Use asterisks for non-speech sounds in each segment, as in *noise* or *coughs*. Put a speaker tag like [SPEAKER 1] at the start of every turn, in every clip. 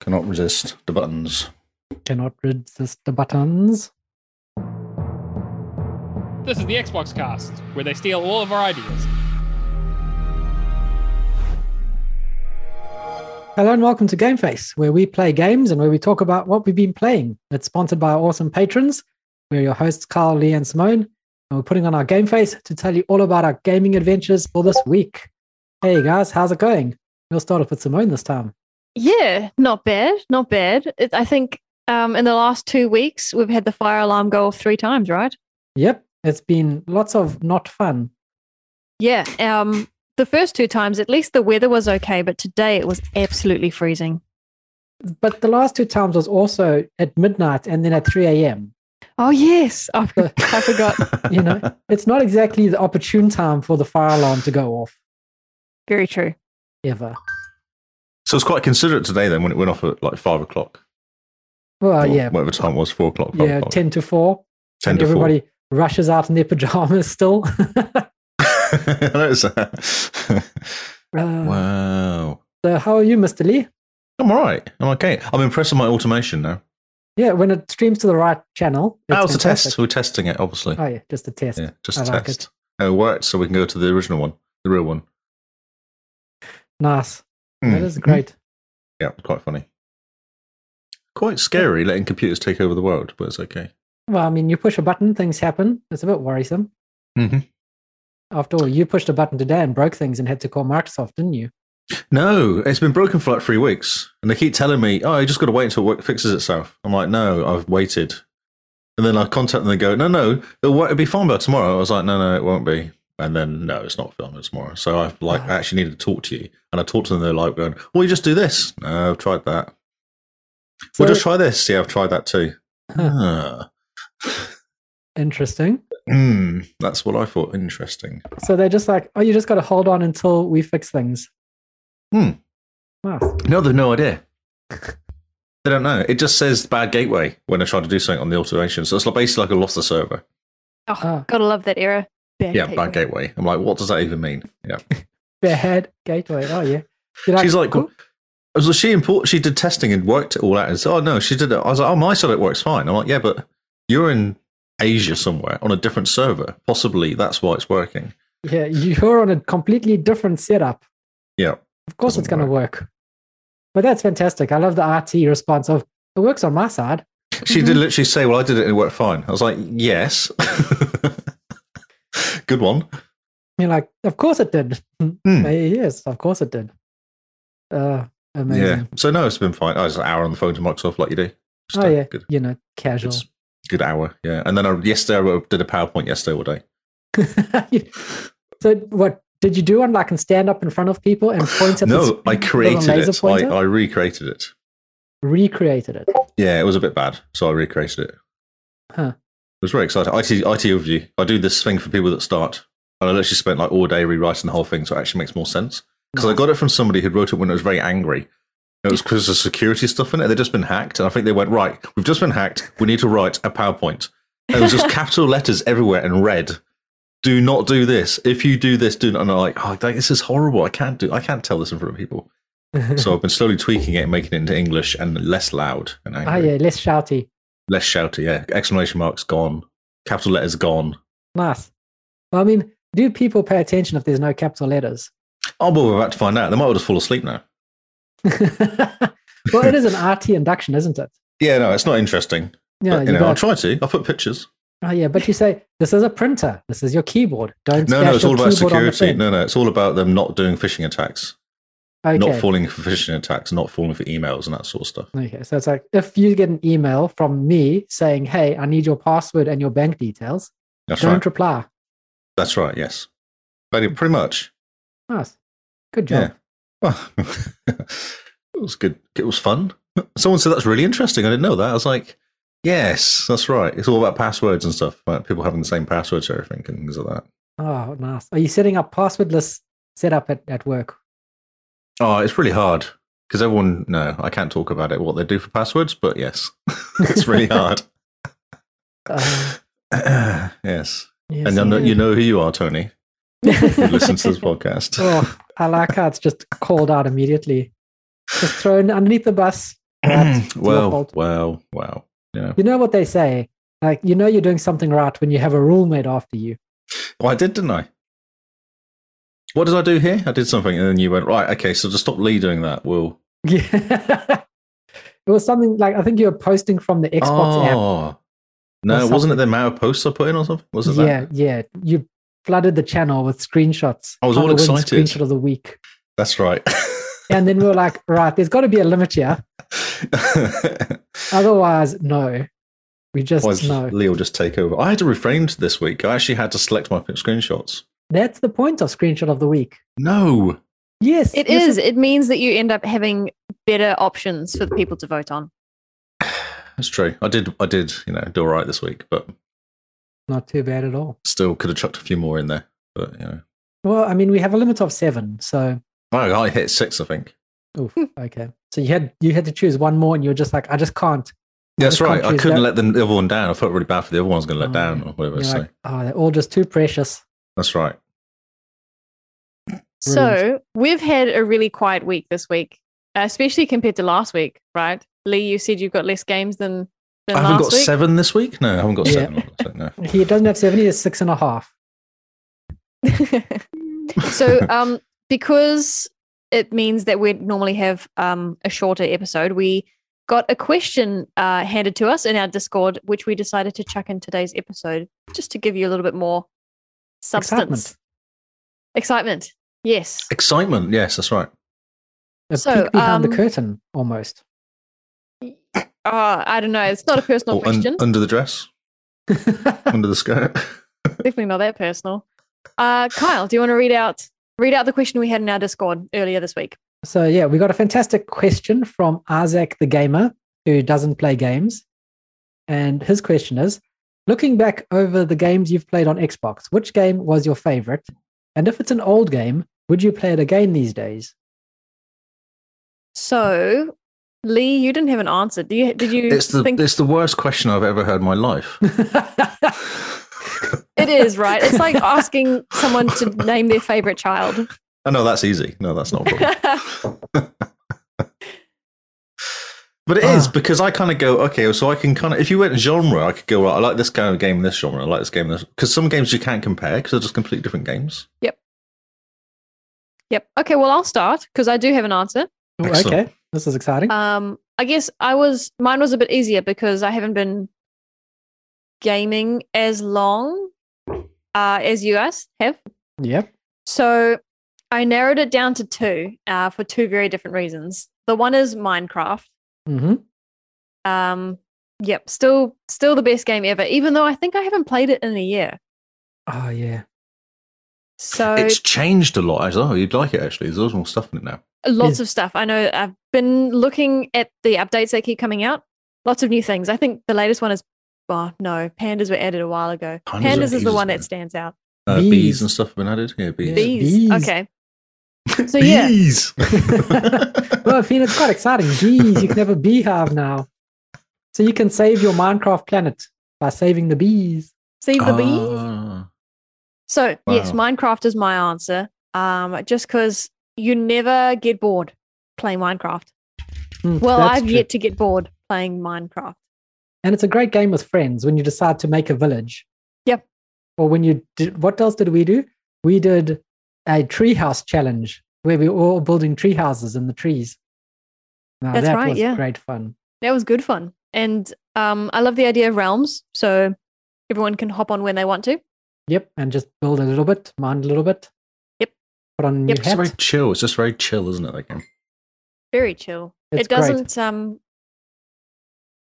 [SPEAKER 1] Cannot resist the buttons.
[SPEAKER 2] Cannot resist the buttons.
[SPEAKER 3] This is the Xbox cast, where they steal all of our ideas.
[SPEAKER 2] Hello and welcome to Game Face, where we play games and where we talk about what we've been playing. It's sponsored by our awesome patrons. We're your hosts, Carl, Lee, and Simone. And we're putting on our Game Face to tell you all about our gaming adventures for this week. Hey guys, how's it going? We'll start off with Simone this time.
[SPEAKER 4] Yeah, not bad, not bad. It, I think um, in the last two weeks we've had the fire alarm go off three times, right?
[SPEAKER 2] Yep, it's been lots of not fun.
[SPEAKER 4] Yeah. Um, the first two times, at least the weather was okay, but today it was absolutely freezing.
[SPEAKER 2] But the last two times was also at midnight and then at 3 a.m.
[SPEAKER 4] Oh yes, I, *laughs* for- I forgot.
[SPEAKER 2] You know, it's not exactly the opportune time for the fire alarm to go off
[SPEAKER 4] Very true.
[SPEAKER 2] ever.
[SPEAKER 1] So it's quite considerate today then when it went off at like five o'clock.
[SPEAKER 2] Well,
[SPEAKER 1] or
[SPEAKER 2] Uh, yeah,
[SPEAKER 1] Whatever time it was, four o'clock. Five
[SPEAKER 2] yeah,
[SPEAKER 1] o'clock.
[SPEAKER 2] 10 to 4.
[SPEAKER 1] 10
[SPEAKER 2] and
[SPEAKER 1] to
[SPEAKER 2] everybody rushes out in their *laughs* pajamas
[SPEAKER 1] *laughs*
[SPEAKER 2] still.
[SPEAKER 1] four. *laughs* I noticed that. *laughs*
[SPEAKER 2] Uh,
[SPEAKER 1] wow.
[SPEAKER 2] So, how are you, Mr. Lee?
[SPEAKER 1] I'm all right. I'm okay. I'm impressed with my automation now.
[SPEAKER 2] Yeah, when it streams to the right channel.
[SPEAKER 1] That was Oh, a test.
[SPEAKER 2] fantastic.
[SPEAKER 1] We're testing it, obviously.
[SPEAKER 2] Oh, yeah, just a test.
[SPEAKER 1] yeah, just
[SPEAKER 2] I
[SPEAKER 1] a
[SPEAKER 2] like it.
[SPEAKER 1] test. And It. worked, so we can go to the original one, the real one.
[SPEAKER 2] Nice. That
[SPEAKER 1] Mm.
[SPEAKER 2] is great.
[SPEAKER 1] Yeah, quite funny. Quite scary letting computers take over the world, but it's okay.
[SPEAKER 2] Well, I mean, you push a button, things happen. It's a bit worrisome.
[SPEAKER 1] Mhm.
[SPEAKER 2] After all, you pushed a button today and broke things and had to call Microsoft, didn't you?
[SPEAKER 1] No, it's been broken for like three weeks, and they keep telling me, "Oh, you just got to wait until it fixes itself." I'm like, "No, I've waited," and then I contact them and go, "No, no, it'll, wo- it'll be fine by tomorrow." I was like, "No, no, it won't be," and then no, it's not fine by tomorrow. So I've like
[SPEAKER 2] Ah.
[SPEAKER 1] actually needed to talk to you, and I talked to them. They're like, "Going, well, you just do this." No, I've tried that.
[SPEAKER 2] So-
[SPEAKER 1] we'll just try this. Yeah, I've tried that too.
[SPEAKER 2] Huh.
[SPEAKER 1] Ah.
[SPEAKER 2] Interesting.
[SPEAKER 1] Hmm, that's what I thought. Interesting.
[SPEAKER 2] So they're just like, oh, you just got to hold on until we fix things.
[SPEAKER 1] Hmm.
[SPEAKER 2] Nice.
[SPEAKER 1] No, they've no idea. they don't know. It just says bad gateway when I try to do something on the automation. So it's like basically like I lost the server.
[SPEAKER 4] Oh,
[SPEAKER 2] Ah.
[SPEAKER 4] gotta love that error. Bad
[SPEAKER 1] yeah,
[SPEAKER 4] people.
[SPEAKER 1] bad gateway. I'm like, what does that even mean? Yeah.
[SPEAKER 2] Bad gateway. Oh, yeah. You're
[SPEAKER 1] She's like,
[SPEAKER 2] "Cool."
[SPEAKER 1] so she import she did testing and worked it all out. And said, oh no, she did it. I was like, oh my side it works fine. I'm like, yeah, but you're in Asia somewhere on a different server. Possibly that's why it's working.
[SPEAKER 2] yeah, you're on a completely different setup.
[SPEAKER 1] Yeah.
[SPEAKER 2] Of course, it's
[SPEAKER 1] Doesn't
[SPEAKER 2] going to work. But that's fantastic. I love the RT response of it works on my side.
[SPEAKER 1] She did literally say, well, I did it and it worked fine. I was like, yes. *laughs* Good one.
[SPEAKER 2] You're like, of course it did. *laughs*
[SPEAKER 1] Hmm.
[SPEAKER 2] Uh, yes, of course it did. Uh,
[SPEAKER 1] Yeah.
[SPEAKER 2] amazing.
[SPEAKER 1] So no, it's been fine. I was an hour on the phone to Microsoft, like you do. Just
[SPEAKER 2] oh
[SPEAKER 1] a
[SPEAKER 2] yeah,
[SPEAKER 1] Good,
[SPEAKER 2] you know, casual.
[SPEAKER 1] good, good hour. Yeah. And then I, yesterday I wrote- did a PowerPoint yesterday all day.
[SPEAKER 2] *laughs* so what did you do one? Like, and stand up in front of people and point at the
[SPEAKER 1] no,
[SPEAKER 2] screen
[SPEAKER 1] I
[SPEAKER 2] with a
[SPEAKER 1] created
[SPEAKER 2] laser
[SPEAKER 1] it. I,
[SPEAKER 2] pointer?
[SPEAKER 1] I recreated it.
[SPEAKER 2] recreated it.
[SPEAKER 1] Yeah, it was a bit bad, so I recreated it.
[SPEAKER 2] Huh.
[SPEAKER 1] It was very exciting. IT IT overview. I do this thing for people that start, and I literally spent like all day rewriting the whole thing, so it actually makes more sense. Because I got it from somebody who wrote it when it was very angry. It was because of security stuff in it. They'd just been hacked, and I think they went right. We've just been hacked. We need to write a PowerPoint. And it was
[SPEAKER 2] *laughs*
[SPEAKER 1] just capital letters everywhere and red. Do not do this. If you do this, do not. And I'm like, oh, this is horrible. I can't do. I can't tell this in front of people.
[SPEAKER 2] *laughs*
[SPEAKER 1] So I've been slowly tweaking it and making it into English and less loud and angry
[SPEAKER 2] Ah, yeah, less shouty.
[SPEAKER 1] less shouty. Yeah, exclamation marks gone, capital letters gone.
[SPEAKER 2] Nice. Well, I mean, do people pay attention if there's no capital letters?
[SPEAKER 1] Oh, but we're about to find out. They might all just fall asleep now.
[SPEAKER 2] *laughs* well, it is an RT induction, isn't it?
[SPEAKER 1] Yeah, no, it's not interesting.
[SPEAKER 2] Yeah,
[SPEAKER 1] but,
[SPEAKER 2] you
[SPEAKER 1] you know, I'll
[SPEAKER 2] got,
[SPEAKER 1] try to. I'll put pictures.
[SPEAKER 2] oh, yeah, but you say this is a printer. This is your keyboard. Don't
[SPEAKER 1] No,
[SPEAKER 2] smash
[SPEAKER 1] no, it's
[SPEAKER 2] your
[SPEAKER 1] all about
[SPEAKER 2] keyboard on the
[SPEAKER 1] security.
[SPEAKER 2] thing.
[SPEAKER 1] No, no, it's all about them not doing phishing attacks,
[SPEAKER 2] okay.
[SPEAKER 1] not falling for phishing attacks, not falling for emails and that sort of stuff.
[SPEAKER 2] Okay, so it's like if you get an email from me saying, "Hey, I need your password and your bank details,"
[SPEAKER 1] That's
[SPEAKER 2] don't
[SPEAKER 1] right.
[SPEAKER 2] reply.
[SPEAKER 1] That's right. Yes, Very- pretty much. *laughs*
[SPEAKER 2] Nice, good job.
[SPEAKER 1] Well, it was good. It was fun. Someone said that's really interesting. I didn't know that. I was like, yes, that's right. It's all about passwords and stuff. About people having the same passwords for everything and things like that.
[SPEAKER 2] Oh, nice. Are you setting up passwordless setup at, at work?
[SPEAKER 1] Oh, it's really hard because everyone. No, I can't talk about it. What they do for passwords, but yes, *laughs* it's
[SPEAKER 2] *laughs*
[SPEAKER 1] really hard.
[SPEAKER 2] Um,
[SPEAKER 1] *clears throat* yes,
[SPEAKER 2] yes,
[SPEAKER 1] and I know,
[SPEAKER 2] indeed.
[SPEAKER 1] you know who you are, Tony.
[SPEAKER 2] *laughs*
[SPEAKER 1] You listen to this podcast.
[SPEAKER 2] oh, I like how it's just called out immediately, just thrown underneath the bus.
[SPEAKER 1] *clears throat*
[SPEAKER 2] Perhaps it's your
[SPEAKER 1] well,
[SPEAKER 2] fault.
[SPEAKER 1] well, wow.
[SPEAKER 2] You know what they say? Like, you know, you're doing something right when you have a rule made after you. *laughs*
[SPEAKER 1] Well, I did, didn't I? What did I do here? I did something, and then you went right. Okay, so just stop Lee doing that. We'll
[SPEAKER 2] Yeah. it was something like, I think you were posting from the Xbox
[SPEAKER 1] oh. No,
[SPEAKER 2] Or
[SPEAKER 1] wasn't it the amount of posts I put in or something? Was it
[SPEAKER 2] app.
[SPEAKER 1] that?
[SPEAKER 2] Yeah, yeah. You flooded the channel with screenshots.
[SPEAKER 1] I was
[SPEAKER 2] Trying
[SPEAKER 1] all
[SPEAKER 2] to win
[SPEAKER 1] excited.
[SPEAKER 2] Screenshot of the week.
[SPEAKER 1] That's right. *laughs*
[SPEAKER 2] And then we were like, *laughs* right, there's got to be a limit here. Otherwise, no. We just
[SPEAKER 1] Otherwise,
[SPEAKER 2] no.
[SPEAKER 1] Lee will just take over. I had to refrain this week. I actually had to select my screenshots.
[SPEAKER 2] That's the point of screenshot of the week.
[SPEAKER 1] No.
[SPEAKER 2] Yes,
[SPEAKER 4] It
[SPEAKER 2] yes,
[SPEAKER 4] is. It means that you end up having better options for the people to vote on.
[SPEAKER 1] That's true. I did. I did. You know, do all right this week, but
[SPEAKER 2] Not too bad at all.
[SPEAKER 1] still could have chucked a few more in there. But you know,
[SPEAKER 2] Well, I mean, we have a limit of seven, so
[SPEAKER 1] I, I hit six, I think.
[SPEAKER 2] oof,
[SPEAKER 4] *laughs*
[SPEAKER 2] okay. So you had you had to choose one more, and you were just like, I just can't.
[SPEAKER 1] That's
[SPEAKER 2] just
[SPEAKER 1] right.
[SPEAKER 2] can't
[SPEAKER 1] I
[SPEAKER 2] choose
[SPEAKER 1] couldn't
[SPEAKER 2] that.
[SPEAKER 1] let them, the other one down. I felt really bad for the other one I was going to let
[SPEAKER 2] Oh,
[SPEAKER 1] down or whatever.
[SPEAKER 2] You're
[SPEAKER 1] So
[SPEAKER 2] like, oh, they're all just too precious.
[SPEAKER 1] that's right.
[SPEAKER 4] So we've had a really quiet week this week, especially compared to last week, right? Lee, you said you've got less games than, than
[SPEAKER 1] I haven't
[SPEAKER 4] last
[SPEAKER 1] got
[SPEAKER 4] week.
[SPEAKER 1] seven this week. No, I haven't got
[SPEAKER 2] Yeah.
[SPEAKER 1] seven. No.
[SPEAKER 2] *laughs* He doesn't have seven; he has six and a half.
[SPEAKER 4] *laughs* so um because it means that we normally have um a shorter episode we got a question uh handed to us in our discord which we decided to chuck in today's episode just to give you a little bit more substance excitement, yes
[SPEAKER 1] Excitement. Yes, that's right.
[SPEAKER 2] A
[SPEAKER 4] So,
[SPEAKER 2] peek behind
[SPEAKER 4] um,
[SPEAKER 2] the curtain, almost. *laughs*
[SPEAKER 4] uh, i don't know it's not a personal
[SPEAKER 1] un-
[SPEAKER 4] question
[SPEAKER 1] under the dress, under the
[SPEAKER 2] *laughs*
[SPEAKER 1] skirt.
[SPEAKER 4] definitely not that personal uh kyle do you want to read out read out the question we had in our discord earlier this week
[SPEAKER 2] So yeah, we got a fantastic question from Isaac the gamer who doesn't play games, and his question is: Looking back over the games you've played on Xbox, which game was your favorite? And if it's an old game, would you play it again these days? *laughs*
[SPEAKER 4] so lee you didn't have an answer do you did you
[SPEAKER 1] It's the
[SPEAKER 4] think
[SPEAKER 1] it's the worst question I've ever heard in my
[SPEAKER 2] *laughs*
[SPEAKER 1] life.
[SPEAKER 4] It is, right? It's like asking someone to name their favorite child.
[SPEAKER 1] Oh no, that's easy. No, that's not a problem. But it is
[SPEAKER 2] Ah.
[SPEAKER 1] because I kind of go okay. So I can kind of if you went genre, I could go right. I like this kind of game in this genre. I like this game in this because some games you can't compare because they're just completely different games.
[SPEAKER 4] yep. Okay, well, I'll start because I do have an answer.
[SPEAKER 2] Ooh,
[SPEAKER 1] Excellent.
[SPEAKER 2] okay, this is exciting.
[SPEAKER 4] Um, I guess I was mine was a bit easier because I haven't been gaming as long uh, as you guys have.
[SPEAKER 2] yep.
[SPEAKER 4] So I narrowed it down to two uh, for two very different reasons. The one is Minecraft.
[SPEAKER 2] hmm
[SPEAKER 4] Um, yep, still still the best game ever, even though I think I haven't played it in a year.
[SPEAKER 2] Oh yeah.
[SPEAKER 4] So
[SPEAKER 1] it's changed a lot as well. You'd like it actually. There's lots more stuff in it now.
[SPEAKER 4] lots of stuff. I know I've been looking at the updates that keep coming out. Lots of new things. I think the latest one is, oh no, pandas were added a while ago.
[SPEAKER 1] Pandas
[SPEAKER 4] Pandas,
[SPEAKER 1] were
[SPEAKER 4] is the
[SPEAKER 1] ages
[SPEAKER 4] one
[SPEAKER 1] ago.
[SPEAKER 4] that stands out.
[SPEAKER 1] Uh, bees.
[SPEAKER 2] Bees.
[SPEAKER 1] and stuff have been added. Yeah, bees.
[SPEAKER 2] Yeah.
[SPEAKER 4] Bees.
[SPEAKER 2] bees.
[SPEAKER 4] Okay. So yeah, *laughs*
[SPEAKER 1] Bees!
[SPEAKER 2] Well, I mean, it's quite exciting. Bees, you can have a beehive now, so you can save your Minecraft planet by saving the bees.
[SPEAKER 4] save the bees.
[SPEAKER 1] Ah.
[SPEAKER 4] So yes,
[SPEAKER 1] wow.
[SPEAKER 4] Minecraft is my answer. Um, just because you never get bored playing Minecraft.
[SPEAKER 2] Mm,
[SPEAKER 4] Well,
[SPEAKER 2] that's
[SPEAKER 4] I've
[SPEAKER 2] true.
[SPEAKER 4] yet to get bored playing Minecraft.
[SPEAKER 2] And it's a great game with friends when you decide to make a village.
[SPEAKER 4] Yep.
[SPEAKER 2] Or when you did, what else did we do? We did a treehouse challenge where we were all building tree houses in the trees. Now,
[SPEAKER 4] That's
[SPEAKER 2] that
[SPEAKER 4] right,
[SPEAKER 2] was
[SPEAKER 4] yeah.
[SPEAKER 2] great fun.
[SPEAKER 4] That was good fun, and um, I love the idea of realms. So everyone can hop on when they want to.
[SPEAKER 2] Yep. And just build a little bit, mind a little bit.
[SPEAKER 4] Yep.
[SPEAKER 2] Put on a new
[SPEAKER 4] Yep.
[SPEAKER 1] It's
[SPEAKER 2] hat.
[SPEAKER 1] very chill. It's just very chill, isn't it? That game.
[SPEAKER 4] very chill.
[SPEAKER 2] It's
[SPEAKER 4] it
[SPEAKER 2] great.
[SPEAKER 4] doesn't. Um,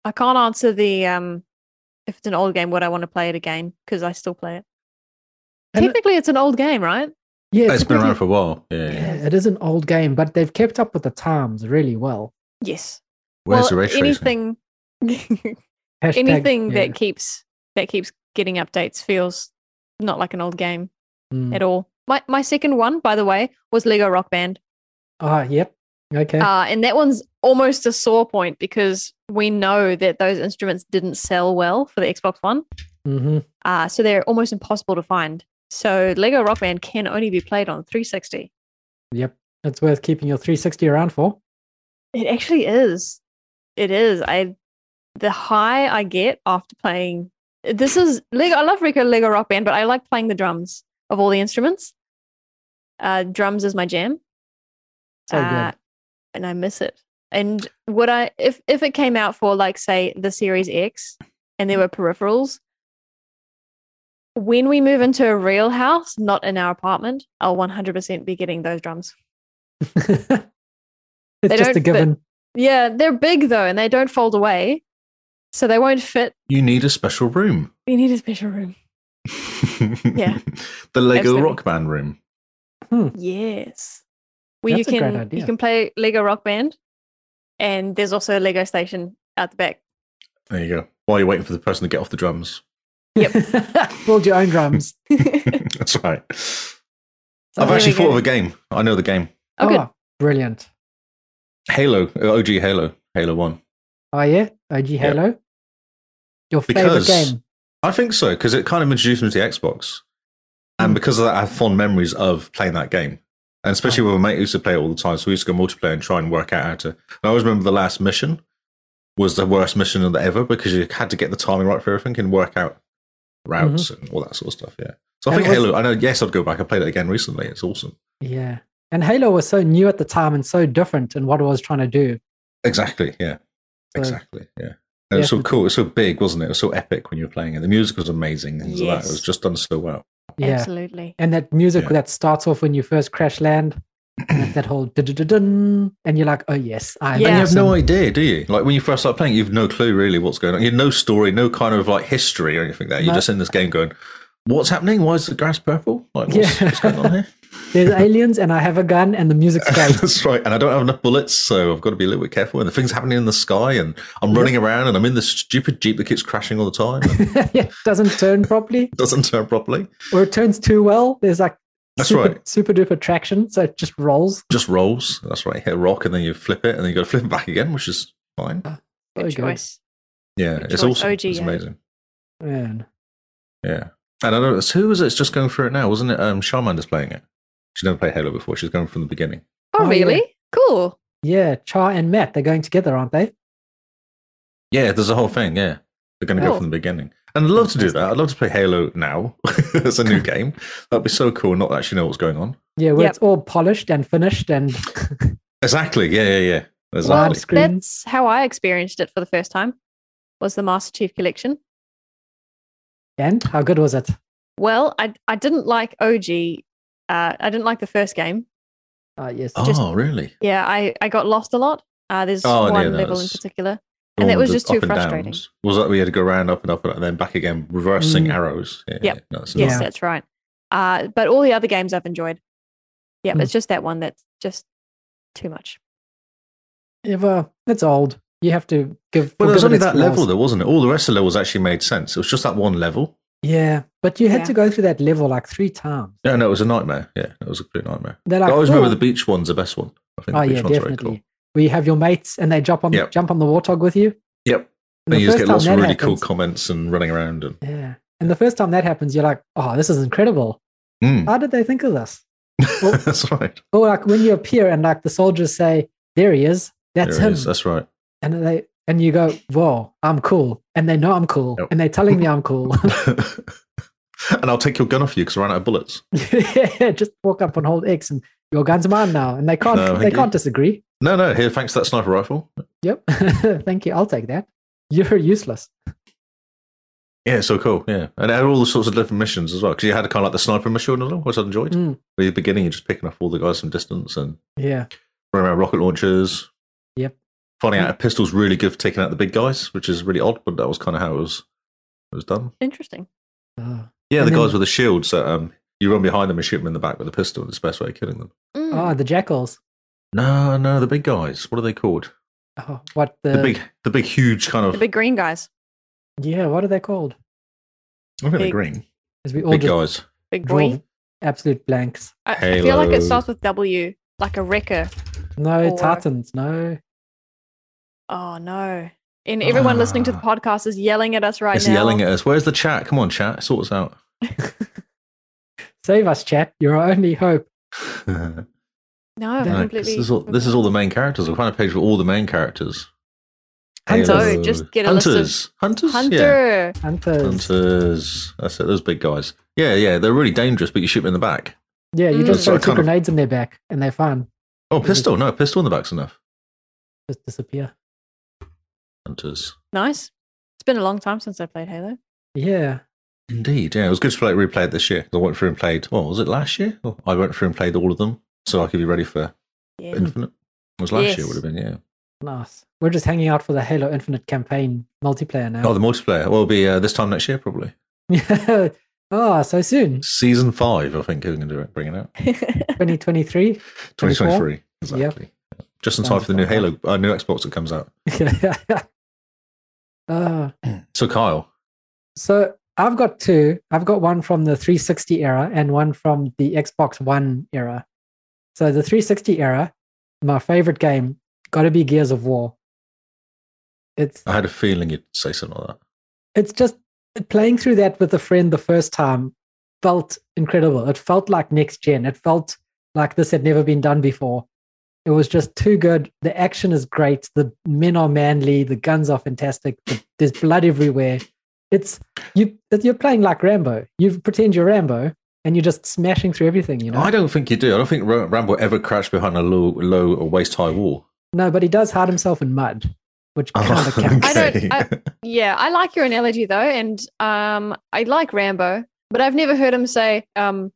[SPEAKER 4] I can't answer the um, if it's an old game, would I want to play it again? Because I still play it.
[SPEAKER 2] And it-
[SPEAKER 4] Technically, it's an old game, right?
[SPEAKER 2] yeah,
[SPEAKER 1] it's been
[SPEAKER 2] pretty-
[SPEAKER 1] around for a while. Yeah.
[SPEAKER 2] Yeah, it is an old game, but they've kept up with the times really well.
[SPEAKER 4] Yes.
[SPEAKER 1] Where's
[SPEAKER 4] well,
[SPEAKER 1] the race racing?
[SPEAKER 4] anything, *laughs*
[SPEAKER 2] Hashtag-
[SPEAKER 4] anything
[SPEAKER 2] yeah.
[SPEAKER 4] that keeps that keeps getting updates feels not like an old game
[SPEAKER 2] Mm.
[SPEAKER 4] at all. My my second one, by the way, was Lego Rock Band.
[SPEAKER 2] Ah, yep. Okay.
[SPEAKER 4] Uh, and that one's almost a sore point because we know that those instruments didn't sell well for the Xbox One.
[SPEAKER 2] hmm
[SPEAKER 4] Uh, so they're almost impossible to find. So Lego Rock Band can only be played on 360.
[SPEAKER 2] Yep. It's worth keeping your 360 around for.
[SPEAKER 4] It actually is. it is. I the high I get after playing this is Lego. I love Rico Lego Rock Band, but I like playing the drums of all the instruments. Uh, drums is my jam. Uh,
[SPEAKER 2] So good.
[SPEAKER 4] and I miss it. And would I if if it came out for like say the Series X and there were peripherals? When we move into a real house, not in our apartment, I'll 100% be getting those drums.
[SPEAKER 2] *laughs* it's
[SPEAKER 4] They
[SPEAKER 2] just
[SPEAKER 4] don't
[SPEAKER 2] a
[SPEAKER 4] fit.
[SPEAKER 2] given.
[SPEAKER 4] Yeah, they're big though, and they don't fold away, so they won't fit.
[SPEAKER 1] You need a special room.
[SPEAKER 4] We need a special room. Yeah.
[SPEAKER 1] *laughs* the Lego
[SPEAKER 4] Absolutely.
[SPEAKER 1] Rock Band room.
[SPEAKER 4] Yes, where
[SPEAKER 2] That's a
[SPEAKER 4] you
[SPEAKER 2] great
[SPEAKER 4] can
[SPEAKER 2] idea.
[SPEAKER 4] you can play Lego Rock Band, and there's also a Lego Station out the back. *laughs*
[SPEAKER 1] There you go. While you're waiting for the person to get off the drums.
[SPEAKER 2] *laughs* Build your own
[SPEAKER 4] *laughs*
[SPEAKER 2] drums.
[SPEAKER 1] *laughs*
[SPEAKER 2] Oh,
[SPEAKER 1] That's right.
[SPEAKER 4] So
[SPEAKER 1] I've
[SPEAKER 4] there
[SPEAKER 1] actually
[SPEAKER 4] we
[SPEAKER 1] thought
[SPEAKER 4] go.
[SPEAKER 1] of a game. I know the game.
[SPEAKER 4] Oh, good.
[SPEAKER 2] Oh, brilliant.
[SPEAKER 1] Halo, uh, OG Halo, Halo 1.
[SPEAKER 2] Oh yeah, OG
[SPEAKER 1] Yeah.
[SPEAKER 2] Halo. Your
[SPEAKER 1] Because-
[SPEAKER 2] favorite game.
[SPEAKER 1] I think so, because it kind of introduced me to the Xbox. And
[SPEAKER 2] Mm.
[SPEAKER 1] because of that, I have fond memories of playing that game. And especially with my mate who used to play it all the time. So we used to go multiplayer and try and work out how to. And I always remember the last mission was the worst mission of the ever because you had to get the timing right for everything and work out routes and all that sort of stuff. Yeah. So I
[SPEAKER 2] Mm-hmm. And
[SPEAKER 1] think
[SPEAKER 2] it was-
[SPEAKER 1] Halo, I know, yes, I'd go back. I played it again recently. It's awesome.
[SPEAKER 2] Yeah. And Halo was so new at the time and so different in what it was trying to do.
[SPEAKER 1] Exactly. Yeah.
[SPEAKER 2] So-
[SPEAKER 1] Exactly. Yeah. And it was
[SPEAKER 2] Yeah.
[SPEAKER 1] so cool. It was so big, wasn't it? It was so epic when you were playing it. The music was amazing. Things like that. It was
[SPEAKER 4] Yes.
[SPEAKER 1] just done so well.
[SPEAKER 2] Yeah.
[SPEAKER 4] Absolutely.
[SPEAKER 2] And that music
[SPEAKER 1] Yeah.
[SPEAKER 2] that starts off when you first crash land. And it's that whole *clears throat* dun and you're like, oh yes, I am
[SPEAKER 4] Yeah.
[SPEAKER 1] And you have no
[SPEAKER 2] awesome.
[SPEAKER 1] idea, do you? Like when you first start playing, you've no clue really what's going on. You have no story, no kind of like history or anything like that. You're
[SPEAKER 2] No.
[SPEAKER 1] just in this game going, "What's happening? Why is the grass purple? Like what's,
[SPEAKER 2] Yeah.
[SPEAKER 1] what's going on
[SPEAKER 2] *laughs*
[SPEAKER 1] here?"
[SPEAKER 2] There's aliens and I have a gun and the music's great.
[SPEAKER 1] *laughs*
[SPEAKER 2] *laughs*
[SPEAKER 1] That's right. And I don't have enough bullets, so I've got to be a little bit careful. And the things happening in the sky, and I'm
[SPEAKER 2] Yeah.
[SPEAKER 1] running around, and I'm in this stupid jeep that keeps crashing all the time, and *laughs*
[SPEAKER 2] yeah, doesn't turn properly
[SPEAKER 1] doesn't turn properly,
[SPEAKER 2] or it turns too well. There's like
[SPEAKER 1] That's
[SPEAKER 2] super,
[SPEAKER 1] right.
[SPEAKER 2] super duper traction, so it just rolls.
[SPEAKER 1] just rolls. That's right. Hit a rock, and then you flip it, and then you got to flip it back again, which is fine.
[SPEAKER 2] So
[SPEAKER 4] Good choice.
[SPEAKER 1] Yeah,
[SPEAKER 4] Good
[SPEAKER 1] it's
[SPEAKER 4] choice.
[SPEAKER 1] awesome.
[SPEAKER 4] OG,
[SPEAKER 1] it's
[SPEAKER 4] yeah.
[SPEAKER 1] amazing.
[SPEAKER 2] Man.
[SPEAKER 1] Yeah. And I don't know, who was it? It's just going through it now, wasn't it? Um, Charmander's playing it. She's never played Halo before. She's going from the beginning.
[SPEAKER 4] Oh,
[SPEAKER 2] Oh, yeah.
[SPEAKER 4] really? Cool.
[SPEAKER 2] Yeah, Char and Matt, they're going together, aren't they?
[SPEAKER 1] Yeah, there's a whole thing. Yeah. They're going to
[SPEAKER 4] Cool.
[SPEAKER 1] go from the beginning. And I'd love to do that. I'd love to play Halo now *laughs* as a
[SPEAKER 4] *laughs*
[SPEAKER 1] new game. That'd be so cool, not actually know what's going on.
[SPEAKER 2] Yeah, where
[SPEAKER 4] Yep.
[SPEAKER 2] it's all polished and finished and
[SPEAKER 1] Exactly. Yeah, yeah, yeah.
[SPEAKER 2] Large
[SPEAKER 1] Exactly.
[SPEAKER 2] screen.
[SPEAKER 4] That's how I experienced it for the first time. Was the Master Chief Collection?
[SPEAKER 2] and how good was it?
[SPEAKER 4] Well, I I didn't like OG. Uh, I didn't like the first game.
[SPEAKER 2] Oh yes.
[SPEAKER 4] just-
[SPEAKER 1] oh, really?
[SPEAKER 4] Yeah, I I got lost a lot. Uh, there's
[SPEAKER 1] Oh,
[SPEAKER 4] one
[SPEAKER 1] yeah, no,
[SPEAKER 4] level in
[SPEAKER 1] that's-
[SPEAKER 4] particular.
[SPEAKER 1] The
[SPEAKER 4] And
[SPEAKER 1] one
[SPEAKER 4] it
[SPEAKER 1] with Oh,
[SPEAKER 4] was
[SPEAKER 1] the
[SPEAKER 4] just too
[SPEAKER 1] up and
[SPEAKER 4] frustrating.
[SPEAKER 1] downs. Was that we had to go round, up and up, and then back again, reversing
[SPEAKER 2] Mm.
[SPEAKER 1] arrows? Yeah.
[SPEAKER 4] Yep.
[SPEAKER 1] yeah. No, that's
[SPEAKER 4] Yes,
[SPEAKER 1] nice.
[SPEAKER 4] that's right. Uh, but all the other games I've enjoyed. Yeah,
[SPEAKER 2] Hmm.
[SPEAKER 4] it's just that one that's just too much.
[SPEAKER 2] Yeah, well, it's old. You have to give
[SPEAKER 1] Well, there was
[SPEAKER 2] forgive
[SPEAKER 1] only
[SPEAKER 2] it its
[SPEAKER 1] that level,
[SPEAKER 2] flaws.
[SPEAKER 1] though, wasn't it? All the rest of the levels actually made sense. It was just that one level.
[SPEAKER 2] Yeah. But you had
[SPEAKER 4] Yeah.
[SPEAKER 2] to go through that level like three times.
[SPEAKER 1] Yeah, no, it was a nightmare. Yeah, it was a complete nightmare.
[SPEAKER 2] They're
[SPEAKER 1] But
[SPEAKER 2] like,
[SPEAKER 1] I always remember
[SPEAKER 2] "Oh,
[SPEAKER 1] the beach one's the best one. I think
[SPEAKER 2] Oh
[SPEAKER 1] the beach
[SPEAKER 2] yeah,
[SPEAKER 1] one's
[SPEAKER 2] definitely.
[SPEAKER 1] very cool.
[SPEAKER 2] Where you have your mates and they jump on
[SPEAKER 1] Yep.
[SPEAKER 2] jump on the warthog with you.
[SPEAKER 1] Yep.
[SPEAKER 2] And
[SPEAKER 1] And
[SPEAKER 2] the
[SPEAKER 1] you just
[SPEAKER 2] first
[SPEAKER 1] get lots of
[SPEAKER 2] time
[SPEAKER 1] really
[SPEAKER 2] that
[SPEAKER 1] cool
[SPEAKER 2] happens-
[SPEAKER 1] comments and running around and
[SPEAKER 2] Yeah. And the first time that happens, you're like, oh, this is incredible.
[SPEAKER 1] Mm.
[SPEAKER 2] How did they think of this?
[SPEAKER 1] *laughs*
[SPEAKER 2] Well-
[SPEAKER 1] that's right.
[SPEAKER 2] Or like when you appear and like the soldiers say, there he is. That's
[SPEAKER 1] There it
[SPEAKER 2] him.
[SPEAKER 1] is. That's right. *laughs*
[SPEAKER 2] and they and you go, whoa, I'm cool. And they know I'm cool.
[SPEAKER 1] Yep.
[SPEAKER 2] And they're telling me I'm
[SPEAKER 1] *laughs*
[SPEAKER 2] cool. *laughs*
[SPEAKER 1] and I'll take your gun off you because I ran out of bullets.
[SPEAKER 2] Just walk up and hold X and your gun's mine now. And they can't
[SPEAKER 1] No,
[SPEAKER 2] they
[SPEAKER 1] thank you.
[SPEAKER 2] can't disagree.
[SPEAKER 1] No, no, here, thanks to that sniper rifle.
[SPEAKER 2] Yep. *laughs* Thank you. I'll take that. You're useless.
[SPEAKER 1] Yeah, so cool. Yeah. And it had all the sorts of different missions as well. Because you had kind of like the sniper mission as well, which I enjoyed.
[SPEAKER 2] Mm,
[SPEAKER 1] Where you're beginning, you're just picking off all the guys from distance and
[SPEAKER 2] yeah.
[SPEAKER 1] running around rocket launchers.
[SPEAKER 2] Yep.
[SPEAKER 1] Finding out a pistol's really good for taking out the big guys, which is really odd, but that was kind of how it was, it was done.
[SPEAKER 4] Interesting.
[SPEAKER 2] Oh.
[SPEAKER 1] Yeah,
[SPEAKER 2] And
[SPEAKER 1] the
[SPEAKER 2] then-
[SPEAKER 1] guys with the shields that um, you run behind them and shoot them in the back with a pistol. It's the best way of killing them.
[SPEAKER 4] Mm.
[SPEAKER 2] Oh, the jackals.
[SPEAKER 1] No, no, the big guys. What are they called?
[SPEAKER 2] Oh, what the,
[SPEAKER 1] The big, the big, huge kind of.
[SPEAKER 4] the big green guys,
[SPEAKER 2] Yeah, what are they called?
[SPEAKER 1] I think they're
[SPEAKER 4] big-
[SPEAKER 1] green.
[SPEAKER 2] As we all
[SPEAKER 1] Big
[SPEAKER 2] just
[SPEAKER 1] guys.
[SPEAKER 4] big
[SPEAKER 2] draw
[SPEAKER 4] green.
[SPEAKER 2] absolute blanks.
[SPEAKER 4] I, I feel like
[SPEAKER 1] Halo.
[SPEAKER 4] it starts with W, like a wrecker.
[SPEAKER 2] No
[SPEAKER 4] Or-
[SPEAKER 2] Titans, no.
[SPEAKER 4] Oh no! And everyone listening to the
[SPEAKER 1] Ah.
[SPEAKER 4] podcast is yelling at us right
[SPEAKER 1] it's
[SPEAKER 4] now.
[SPEAKER 1] yelling at us. Where's the chat? Come on, chat. Sort us out. *laughs*
[SPEAKER 2] Save us, chat. You're our only hope.
[SPEAKER 1] No,
[SPEAKER 4] *laughs* No, I'm
[SPEAKER 1] 'cause *laughs*
[SPEAKER 4] completely.
[SPEAKER 1] this, is all, this is all the main characters. I found a page with all the main characters.
[SPEAKER 2] Hunters.
[SPEAKER 4] No, just get a list
[SPEAKER 1] hunters.
[SPEAKER 4] of-
[SPEAKER 1] hunters, yeah,
[SPEAKER 4] Hunter.
[SPEAKER 2] Hunters.
[SPEAKER 1] hunters. That's it. Those big guys. Yeah, yeah, they're really dangerous, but you shoot them in the back.
[SPEAKER 2] Yeah, you
[SPEAKER 4] Mm.
[SPEAKER 2] just
[SPEAKER 1] So I
[SPEAKER 2] throw two
[SPEAKER 1] kind of-
[SPEAKER 2] grenades in their back and they're fine.
[SPEAKER 1] Oh,
[SPEAKER 4] Mm-hmm.
[SPEAKER 1] pistol. No, pistol in the back's enough.
[SPEAKER 2] Just disappear.
[SPEAKER 1] Hunters.
[SPEAKER 4] Nice. It's been a long time since I played Halo.
[SPEAKER 2] Yeah.
[SPEAKER 1] Indeed, yeah, it was good to play replay it this year. 'cause I went through and played. What was it last year? Oh, I went through and played all of them, so I could be ready for
[SPEAKER 4] Yeah.
[SPEAKER 1] Infinite. It was last
[SPEAKER 4] Yes.
[SPEAKER 1] year. Would have been yeah.
[SPEAKER 2] Nice. We're just hanging out for the Halo Infinite campaign multiplayer now.
[SPEAKER 1] Oh, the multiplayer. Well, it'll be uh, this time next year probably.
[SPEAKER 2] *laughs* Yeah. oh, so soon.
[SPEAKER 1] Season five, I think, we're going to bring it out.
[SPEAKER 2] *laughs*
[SPEAKER 4] *laughs*
[SPEAKER 1] *laughs*
[SPEAKER 2] 2023.
[SPEAKER 1] 2023.
[SPEAKER 2] 24?
[SPEAKER 1] Exactly. Just in time for the new Halo, uh, new Xbox that comes out.
[SPEAKER 2] uh,
[SPEAKER 1] So, Kyle,
[SPEAKER 2] so I've got two. I've got one from the 360 era and one from the Xbox One era. So the 360 era, my favorite game, got to be Gears of War. It's
[SPEAKER 1] I had a feeling you'd say something like that.
[SPEAKER 2] it's just playing through that with a friend the first time felt incredible. It felt like next gen. It felt like this had never been done before. It was just too good. The action is great. The men are manly. The guns are fantastic. The, there's blood everywhere. It's you. You're playing like Rambo. You pretend you're Rambo, and you're just smashing through everything. You know.
[SPEAKER 1] I don't think you do. I don't think Ra- Rambo ever crouched behind a low, low or waist high wall.
[SPEAKER 2] no, but he does hide himself in mud, which
[SPEAKER 1] Oh, *laughs*
[SPEAKER 2] kind of counts.
[SPEAKER 4] Oh, I don't- yeah, I like your analogy though, and um, I like Rambo, but I've never heard him say, um,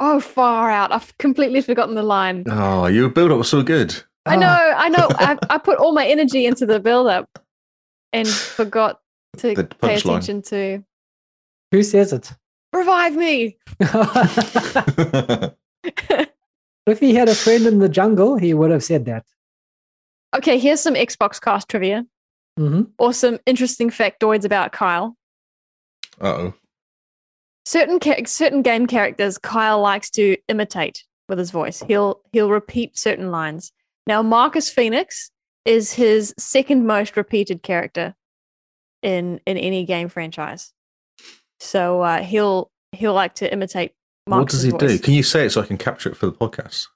[SPEAKER 4] "Oh, far out." I've completely forgotten the line.
[SPEAKER 1] Oh, your build up was so
[SPEAKER 4] *laughs*
[SPEAKER 1] good.
[SPEAKER 4] I know,
[SPEAKER 2] Ah,
[SPEAKER 1] *laughs*
[SPEAKER 4] I know. I, I put all my energy into the build-up and forgot to
[SPEAKER 1] The
[SPEAKER 4] pay
[SPEAKER 1] punchline.
[SPEAKER 4] attention to
[SPEAKER 2] Who says it? *laughs*
[SPEAKER 4] revive me.
[SPEAKER 2] if he had a friend in the jungle, he would have said that.
[SPEAKER 4] Okay, here's some Xbox cast trivia
[SPEAKER 2] hmm
[SPEAKER 4] or some interesting factoids about Kyle.
[SPEAKER 1] oh.
[SPEAKER 4] Certain cha- certain game characters Kyle likes to imitate with his voice. He'll he'll repeat certain lines. Now Marcus Phoenix is his second most repeated character in in any game franchise. So uh, he'll he'll like to imitate
[SPEAKER 1] What does
[SPEAKER 4] Marcus's
[SPEAKER 1] he do?
[SPEAKER 4] voice.
[SPEAKER 1] Can you say it so I can capture it for the podcast?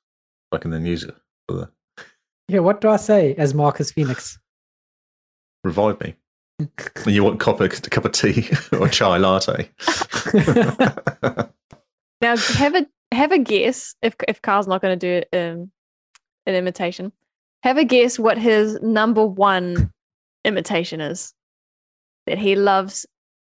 [SPEAKER 1] I can then use it for the
[SPEAKER 2] Yeah, what do I say as Marcus
[SPEAKER 4] *laughs*
[SPEAKER 2] Phoenix? Uh,
[SPEAKER 1] revive me. And you want copper, a cup of tea *laughs* or chai
[SPEAKER 4] *laughs*
[SPEAKER 1] latte.
[SPEAKER 4] Now have a have a guess if if Carl's not going to do um, an imitation. Have a guess what his number one imitation is that he loves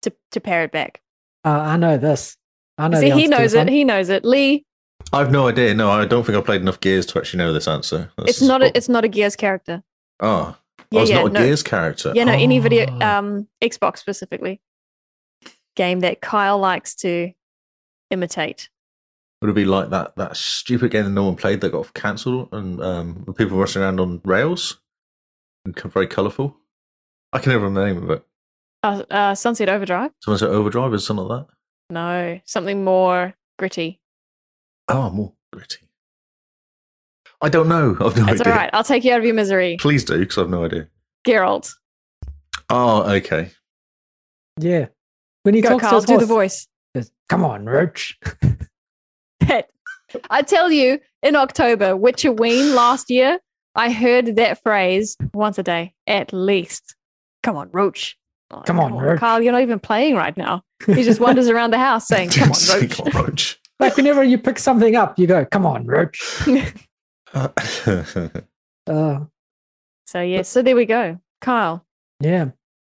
[SPEAKER 4] to to parrot back.
[SPEAKER 2] Uh, I know this. I know.
[SPEAKER 4] See,
[SPEAKER 2] the answer
[SPEAKER 4] he
[SPEAKER 2] to
[SPEAKER 4] knows
[SPEAKER 2] this
[SPEAKER 4] it.
[SPEAKER 2] one.
[SPEAKER 4] He knows it. Lee,
[SPEAKER 1] I've no idea. No, I don't think I played enough gears to actually know this answer. This
[SPEAKER 4] it's
[SPEAKER 1] is oh.
[SPEAKER 4] not
[SPEAKER 1] what-
[SPEAKER 4] a, it's not a Gears character.
[SPEAKER 1] Oh,
[SPEAKER 4] Yeah,
[SPEAKER 1] oh, it's
[SPEAKER 4] yeah,
[SPEAKER 1] not a
[SPEAKER 4] no,
[SPEAKER 1] Gears character.
[SPEAKER 4] yeah, no. Any video,
[SPEAKER 1] Oh.
[SPEAKER 2] Ah.
[SPEAKER 4] um, Xbox specifically, game that Kyle likes to imitate.
[SPEAKER 1] Would it be like that that stupid game that no one played that got cancelled and um, the people rushing around on rails and co- very colourful? I can never remember the name of it.
[SPEAKER 4] Uh, uh, Sunset Overdrive.
[SPEAKER 1] Someone said Overdrive or something like that.
[SPEAKER 4] No, something more gritty.
[SPEAKER 1] Oh, more gritty. I don't know. *laughs* I've no
[SPEAKER 4] That's
[SPEAKER 1] idea.
[SPEAKER 4] all right. I'll take you out of your misery,
[SPEAKER 1] Please do, because I've no idea.
[SPEAKER 4] Geralt.
[SPEAKER 1] Oh, okay.
[SPEAKER 2] Yeah. When he
[SPEAKER 4] Go,
[SPEAKER 2] talks
[SPEAKER 4] Carl,
[SPEAKER 2] to
[SPEAKER 4] do the
[SPEAKER 2] his horse,
[SPEAKER 4] voice.
[SPEAKER 2] he goes, come on, Roach.
[SPEAKER 4] I tell you, in October, Witcherween last year, I heard that phrase once a day, at least. Come on, Roach. Oh,
[SPEAKER 2] Come on, Roach.
[SPEAKER 4] Carl, you're not even playing right now. *laughs* He just wanders around the house saying,
[SPEAKER 1] *laughs*
[SPEAKER 4] Come on, Roach.
[SPEAKER 1] Come on, Roach.
[SPEAKER 2] *laughs* Like whenever you pick something up, you go, come on, Roach.
[SPEAKER 1] Uh,
[SPEAKER 2] Uh,
[SPEAKER 4] So, yeah, so there we go. Kyle.
[SPEAKER 2] yeah.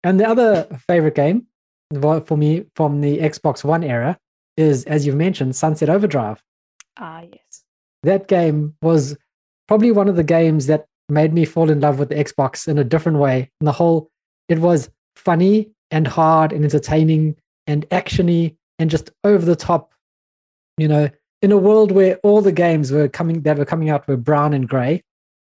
[SPEAKER 2] And the other favorite game vo- for me from the Xbox One era is, as you've mentioned, Sunset Overdrive.
[SPEAKER 4] Ah, yes.
[SPEAKER 2] That game was probably one of the games that made me fall in love with the Xbox in a different way. And the whole, it was funny and hard and entertaining and actiony and just over the top. You know, in a world where all the games were coming that were coming out were brown and gray,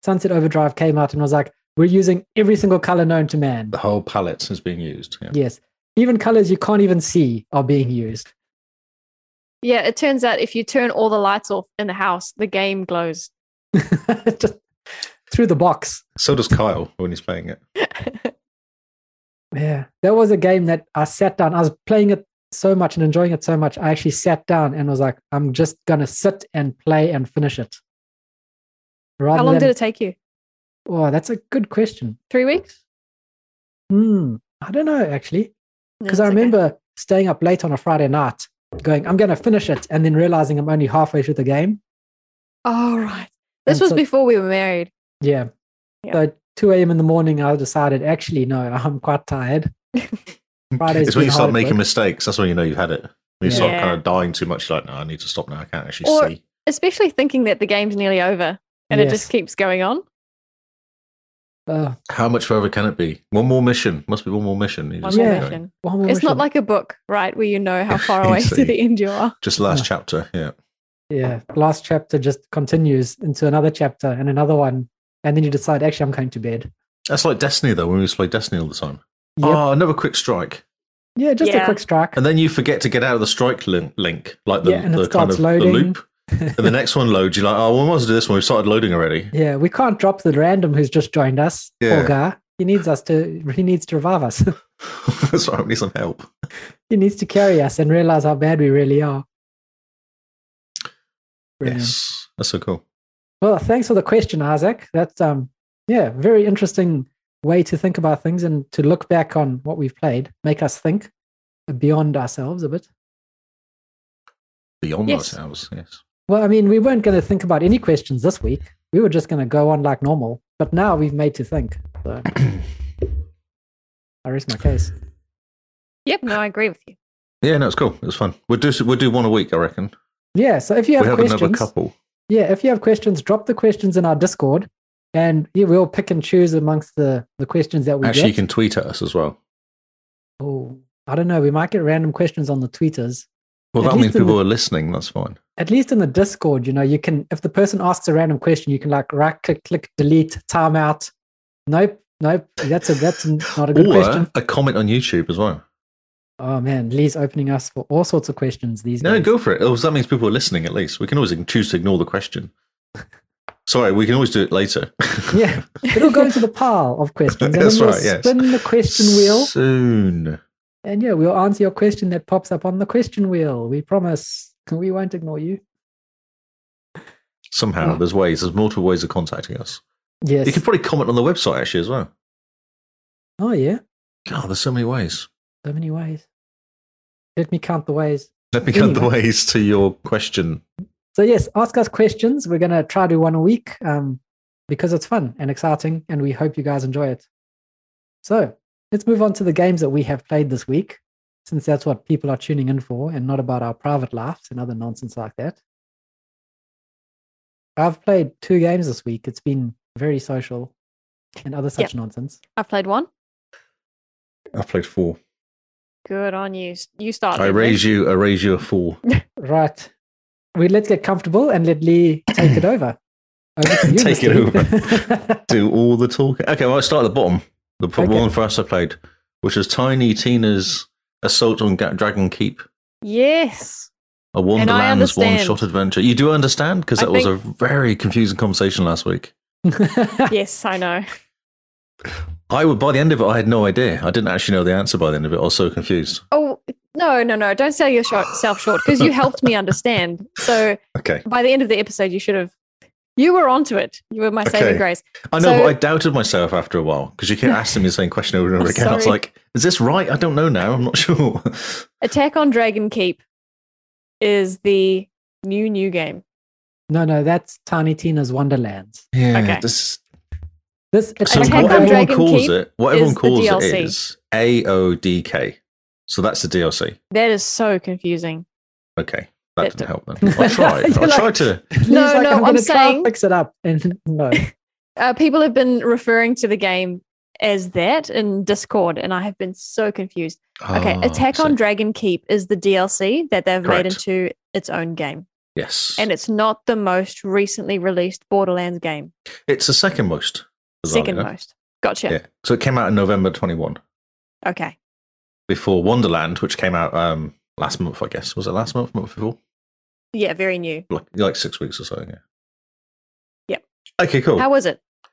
[SPEAKER 2] Sunset Overdrive came out and was like, we're using every single color known to man.
[SPEAKER 1] *laughs* the whole palette is being used. Yeah.
[SPEAKER 2] Yes, even colors you can't even see are being used. *laughs*
[SPEAKER 4] Yeah, it turns out if you turn all the lights off in the house, the game glows.
[SPEAKER 2] just through the box.
[SPEAKER 1] So does Kyle when he's playing it.
[SPEAKER 2] Yeah, that was a game that I sat down. I was playing it so much and enjoying it so much. I actually sat down and was like, I'm just gonna sit and play and finish it. Rather
[SPEAKER 4] How long
[SPEAKER 2] than,
[SPEAKER 4] did it take you?
[SPEAKER 2] Oh, that's a good question.
[SPEAKER 4] Three weeks?
[SPEAKER 2] Hmm. I don't know actually, because
[SPEAKER 4] No,
[SPEAKER 2] I
[SPEAKER 4] it's okay.
[SPEAKER 2] remember staying up late on a Friday night, going, "I'm going to finish it," and then realizing I'm only halfway through the game.
[SPEAKER 4] Oh right. This
[SPEAKER 2] And
[SPEAKER 4] was
[SPEAKER 2] so-
[SPEAKER 4] before we were married.
[SPEAKER 2] Yeah.
[SPEAKER 4] Yeah.
[SPEAKER 2] So 2 a.m. in the morning, I decided actually no, *laughs* I'm quite tired. Friday's
[SPEAKER 1] it's when
[SPEAKER 2] been
[SPEAKER 1] you start
[SPEAKER 2] hard
[SPEAKER 1] making
[SPEAKER 2] work.
[SPEAKER 1] mistakes. That's when you know you've had it. When you
[SPEAKER 2] Yeah.
[SPEAKER 1] start
[SPEAKER 4] Yeah.
[SPEAKER 1] kind of dying too much. Like, no, I need to stop now. I can't actually
[SPEAKER 4] Or-
[SPEAKER 1] see.
[SPEAKER 4] Especially thinking that the game's nearly over and it just keeps going on.
[SPEAKER 2] Uh,
[SPEAKER 1] How much further can it be? One more mission. Must be one more mission. You
[SPEAKER 4] One
[SPEAKER 1] just
[SPEAKER 4] more
[SPEAKER 1] keep
[SPEAKER 2] Yeah.
[SPEAKER 1] going.
[SPEAKER 4] mission.
[SPEAKER 2] one more
[SPEAKER 4] It's not
[SPEAKER 2] mission.
[SPEAKER 4] like a book, right, where you
[SPEAKER 2] *laughs*
[SPEAKER 4] know how far
[SPEAKER 1] You
[SPEAKER 4] away
[SPEAKER 1] see.
[SPEAKER 4] to the end you are.
[SPEAKER 1] Just last
[SPEAKER 2] Yeah.
[SPEAKER 1] chapter. Yeah.
[SPEAKER 2] yeah, last chapter just continues into another chapter and another one, and then you decide actually I'm going to bed.
[SPEAKER 1] That's like Destiny though. When we used to play Destiny all the time.
[SPEAKER 2] Yep.
[SPEAKER 1] Oh, another quick strike,
[SPEAKER 2] Yeah, just
[SPEAKER 4] Yeah.
[SPEAKER 2] a quick strike.
[SPEAKER 1] and then you forget to get out of the strike link, link like the,
[SPEAKER 2] Yeah, and it
[SPEAKER 1] the kind
[SPEAKER 2] starts
[SPEAKER 1] of the
[SPEAKER 2] loading. *laughs*
[SPEAKER 1] loop. and the next one loads. You're like, oh, well, we must do this one. We've started loading already. *laughs*
[SPEAKER 2] Yeah, we can't drop the random who's just joined us.
[SPEAKER 1] Yeah.
[SPEAKER 2] Poor guy. He needs us to. He needs to revive us. *laughs*
[SPEAKER 1] Sorry, I need some help.
[SPEAKER 2] he needs to carry us and realize how bad we really are. Brilliant.
[SPEAKER 1] Yes, that's so cool.
[SPEAKER 2] Well, thanks for the question, Isaac. That's um, yeah, very interesting way to think about things and to look back on what we've played, make us think beyond ourselves a bit.
[SPEAKER 1] Beyond
[SPEAKER 4] Yes.
[SPEAKER 1] ourselves. Yes.
[SPEAKER 2] Well, I mean, we weren't going to think about any questions this week. We were just going to go on like normal. But now we've made to think.
[SPEAKER 1] *clears throat*
[SPEAKER 2] So I rest my case.
[SPEAKER 4] Yep, no, I agree with you.
[SPEAKER 1] Yeah, no, it's cool. It was fun. We'll do we'll do one a week, I reckon.
[SPEAKER 2] Yeah. So if you have,
[SPEAKER 1] we have another
[SPEAKER 2] questions,
[SPEAKER 1] couple.
[SPEAKER 2] yeah, if you have questions, drop the questions in our Discord, and yeah, we'll pick and choose amongst the the questions that we
[SPEAKER 1] Actually, you
[SPEAKER 2] get.
[SPEAKER 1] can tweet at us as well.
[SPEAKER 2] Oh, I don't know. We might get random questions on the tweeters.
[SPEAKER 1] Well,
[SPEAKER 2] At
[SPEAKER 1] that
[SPEAKER 2] least
[SPEAKER 1] means
[SPEAKER 2] in
[SPEAKER 1] people
[SPEAKER 2] the-
[SPEAKER 1] are listening. That's fine.
[SPEAKER 2] At least in the Discord, you know, you can if the person asks a random question, you can like right click, click, delete, timeout. Nope, nope. That's a that's not a good
[SPEAKER 1] or
[SPEAKER 2] question.
[SPEAKER 1] a comment on YouTube as well.
[SPEAKER 2] Oh man, Lee's opening us for all sorts of questions these
[SPEAKER 1] No,
[SPEAKER 2] days.
[SPEAKER 1] go for it. Oh, that means people are listening at least. We can always choose to ignore the
[SPEAKER 2] *laughs*
[SPEAKER 1] question. Sorry, we can always do it later. *laughs*
[SPEAKER 2] Yeah, it'll go into the pile of questions, and
[SPEAKER 1] That's
[SPEAKER 2] then we'll
[SPEAKER 1] right, yes.
[SPEAKER 2] spin the question wheel,
[SPEAKER 1] Soon.
[SPEAKER 2] and yeah, we'll answer your question that pops up on the question wheel. We promise we won't ignore you.
[SPEAKER 1] Somehow,
[SPEAKER 2] Oh.
[SPEAKER 1] there's ways. There's multiple ways of contacting us.
[SPEAKER 2] Yes.
[SPEAKER 1] You can probably comment on the website actually as well.
[SPEAKER 2] oh yeah,
[SPEAKER 1] God, there's so many ways.
[SPEAKER 2] so many ways. Let me count the ways.
[SPEAKER 1] Let me count the
[SPEAKER 2] Anyway.
[SPEAKER 1] ways to your question.
[SPEAKER 2] So yes, ask us questions. We're gonna try to do one a week, um, because it's fun and exciting, and we hope you guys enjoy it. So let's move on to the games that we have played this week, since that's what people are tuning in for, and not about our private lives and other nonsense like that. I've played two games this week. It's been very social and other such nonsense.
[SPEAKER 4] *laughs* I've played one.
[SPEAKER 1] I've played four.
[SPEAKER 4] Good on you. S- You start.
[SPEAKER 1] I
[SPEAKER 4] Nick.
[SPEAKER 1] raise you, I raise you a four.
[SPEAKER 2] Right. We let's get comfortable and let Lee
[SPEAKER 1] *coughs*
[SPEAKER 2] take it over. Over to you,
[SPEAKER 1] Take it
[SPEAKER 2] Mr. Lee.
[SPEAKER 1] do all the talking. Okay, well, I start at the bottom. The p-
[SPEAKER 2] Okay.
[SPEAKER 1] one first I played, which was Tiny Tina's Assault on Ga- Dragon Keep,
[SPEAKER 4] Yes.
[SPEAKER 1] a
[SPEAKER 4] And I
[SPEAKER 1] Wonderland's one
[SPEAKER 4] understand.
[SPEAKER 1] shot adventure. You do understand? Because
[SPEAKER 4] I
[SPEAKER 1] that was a very confusing conversation last week.
[SPEAKER 2] *laughs*
[SPEAKER 4] Yes, I know.
[SPEAKER 1] I would, by the end of it, I had no idea. I didn't actually know the answer by the end of it. I was so confused.
[SPEAKER 4] Oh no, no, no! Don't sell yourself short because you helped me understand. So
[SPEAKER 1] Okay.
[SPEAKER 4] by the end of the episode, you should have. You were onto it. You were my saving
[SPEAKER 1] Okay.
[SPEAKER 4] grace.
[SPEAKER 1] I know,
[SPEAKER 4] So-
[SPEAKER 1] but I doubted myself after a while because you
[SPEAKER 4] *laughs*
[SPEAKER 1] kept asking me the same question over and over
[SPEAKER 4] I'm
[SPEAKER 1] again. I was
[SPEAKER 4] sorry.
[SPEAKER 1] like, is this right? I don't know now. I'm not *laughs* sure.
[SPEAKER 4] Attack on Dragon Keep is the new new game.
[SPEAKER 2] No, no, that's Tiny Tina's Wonderlands.
[SPEAKER 1] yeah.
[SPEAKER 4] Okay.
[SPEAKER 1] This,
[SPEAKER 2] This it's
[SPEAKER 1] So
[SPEAKER 4] Attack
[SPEAKER 1] what
[SPEAKER 4] on
[SPEAKER 1] everyone
[SPEAKER 2] *laughs*
[SPEAKER 4] Dragon
[SPEAKER 1] calls
[SPEAKER 4] Keep
[SPEAKER 1] it, what
[SPEAKER 4] is
[SPEAKER 1] everyone
[SPEAKER 4] the
[SPEAKER 1] calls it
[SPEAKER 4] DLC.
[SPEAKER 1] is AODK. So that's the DLC.
[SPEAKER 4] That is so confusing.
[SPEAKER 1] Okay, that
[SPEAKER 4] That's
[SPEAKER 1] didn't help then.
[SPEAKER 2] it.
[SPEAKER 1] I tried.
[SPEAKER 4] *laughs*
[SPEAKER 1] I
[SPEAKER 2] You're like-
[SPEAKER 1] tried to.
[SPEAKER 2] Lee's
[SPEAKER 4] No,
[SPEAKER 2] like,
[SPEAKER 4] no,
[SPEAKER 2] I'm,
[SPEAKER 4] I'm
[SPEAKER 2] gonna try
[SPEAKER 4] saying-
[SPEAKER 2] and fix it up, and *laughs* no,
[SPEAKER 4] Uh, people have been referring to the game as that in Discord, and I have been so confused. Okay,
[SPEAKER 1] Ah,
[SPEAKER 4] Attack
[SPEAKER 1] so-
[SPEAKER 4] on Dragon Keep is the DLC that they've made
[SPEAKER 1] Correct.
[SPEAKER 4] into its own game,
[SPEAKER 1] Yes,
[SPEAKER 4] and it's not the most recently released Borderlands game.
[SPEAKER 1] it's the second most. bizarrely
[SPEAKER 4] Second
[SPEAKER 1] enough.
[SPEAKER 4] most. Gotcha.
[SPEAKER 1] Yeah. So it came out in November 21
[SPEAKER 4] Okay.
[SPEAKER 1] before Wonderland, which came out um last month. I guess was it last month? Month before?
[SPEAKER 4] Yeah, very new.
[SPEAKER 1] Like, like six weeks or so. Yeah.
[SPEAKER 4] Yep.
[SPEAKER 1] Okay. Cool.
[SPEAKER 4] How was it?
[SPEAKER 1] *sighs*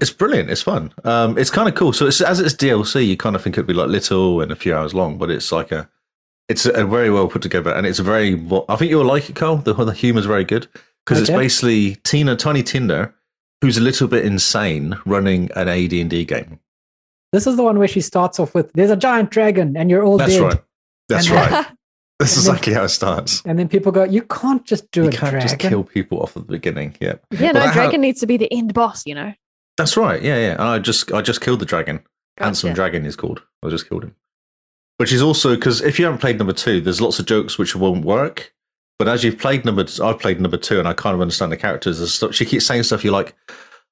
[SPEAKER 1] It's brilliant. It's fun. Um, it's kind of cool. So it's, as it's DLC, you kind of think it'd be like little and a few hours long, but it's like a, it's a very well put together, and it's very. well- I think you'll like it, Carl. The, the humor's very good
[SPEAKER 4] Oh,
[SPEAKER 1] because it's
[SPEAKER 2] Okay.
[SPEAKER 1] basically Tina, Tiny Tinder, who's a little bit insane, running an AD and D game.
[SPEAKER 2] This is the one where she starts off with, "There's a giant dragon, and you're all
[SPEAKER 1] That's
[SPEAKER 2] dead."
[SPEAKER 1] right. That's
[SPEAKER 2] And- *laughs*
[SPEAKER 1] right. That's
[SPEAKER 2] and then-
[SPEAKER 1] exactly how it starts.
[SPEAKER 2] And then people go, "You can't just do
[SPEAKER 1] You
[SPEAKER 2] a
[SPEAKER 1] can't
[SPEAKER 2] dragon."
[SPEAKER 1] just kill people off at the beginning. Yeah.
[SPEAKER 4] *laughs* yeah,
[SPEAKER 1] Well,
[SPEAKER 4] no,
[SPEAKER 1] that
[SPEAKER 4] Dragon
[SPEAKER 1] ha-
[SPEAKER 4] needs to be the end boss, you know.
[SPEAKER 1] That's right. Yeah, yeah. And I just I just killed the dragon. Handsome
[SPEAKER 4] Gotcha.
[SPEAKER 1] Dragon is called. I just killed him. Which is also because if you haven't played number two, there's lots of jokes which won't work. But as you've played number, I've played number two, and I kind of understand the characters. There's stuff, she keeps saying stuff. You're like,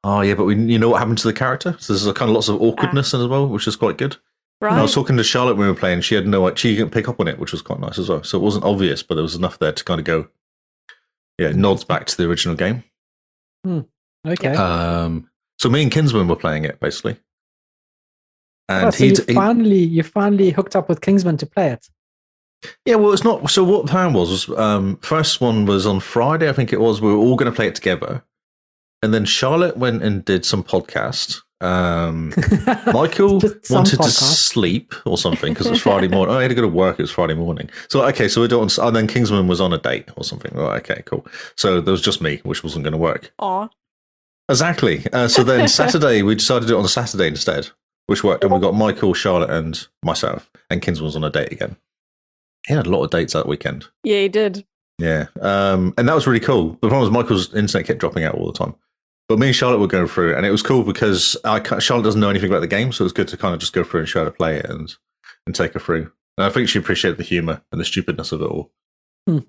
[SPEAKER 1] oh yeah, but we, you know what happened to the character. So there's a kind of lots of
[SPEAKER 2] Ah.
[SPEAKER 1] awkwardness as well, which is quite good. And I
[SPEAKER 4] Right?
[SPEAKER 1] was talking to Charlotte when we were playing. She had no, she didn't pick up on it, which was quite nice as well. So it wasn't obvious, but there was enough there to kind of go, yeah, nods back to the original game.
[SPEAKER 2] Okay.
[SPEAKER 1] Um, so me and Kinsman were playing it basically, and
[SPEAKER 2] Oh, so
[SPEAKER 1] he,
[SPEAKER 2] you
[SPEAKER 1] he
[SPEAKER 2] finally you finally hooked up with Kingsman to play it. *laughs*
[SPEAKER 1] yeah, well, it's not. So what the plan was was um, first one was on Friday, I think it was. We were all going to play it together, and then Charlotte went and did some podcast. Um, Michael
[SPEAKER 2] Just some
[SPEAKER 1] wanted to
[SPEAKER 2] podcast.
[SPEAKER 1] sleep or something because it
[SPEAKER 2] *laughs*
[SPEAKER 1] was Friday morning. Oh, I had to go to work. It was Friday morning. So okay, so we don't. And oh, then Kingsman was on a date or something. Right, okay, cool. So there was just me, which wasn't going to work.
[SPEAKER 4] Aw.
[SPEAKER 1] Exactly. Uh, so
[SPEAKER 2] *laughs*
[SPEAKER 1] then Saturday, we decided to do it on Saturday instead, which worked. And we got Michael, Charlotte, and myself, and Kinsman was on a date again. He had a lot of dates that weekend.
[SPEAKER 4] Yeah, he did.
[SPEAKER 1] Yeah. Um, and that was really cool. The problem was Michael's internet kept dropping out all the time. But me and Charlotte were going through, and it was cool because I ca- Charlotte doesn't know anything about the game, so it was good to kind of just go through and show her to play it and, and take her through. And I think she appreciated the humor and the stupidness of it all.
[SPEAKER 2] Hmm.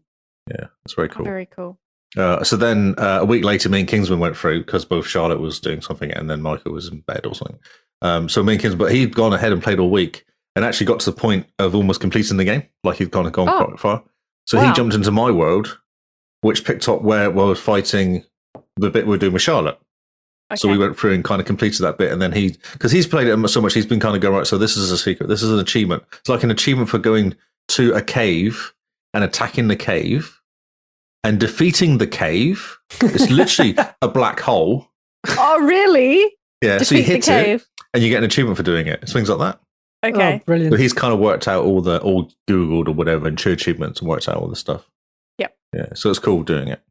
[SPEAKER 1] Yeah, it's very cool.
[SPEAKER 4] Very cool.
[SPEAKER 1] Uh, so then uh, a week later, me and Kingsman went through because both Charlotte was doing something and then Michael was in bed or something. Um, so me and Kingsman, but he'd gone ahead and played all week and actually got to the point of almost completing the game, like he'd kind of gone
[SPEAKER 4] Oh.
[SPEAKER 1] quite far. So he
[SPEAKER 4] Wow.
[SPEAKER 1] jumped into my world, which picked up where we were fighting the bit we were doing with Charlotte.
[SPEAKER 4] Okay.
[SPEAKER 1] So we went through and kind of completed that bit, and then he, because he's played it so much, he's been kind of going right. So this is a secret. This is an achievement. It's like an achievement for going to a cave and attacking the cave and defeating the cave. It's literally
[SPEAKER 4] *laughs*
[SPEAKER 1] a black hole.
[SPEAKER 4] oh, really?
[SPEAKER 1] Yeah, so you
[SPEAKER 4] Defeat the
[SPEAKER 1] hit it
[SPEAKER 4] cave.
[SPEAKER 1] and you get an achievement for doing it. It's things like that.
[SPEAKER 4] *laughs* Okay.
[SPEAKER 2] Oh, brilliant.
[SPEAKER 1] So he's kind of worked out all the all Googled or whatever and two achievements and worked out all the stuff.
[SPEAKER 4] Yep.
[SPEAKER 1] Yeah, so it's cool doing it.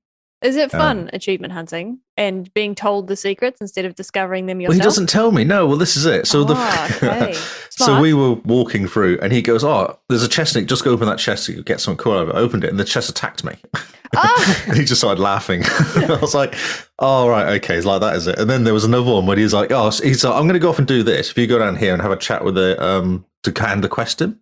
[SPEAKER 4] Is it
[SPEAKER 1] Um,
[SPEAKER 4] fun achievement hunting and being told the secrets instead of discovering them
[SPEAKER 1] Well,
[SPEAKER 4] yourself?
[SPEAKER 1] he doesn't tell me. No, well, this is it. So
[SPEAKER 4] Ah,
[SPEAKER 1] *laughs* the
[SPEAKER 4] okay.
[SPEAKER 1] So
[SPEAKER 4] Smart.
[SPEAKER 1] we were walking through, and he goes, "Oh, there's a chest. Nick. Just go open that chest. You get something cool out of it." I opened it, and the chest attacked me. *laughs*
[SPEAKER 4] Ah!
[SPEAKER 1] he just started laughing. I was like, "Oh right, okay, it's like that, is it?" And then there was another one where he's like, "Oh, so he's like, I'm going to go off and do this. If you go down here and have a chat with the um to hand the question."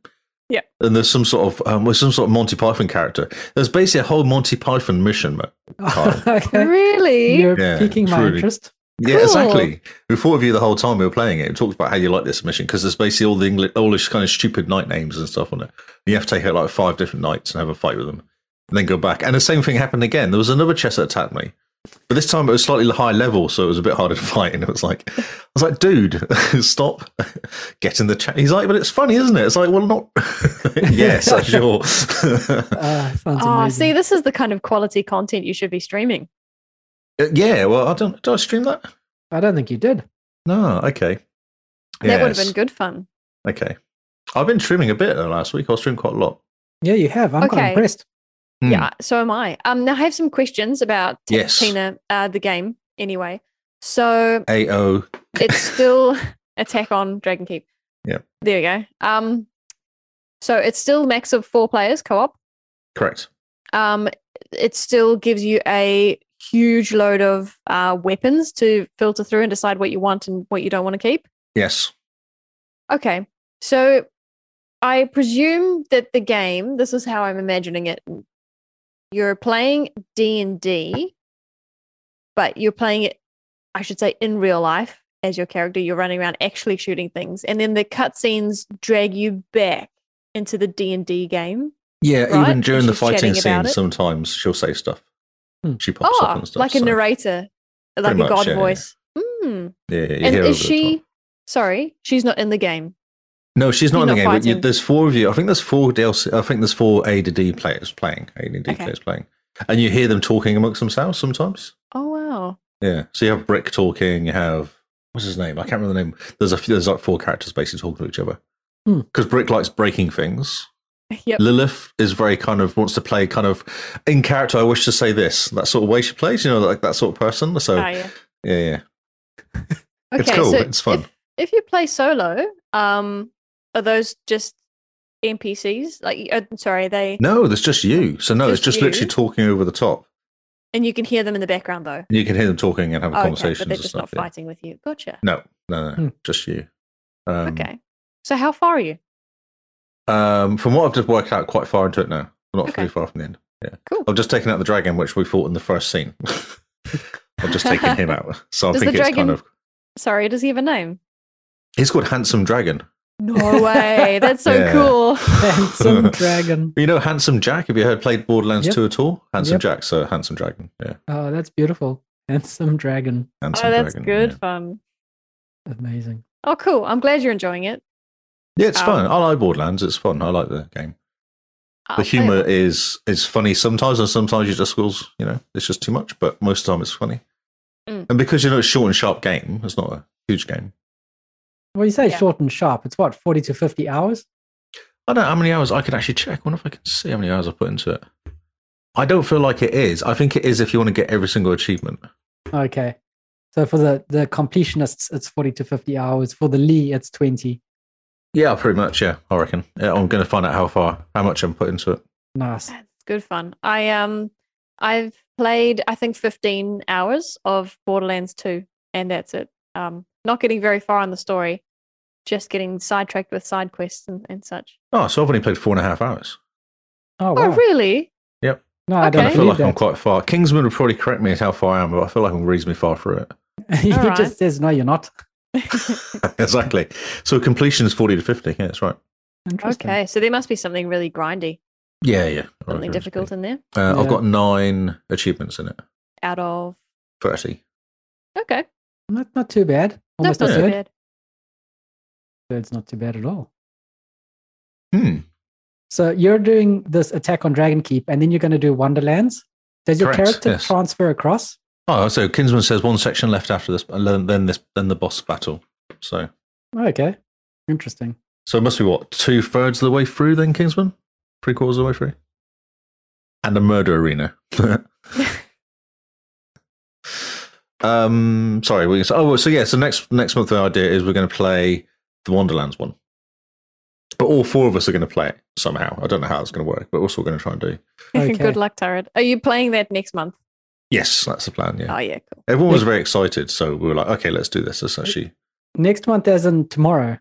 [SPEAKER 4] Yeah.
[SPEAKER 1] And there's some sort of um, there's some sort of Monty Python character. There's basically a whole Monty Python mission. mate.
[SPEAKER 2] *laughs* okay.
[SPEAKER 4] really?
[SPEAKER 2] You're
[SPEAKER 1] Yeah,
[SPEAKER 2] piquing
[SPEAKER 1] it's
[SPEAKER 2] my
[SPEAKER 1] really- *laughs*
[SPEAKER 2] interest.
[SPEAKER 1] Yeah,
[SPEAKER 4] Cool.
[SPEAKER 1] exactly. We thought of you the whole time we were playing it. We talked about how you like this mission because there's basically all the English, all this kind of stupid night names and stuff on it. You have to take out like five different knights and have a fight with them, and then go back. And the same thing happened again. There was another chess that attacked me, but this time it was slightly high level, so it was a bit harder to *laughs* fight. And it was like, I was like, dude, *laughs* stop getting the chat. He's like, but it's funny, isn't it? It's like, well, not. *laughs* yes, I'm sure. *laughs*
[SPEAKER 2] Uh, sounds
[SPEAKER 4] Ah, see,
[SPEAKER 2] amazing.
[SPEAKER 4] this is the kind of quality content you should be streaming.
[SPEAKER 1] yeah. Well, I don't. Did I stream that?
[SPEAKER 2] I don't think you did.
[SPEAKER 1] No. Okay.
[SPEAKER 4] That would have
[SPEAKER 1] Yes.
[SPEAKER 4] been good fun.
[SPEAKER 1] Okay. I've been streaming a bit though last week. I streamed quite a lot.
[SPEAKER 2] Yeah, you have. I'm quite
[SPEAKER 4] Okay.
[SPEAKER 2] impressed. *laughs*
[SPEAKER 1] Hmm.
[SPEAKER 4] Yeah, so am I. Um, now I have some questions about T-
[SPEAKER 1] Yes.
[SPEAKER 4] Tina, uh, the game. Anyway, so
[SPEAKER 1] AO. *laughs*
[SPEAKER 4] it's still Attack on Dragon Keep.
[SPEAKER 1] Yep.
[SPEAKER 4] There you go. Um, so it's still max of four players co-op.
[SPEAKER 1] Correct.
[SPEAKER 4] Um, it still gives you a huge load of uh, weapons to filter through and decide what you want and what you don't want to keep.
[SPEAKER 1] Yes.
[SPEAKER 4] Okay. So I presume that the game, this is how I'm imagining it. You're playing D&D, but you're playing it I should say in real life as your character, you're running around actually shooting things and then the cutscenes drag you back into the D&D game.
[SPEAKER 1] Yeah,
[SPEAKER 4] Right?
[SPEAKER 1] even during
[SPEAKER 4] And
[SPEAKER 1] the
[SPEAKER 4] she's
[SPEAKER 1] fighting
[SPEAKER 4] chatting about
[SPEAKER 1] scene,
[SPEAKER 4] it?
[SPEAKER 1] sometimes she'll say stuff.
[SPEAKER 2] Hmm.
[SPEAKER 1] She pops up
[SPEAKER 4] Oh,
[SPEAKER 1] and stuff.
[SPEAKER 4] like a
[SPEAKER 1] so-
[SPEAKER 4] narrator, like
[SPEAKER 1] Pretty
[SPEAKER 4] a
[SPEAKER 1] much,
[SPEAKER 4] god
[SPEAKER 1] yeah, yeah.
[SPEAKER 4] voice. Mm.
[SPEAKER 1] Yeah, yeah, you
[SPEAKER 4] And
[SPEAKER 1] hear over
[SPEAKER 4] is
[SPEAKER 1] the top.
[SPEAKER 4] she sorry, she's not in the game.
[SPEAKER 1] No, she's not in the
[SPEAKER 4] You're
[SPEAKER 1] game.
[SPEAKER 4] not
[SPEAKER 1] But you,
[SPEAKER 4] fighting.
[SPEAKER 1] there's four of you. I think there's four DLC. I think there's four A to D players playing. A to D
[SPEAKER 4] Okay.
[SPEAKER 1] players playing, and you hear them talking amongst themselves sometimes.
[SPEAKER 4] Oh wow. *laughs*
[SPEAKER 1] Yeah. So you have Brick talking. You have what's his name? I can't remember the name. There's a few, there's like four characters basically talking to each other
[SPEAKER 2] Hmm.
[SPEAKER 1] because Brick likes breaking things.
[SPEAKER 4] Yep.
[SPEAKER 1] Lilith is very kind of wants to play kind of in character. I wish to say this that sort of way she plays, you know, like that sort of person. So
[SPEAKER 4] Ah, yeah.
[SPEAKER 1] yeah, yeah,
[SPEAKER 4] Okay,
[SPEAKER 1] it's cool,
[SPEAKER 4] so
[SPEAKER 1] it's fun.
[SPEAKER 4] If, if you play solo, um, are those just NPCs? Like, uh, sorry, are they
[SPEAKER 1] No, that's just you. So no, it's
[SPEAKER 4] Just
[SPEAKER 1] just
[SPEAKER 4] you?
[SPEAKER 1] literally talking over the top.
[SPEAKER 4] and you can hear them in the background though.
[SPEAKER 1] You can hear them talking and having
[SPEAKER 4] Oh, okay,
[SPEAKER 1] conversations
[SPEAKER 4] but they're
[SPEAKER 1] and
[SPEAKER 4] just not
[SPEAKER 1] stuff. yeah.
[SPEAKER 4] fighting with you. Gotcha.
[SPEAKER 1] No, no, no,
[SPEAKER 2] Hmm.
[SPEAKER 1] just you. Um,
[SPEAKER 4] okay. So how far are you?
[SPEAKER 1] Um, from what I've just worked out, quite far into it now. We're not
[SPEAKER 4] Okay.
[SPEAKER 1] really far from the end. Yeah.
[SPEAKER 4] Cool.
[SPEAKER 1] I've just taken out the dragon, which we fought in the first scene. *laughs* I've just
[SPEAKER 4] *laughs*
[SPEAKER 1] taken him out. So I
[SPEAKER 4] Does the
[SPEAKER 1] think it's
[SPEAKER 4] dragon-
[SPEAKER 1] kind of.
[SPEAKER 4] Sorry, does he have
[SPEAKER 1] *laughs*
[SPEAKER 4] a name?
[SPEAKER 1] He's called Handsome Dragon.
[SPEAKER 4] No way. That's so
[SPEAKER 1] Yeah. *laughs*
[SPEAKER 4] cool.
[SPEAKER 2] Handsome dragon.
[SPEAKER 1] You know Handsome Jack? Have you heard played Borderlands
[SPEAKER 2] Yep.
[SPEAKER 1] 2 at all? Handsome
[SPEAKER 2] Yep.
[SPEAKER 1] Jack, so Handsome Dragon. Yeah.
[SPEAKER 2] Oh, that's beautiful. Handsome dragon.
[SPEAKER 1] Handsome
[SPEAKER 4] Oh, that's
[SPEAKER 1] Dragon,
[SPEAKER 4] good
[SPEAKER 1] yeah.
[SPEAKER 4] fun.
[SPEAKER 2] Amazing.
[SPEAKER 4] Oh, cool. I'm glad you're enjoying it.
[SPEAKER 1] Yeah, it's
[SPEAKER 4] Um,
[SPEAKER 1] fun. I like Borderlands. It's fun. I like the game.
[SPEAKER 4] I'll
[SPEAKER 1] the
[SPEAKER 4] play
[SPEAKER 1] humor
[SPEAKER 4] it.
[SPEAKER 1] is is funny sometimes, and sometimes you just feels you know it's just too much. But most of the time, it's funny.
[SPEAKER 4] Mm.
[SPEAKER 1] And because you know it's short and sharp game, it's not a huge game.
[SPEAKER 2] Well, you say
[SPEAKER 4] Yeah.
[SPEAKER 2] short and sharp. It's what forty to fifty hours.
[SPEAKER 1] I don't know how many hours I could actually check. I wonder if I can see how many hours I put into it. I don't feel like it is. I think it is if you want to get every single achievement.
[SPEAKER 2] Okay. So for the the completionists, it's forty to fifty hours. For the Lee, it's twenty.
[SPEAKER 1] Yeah, pretty much. Yeah, I reckon. Yeah, I'm going to find out how far, how much I'm put into it.
[SPEAKER 2] Nice.
[SPEAKER 4] It's good fun. I um I've played I think 15 hours of Borderlands 2 and that's it. Um not getting very far in the story, just getting sidetracked with side quests and, and such.
[SPEAKER 1] Oh, so I've only played four and a half hours.
[SPEAKER 2] Oh,
[SPEAKER 4] Oh,
[SPEAKER 2] wow.
[SPEAKER 4] really?
[SPEAKER 2] No, I
[SPEAKER 1] And
[SPEAKER 2] don't
[SPEAKER 1] I
[SPEAKER 4] Okay.
[SPEAKER 1] feel
[SPEAKER 2] believe
[SPEAKER 1] like I'm
[SPEAKER 2] that.
[SPEAKER 1] quite far. Kingsman would probably correct me at how far I am, but I feel like I'm reasonably far through it. *laughs*
[SPEAKER 2] *laughs* he
[SPEAKER 4] Alright.
[SPEAKER 2] just says no. You're not.
[SPEAKER 1] exactly. So completion is 40 to 50. Yeah, that's right.
[SPEAKER 2] Interesting.
[SPEAKER 4] Okay, so there must be something really grindy,
[SPEAKER 1] Oh, Yeah, yeah. I reckon
[SPEAKER 4] something
[SPEAKER 1] it's
[SPEAKER 4] difficult in there.
[SPEAKER 1] pretty- Uh, I've
[SPEAKER 2] Yeah.
[SPEAKER 1] got nine achievements in it. E.
[SPEAKER 4] Out of
[SPEAKER 1] 30.
[SPEAKER 4] okay,
[SPEAKER 2] Not not too bad. Almost
[SPEAKER 4] that's not
[SPEAKER 2] a
[SPEAKER 4] too
[SPEAKER 2] third.
[SPEAKER 4] bad.
[SPEAKER 2] Third's not too bad at all.
[SPEAKER 1] Hmm.
[SPEAKER 2] So you're doing this attack on Dragon Keep, and then you're going to do Wonderlands. Does your
[SPEAKER 1] Correct,
[SPEAKER 2] character
[SPEAKER 1] yes.
[SPEAKER 2] transfer across?
[SPEAKER 1] Oh, so Kinsman says one section left after this, and then- then this, then the boss battle. So,
[SPEAKER 2] Okay, interesting.
[SPEAKER 1] so it must be what two thirds of the way through then, Kingsman, three quarters of the way through, and a murder arena. *laughs* um, sorry. We, so, oh, so yeah. So next next month the idea is we're going to play the Wonderlands one, but all four of us are going to play it somehow. I don't know how it's going to work, but that's what we're going to try and do.
[SPEAKER 4] *laughs*
[SPEAKER 2] Okay.
[SPEAKER 4] Good luck, Tyrod. Are you playing that next month?
[SPEAKER 1] Yes, that's the plan. Yeah,
[SPEAKER 4] Oh yeah, cool.
[SPEAKER 1] everyone was very excited, so we were like, okay, let's do this. Let's actually
[SPEAKER 2] Next month, as in tomorrow.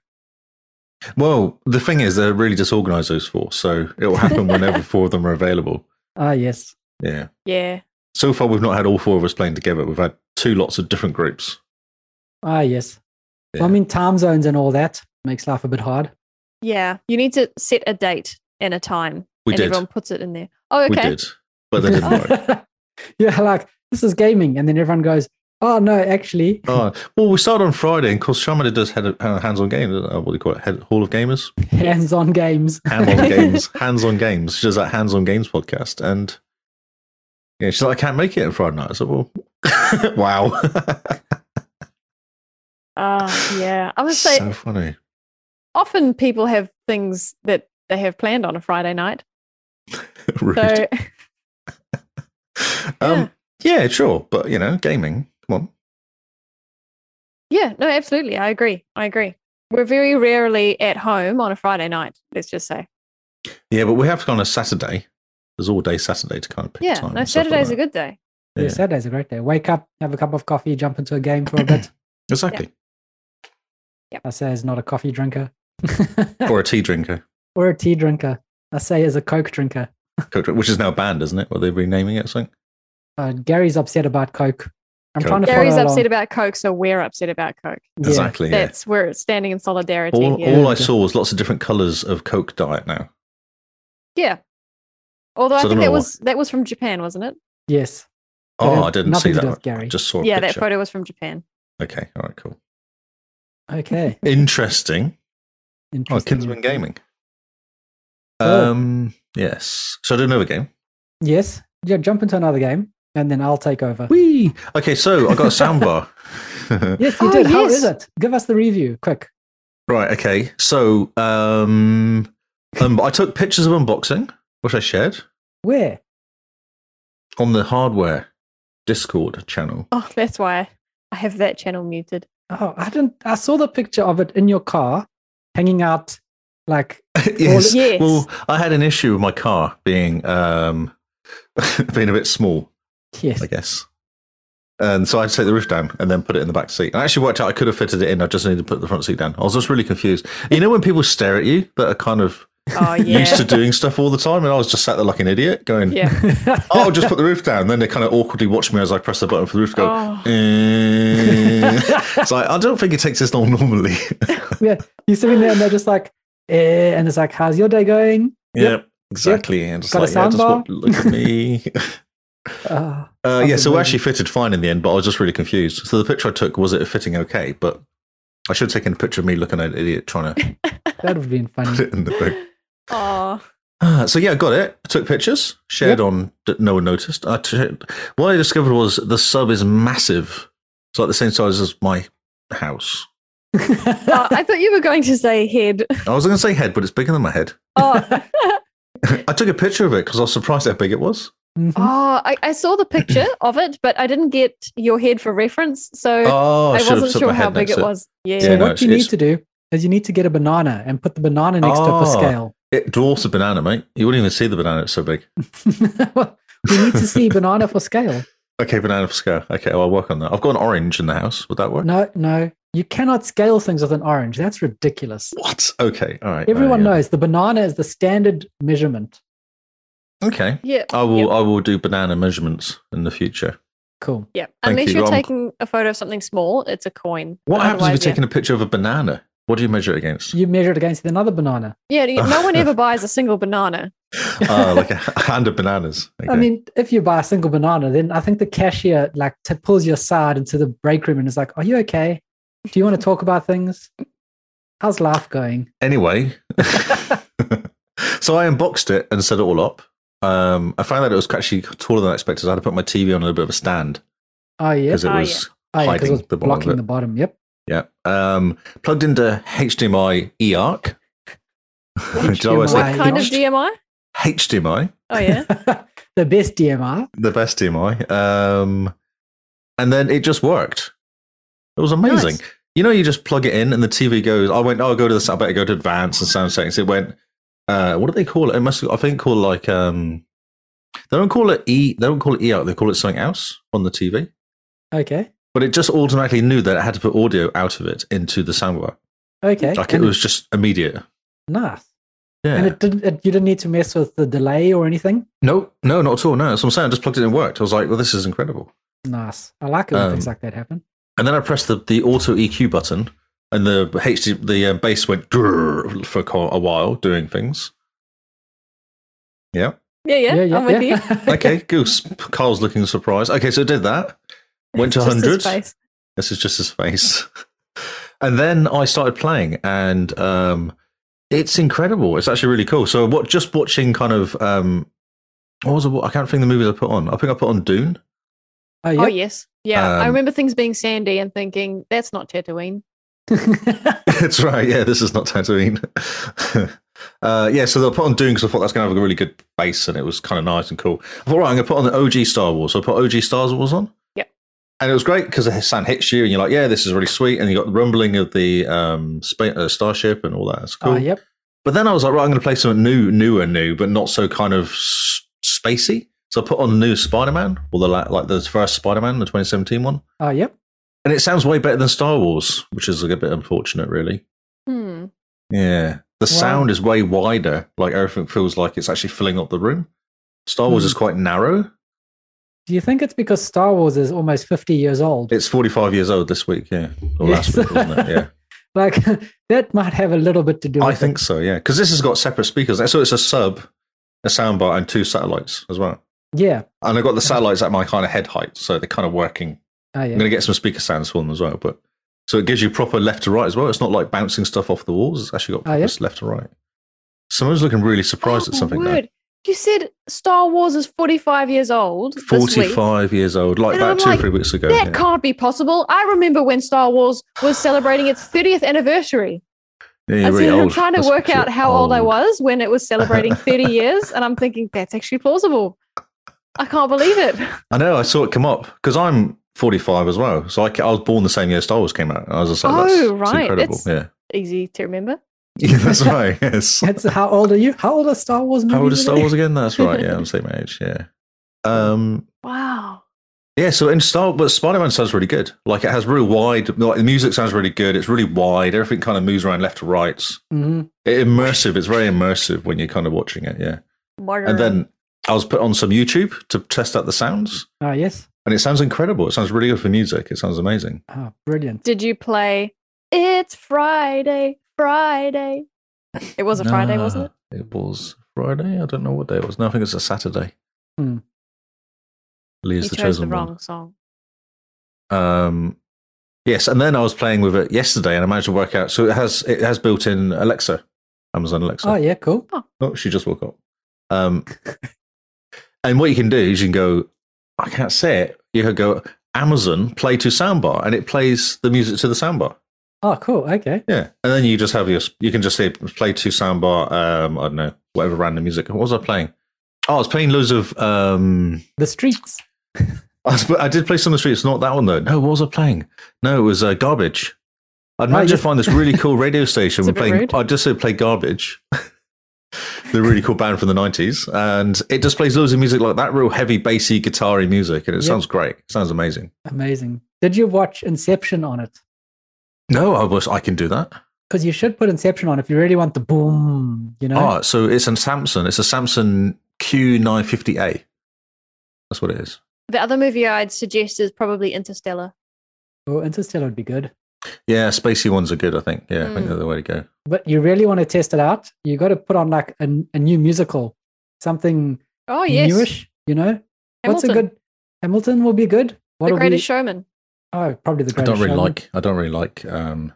[SPEAKER 1] Well, the thing is, they're really disorganized, those four. So it will happen whenever four of them are available.
[SPEAKER 2] Ah, yes.
[SPEAKER 1] Yeah.
[SPEAKER 4] Yeah,
[SPEAKER 1] So far, we've not had all four of us playing together. We've had two lots of different groups.
[SPEAKER 2] Ah, yes. Well, I
[SPEAKER 1] Yeah.
[SPEAKER 2] mean, time zones and all that makes life a bit hard.
[SPEAKER 4] yeah. You need to set a date and a time,
[SPEAKER 1] We
[SPEAKER 4] and
[SPEAKER 1] did.
[SPEAKER 4] everyone puts it in there. Oh,
[SPEAKER 1] We
[SPEAKER 4] okay.
[SPEAKER 1] did. But they
[SPEAKER 4] *laughs*
[SPEAKER 1] didn't work.
[SPEAKER 2] *laughs* yeah, like this is gaming, and then everyone goes, "Oh no, actually,
[SPEAKER 1] *laughs* Oh, well, we started on Friday, and of course, Shamada does head of, uh, hands-on games. Uh, what do you call it? Head, Hall of Gamers,
[SPEAKER 2] hands-on games."
[SPEAKER 1] hands-on
[SPEAKER 4] *laughs*
[SPEAKER 1] games, hands-on games. She does that hands-on games podcast, and yeah, she's like, "I can't make it on Friday night." I said, "Well, *laughs* wow,
[SPEAKER 4] Ah, yeah. I would
[SPEAKER 1] *laughs*
[SPEAKER 4] say
[SPEAKER 1] so funny."
[SPEAKER 4] often people have things that they have planned on a Friday night.
[SPEAKER 1] Rude.
[SPEAKER 4] So *laughs*
[SPEAKER 1] um, yeah, sure, but you know, gaming. Come on.
[SPEAKER 4] yeah, no, absolutely. I agree. I agree. We're very rarely at home on a Friday night. Let's just say.
[SPEAKER 1] Yeah, but we have gone on a Saturday. There's all day Saturday to kind of pick
[SPEAKER 4] Yeah,
[SPEAKER 1] time.
[SPEAKER 4] no,
[SPEAKER 1] and stuff like
[SPEAKER 4] Saturday's a
[SPEAKER 1] that.
[SPEAKER 4] good day.
[SPEAKER 2] yeah,
[SPEAKER 1] Yeah.
[SPEAKER 2] Saturday's a great day. Wake up, have a cup of coffee, jump into a game for a
[SPEAKER 1] *coughs*
[SPEAKER 2] bit.
[SPEAKER 1] Exactly.
[SPEAKER 2] I say, as not a coffee drinker, *laughs*
[SPEAKER 1] Or a tea drinker,
[SPEAKER 2] or a tea drinker. I say, as a Coke drinker.
[SPEAKER 1] Coke drink- which is now banned, isn't it? Well, they're renaming it or something.
[SPEAKER 2] Uh, Gary's upset about Coke. I'm
[SPEAKER 1] Coke.
[SPEAKER 2] trying to
[SPEAKER 4] Gary's
[SPEAKER 2] follow
[SPEAKER 4] upset
[SPEAKER 2] along.
[SPEAKER 4] about Coke, so we're upset about Coke.
[SPEAKER 2] Yeah.
[SPEAKER 1] Exactly. Yeah.
[SPEAKER 4] That's we're standing in solidarity
[SPEAKER 1] All,
[SPEAKER 4] here.
[SPEAKER 1] all I
[SPEAKER 2] Okay.
[SPEAKER 1] saw was lots of different colours of Coke diet now.
[SPEAKER 4] yeah. Although
[SPEAKER 1] So I
[SPEAKER 4] I
[SPEAKER 1] don't
[SPEAKER 4] think
[SPEAKER 1] know
[SPEAKER 4] that
[SPEAKER 1] what-
[SPEAKER 4] was that was from Japan, wasn't it?
[SPEAKER 2] Yes. That
[SPEAKER 1] Oh,
[SPEAKER 2] had
[SPEAKER 1] I didn't see
[SPEAKER 2] nothing to
[SPEAKER 1] that.
[SPEAKER 2] do with
[SPEAKER 1] one.
[SPEAKER 2] Gary.
[SPEAKER 1] I just saw a
[SPEAKER 4] yeah, that
[SPEAKER 1] picture.
[SPEAKER 4] photo was from Japan.
[SPEAKER 1] Okay, all right, cool.
[SPEAKER 2] Okay.
[SPEAKER 1] Interesting. Oh,
[SPEAKER 2] Interesting.
[SPEAKER 1] Kinsman
[SPEAKER 2] yeah.
[SPEAKER 1] Gaming.
[SPEAKER 2] Oh.
[SPEAKER 1] Um, yes. So I do another game.
[SPEAKER 2] Yes. Yeah, jump into another game, and then I'll take over.
[SPEAKER 1] Whee! Okay, so I got a
[SPEAKER 2] *laughs*
[SPEAKER 1] soundbar. *laughs*
[SPEAKER 2] Yes, you
[SPEAKER 4] Oh,
[SPEAKER 2] did. How is
[SPEAKER 4] yes.
[SPEAKER 2] it? Give us the review, quick.
[SPEAKER 1] Right. Okay. So, um, um, I took pictures of unboxing, which I shared
[SPEAKER 2] Where?
[SPEAKER 1] on the hardware Discord channel.
[SPEAKER 4] Oh, that's why I have that channel muted.
[SPEAKER 2] Oh, I didn't. I saw the picture of it in your car, hanging out. Like,
[SPEAKER 1] *laughs* yes.
[SPEAKER 4] Yes.
[SPEAKER 1] Well, I had an issue with my car being um, *laughs* being a bit small,
[SPEAKER 2] yes, *laughs*
[SPEAKER 1] I guess. And so I had to take the roof down and then put it in the back seat. And I actually worked out I could have fitted it in. I just needed to put the front seat down. I was just really confused. You know when people stare at you that are kind of
[SPEAKER 4] Oh
[SPEAKER 1] *laughs*
[SPEAKER 4] yeah.
[SPEAKER 1] used to doing stuff all the time, and I was just sat there like an idiot, going,
[SPEAKER 4] yeah.
[SPEAKER 1] "Oh, I'll just put the roof down." Then they kind of awkwardly watch me as I press the button for the roof to go.
[SPEAKER 4] Oh,
[SPEAKER 1] "Eh." it's like I don't think it takes this long normally. *laughs*
[SPEAKER 2] You're sitting there and they're just like, eh, and it's like, how's your day going? Yep.
[SPEAKER 1] Yep, exactly. And just
[SPEAKER 2] Got a
[SPEAKER 1] like, yeah, just
[SPEAKER 2] soundbar?
[SPEAKER 1] look, look at me.
[SPEAKER 2] Uh,
[SPEAKER 1] uh, yeah, so
[SPEAKER 2] Unbelievable.
[SPEAKER 1] we actually fitted fine in the end, but I was just really confused. So the picture I took was it fitting okay, but I should have taken a picture of me looking like an idiot trying to
[SPEAKER 2] that would have
[SPEAKER 1] *laughs*
[SPEAKER 2] been
[SPEAKER 1] put
[SPEAKER 2] funny. *laughs*
[SPEAKER 1] it in the thing.
[SPEAKER 4] oh,
[SPEAKER 1] Ah, so yeah, I got it. I took pictures, shared on. that No one noticed. I t- what I discovered was the sub is massive. It's like the same size as my house.
[SPEAKER 4] Oh, I thought you were going to
[SPEAKER 1] *laughs*
[SPEAKER 4] say head.
[SPEAKER 1] I was going to say head, but it's bigger than my head. *laughs*
[SPEAKER 4] Oh,
[SPEAKER 1] I took a picture of it because I was surprised how big it was.
[SPEAKER 2] Mhm.
[SPEAKER 4] oh I, I saw
[SPEAKER 1] *clears throat*
[SPEAKER 4] the picture of it, but I didn't get your head for reference, so
[SPEAKER 1] Oh,
[SPEAKER 4] Uh, I
[SPEAKER 1] should have
[SPEAKER 4] wasn't
[SPEAKER 1] put
[SPEAKER 4] sure
[SPEAKER 1] my head
[SPEAKER 4] how big
[SPEAKER 1] next
[SPEAKER 4] it
[SPEAKER 1] to
[SPEAKER 4] was. Yeah.
[SPEAKER 2] So
[SPEAKER 1] Yeah, no,
[SPEAKER 2] what
[SPEAKER 1] it's-
[SPEAKER 2] you need
[SPEAKER 1] it's-
[SPEAKER 2] to do is you need to get a banana and put the banana next to it
[SPEAKER 1] Oh.
[SPEAKER 2] for scale.
[SPEAKER 1] It dwarfs a banana, mate. You wouldn't even see the banana. It's so *laughs* big.
[SPEAKER 2] *laughs* we need to see banana for scale.
[SPEAKER 1] Okay, banana for scale. Okay, well, I'll work on that. I've got an orange in the house. Would that work?
[SPEAKER 2] No, no, you cannot scale things with an orange. That's ridiculous.
[SPEAKER 1] What? Okay, all right. Oh,
[SPEAKER 2] Everyone
[SPEAKER 1] all right,
[SPEAKER 2] knows the banana is the standard measurement.
[SPEAKER 1] yeah. Okay,
[SPEAKER 4] Yeah.
[SPEAKER 1] I will.
[SPEAKER 4] Yep.
[SPEAKER 1] I will do banana measurements in the future.
[SPEAKER 2] Cool.
[SPEAKER 4] Yeah.
[SPEAKER 1] Thank
[SPEAKER 4] Unless
[SPEAKER 1] you,
[SPEAKER 4] you. are
[SPEAKER 1] um,
[SPEAKER 4] taking a photo of something small, it's a coin.
[SPEAKER 1] What
[SPEAKER 4] But
[SPEAKER 1] happens if you're
[SPEAKER 4] otherwise, yeah.
[SPEAKER 1] taking a picture of a banana? What do you measure it against?
[SPEAKER 2] You measure it against another banana.
[SPEAKER 4] Yeah, you- no one ever buys a single banana.
[SPEAKER 1] *laughs* uh, like a h- hand of bananas. Okay.
[SPEAKER 2] *laughs* I mean, if you buy a single banana, then I think the cashier like t- pulls you aside into the break room and is like, "Are you okay? Do you want to talk about things? How's life going?" *laughs*
[SPEAKER 1] anyway, *laughs* so I unboxed it and set it all up. Um, I found that it was actually taller than I expected. I had to put my TV on a little bit of a stand
[SPEAKER 2] Oh yeah,
[SPEAKER 1] because
[SPEAKER 4] Ah,
[SPEAKER 1] it
[SPEAKER 4] yeah.
[SPEAKER 1] was
[SPEAKER 2] oh, yeah, 'cause it
[SPEAKER 1] hiding
[SPEAKER 2] was
[SPEAKER 1] the bottom of
[SPEAKER 2] blocking
[SPEAKER 1] it.
[SPEAKER 2] the bottom. Yep.
[SPEAKER 1] Yeah. Um, plugged into HDMI *laughs* eARC. Do you know what I E said?
[SPEAKER 2] HDMI. Uh,
[SPEAKER 4] What kind of
[SPEAKER 2] Yosh?
[SPEAKER 4] DMI?
[SPEAKER 1] HDMI, *laughs*
[SPEAKER 4] Oh yeah.
[SPEAKER 2] *laughs* the best DMR.
[SPEAKER 1] the best DMI. Um, and then it just worked. It was amazing.
[SPEAKER 4] Nice.
[SPEAKER 1] You know, you just plug it in and the TV goes, I went, oh, I'll go to this, I better go to advanced and sound settings. It went, uh, what do they call it? It must, I think, call like, um, they don't call it E, they don't call it eARC, they call it something else on the TV.
[SPEAKER 2] Okay.
[SPEAKER 1] But it just automatically knew that it had to put audio out of it into the soundbar.
[SPEAKER 2] Okay.
[SPEAKER 1] Like it
[SPEAKER 2] And
[SPEAKER 1] was just immediate.
[SPEAKER 2] nice.
[SPEAKER 1] Yeah.
[SPEAKER 2] And it didn't. It, you didn't need to mess with the delay or anything.
[SPEAKER 1] No, no, not at all. No, that's what I'm saying. I just plugged it in and worked. I was like, well, this is incredible.
[SPEAKER 2] Nice. I like it when
[SPEAKER 1] Um,
[SPEAKER 2] things like that happen.
[SPEAKER 1] And then I pressed the, the auto EQ button, and the HD, the uh, bass went grrr for co- a while doing
[SPEAKER 4] *laughs*
[SPEAKER 1] things. Yeah.
[SPEAKER 4] Yeah, yeah. I'm
[SPEAKER 1] *laughs*
[SPEAKER 4] with you.
[SPEAKER 1] Okay. Goose. Carl's looking surprised. Okay, so it did that. Went to
[SPEAKER 4] Just his
[SPEAKER 1] 100.
[SPEAKER 4] face.
[SPEAKER 1] This is just his face. *laughs* and then I started playing, and um, it's incredible. It's actually really cool. So what? Just watching kind of um, what was it? I can't think of the movies I put on. I think I put on Dune.
[SPEAKER 2] *laughs* Oh,
[SPEAKER 4] Oh
[SPEAKER 2] yeah.
[SPEAKER 4] yes. Yeah. I
[SPEAKER 1] Um,
[SPEAKER 4] remember things being sandy and thinking, that's not Tatooine.
[SPEAKER 1] *laughs* That's right. Yeah, this is not Tatooine. *laughs* uh, yeah, so they'll put on Dune because I thought that's going to have a really good base, and it was kind of nice and cool. I thought, right, I'm going to put on the OG Star Wars. So I put OG Star Wars on.
[SPEAKER 4] Yep.
[SPEAKER 1] And it was great because the sound hits you, and you're like, yeah, this is really sweet. And you got the rumbling of the um, spa- uh, starship and all that. It's cool.
[SPEAKER 2] Oh, yep.
[SPEAKER 1] But then I was like, right, I'm going to play something new, newer, new, but not so kind of s- spacey. So I put on new Spider Man, or the la- like the first Spider Man, the 2017 one.
[SPEAKER 2] Oh, yep.
[SPEAKER 1] And it sounds way better than Star Wars, which is like a bit unfortunate, really.
[SPEAKER 4] Hmm.
[SPEAKER 1] Yeah. The
[SPEAKER 2] Wow.
[SPEAKER 1] sound is way wider. Like everything feels like it's actually filling up the room. Star Wars
[SPEAKER 2] Hmm.
[SPEAKER 1] is quite narrow.
[SPEAKER 2] Do you think it's because Star Wars is almost 50 years old?
[SPEAKER 1] It's 45 years old this week. Yeah. Or
[SPEAKER 2] Yes.
[SPEAKER 1] last week, wasn't it?
[SPEAKER 2] *laughs*
[SPEAKER 1] Yeah.
[SPEAKER 2] like, that might have a little bit to do with
[SPEAKER 1] I think so. Yeah. Because this has got separate speakers. So it's a sub, a soundbar, and two satellites as well.
[SPEAKER 2] it. Yeah.
[SPEAKER 1] And I've got the satellites at my kind of head height. So they're kind of working.
[SPEAKER 2] Oh,
[SPEAKER 1] I'm
[SPEAKER 2] yeah.
[SPEAKER 1] going to get some speaker sounds for them as well. But so it gives you proper left to right as well. It's not like bouncing stuff off the walls. It's actually got
[SPEAKER 2] Oh,
[SPEAKER 1] proper
[SPEAKER 2] yeah?
[SPEAKER 1] left to right. Someone's looking really surprised at
[SPEAKER 4] Oh,
[SPEAKER 1] something there.
[SPEAKER 4] word. You said Star Wars is 45 years old. this week.
[SPEAKER 1] 45 years old, like
[SPEAKER 4] And
[SPEAKER 1] that
[SPEAKER 4] I'm
[SPEAKER 1] two,
[SPEAKER 4] like,
[SPEAKER 1] three weeks ago.
[SPEAKER 4] That
[SPEAKER 1] yeah.
[SPEAKER 4] can't be possible. I remember when Star Wars was celebrating its 30th anniversary.
[SPEAKER 1] Yeah,
[SPEAKER 4] I
[SPEAKER 1] you're
[SPEAKER 4] was
[SPEAKER 1] really
[SPEAKER 4] I'm
[SPEAKER 1] old.
[SPEAKER 4] trying to
[SPEAKER 1] That's
[SPEAKER 4] work
[SPEAKER 1] shit.
[SPEAKER 4] out how old I was when it
[SPEAKER 1] *laughs*
[SPEAKER 4] was celebrating 30 years, and I'm thinking that's actually plausible. I can't believe it. *laughs*
[SPEAKER 1] I know. I saw it come up because I'm 45 as well. So I, ca- I was born the same year Star Wars came out. And I was just like,
[SPEAKER 4] Oh,
[SPEAKER 1] that's it's
[SPEAKER 4] right.
[SPEAKER 1] incredible.
[SPEAKER 4] It's-
[SPEAKER 1] Yeah. *laughs*
[SPEAKER 4] Easy to remember.
[SPEAKER 1] yeah. That's
[SPEAKER 4] *laughs*
[SPEAKER 1] right.
[SPEAKER 2] *laughs*
[SPEAKER 1] Yes.
[SPEAKER 2] That's how old are you? How old are Star Wars movies?
[SPEAKER 1] How old is Star
[SPEAKER 2] really?
[SPEAKER 1] Wars again? That's right. Yeah. I'm the same age.
[SPEAKER 4] *laughs*
[SPEAKER 1] Yeah. Um,
[SPEAKER 4] Wow.
[SPEAKER 1] yeah, so in Star, but Spider Man sounds really good. Like it has real wide, like the music sounds really good. It's really wide. Everything kind of moves around left to right.
[SPEAKER 2] *laughs* Mhm.
[SPEAKER 1] It, immersive. It's very immersive when you're kind of watching it. Yeah,
[SPEAKER 4] Modern.
[SPEAKER 1] and then I was put on some YouTube to test out the sounds,
[SPEAKER 2] Ah, yes.
[SPEAKER 1] and it sounds incredible. It sounds really good for music. It sounds amazing.
[SPEAKER 2] Ah, brilliant.
[SPEAKER 4] Did you play It's Friday, Friday? It was a Friday, wasn't it?
[SPEAKER 1] it? It was Friday. I don't know what day it was. No, I think it's a Saturday.
[SPEAKER 2] Hmm.
[SPEAKER 1] Lee is
[SPEAKER 4] You
[SPEAKER 1] the
[SPEAKER 4] chose
[SPEAKER 1] chosen
[SPEAKER 4] the wrong
[SPEAKER 1] one.
[SPEAKER 4] song.
[SPEAKER 1] Um, yes, and then I was playing with it yesterday, and I managed to work out. So it has it has built in Alexa, Amazon Alexa.
[SPEAKER 2] Oh, yeah, cool.
[SPEAKER 1] Oh, she just woke up. Um, and what you can do is you can go. I can't say it. You can go Amazon play to soundbar, and it plays the music to the soundbar.
[SPEAKER 2] Oh, cool. Okay.
[SPEAKER 1] Yeah, and then you just have your. You can just say play to soundbar. Um, I don't know whatever random music. What was I playing? Oh, I was playing loads of. Um,
[SPEAKER 2] The streets.
[SPEAKER 1] *laughs* I, was, I did play some of the streets. Not that one though. No, what was I playing? No, it was uh, garbage. I'd
[SPEAKER 2] Oh,
[SPEAKER 1] managed
[SPEAKER 2] yeah.
[SPEAKER 1] to find this really
[SPEAKER 4] *laughs*
[SPEAKER 1] cool radio station.
[SPEAKER 4] It's a
[SPEAKER 1] We're
[SPEAKER 4] bit
[SPEAKER 1] playing.
[SPEAKER 4] rude.
[SPEAKER 1] I just said play garbage. *laughs* the really cool band from the nineties, and it just plays loads of music like that, real heavy, bassy, guitar-y music, and it
[SPEAKER 2] Yeah.
[SPEAKER 1] sounds great. It sounds amazing.
[SPEAKER 2] Amazing. Did you watch Inception on it?
[SPEAKER 1] No, I wish I can do that.
[SPEAKER 2] Because you should put Inception on if you really want the boom, you know?
[SPEAKER 1] Ah, so it's a Samsung. It's a Samsung Q950A. That's what it is.
[SPEAKER 4] The other movie I'd suggest is probably Interstellar.
[SPEAKER 2] Oh, Interstellar would be good.
[SPEAKER 1] Yeah, spacey ones are good. I think. Yeah, I think
[SPEAKER 4] Mm.
[SPEAKER 1] they're the way to go.
[SPEAKER 2] But you really want to test it out. You got to put on like a, a new musical, something
[SPEAKER 4] Oh yes,
[SPEAKER 2] newish, you know? What's a
[SPEAKER 4] Hamilton.
[SPEAKER 2] good Hamilton will be good. What
[SPEAKER 4] The
[SPEAKER 2] will
[SPEAKER 4] Greatest
[SPEAKER 2] be,
[SPEAKER 4] Showman.
[SPEAKER 2] Oh, probably the
[SPEAKER 1] I
[SPEAKER 2] greatest.
[SPEAKER 1] don't really
[SPEAKER 2] Showman.
[SPEAKER 1] like. I don't really like um,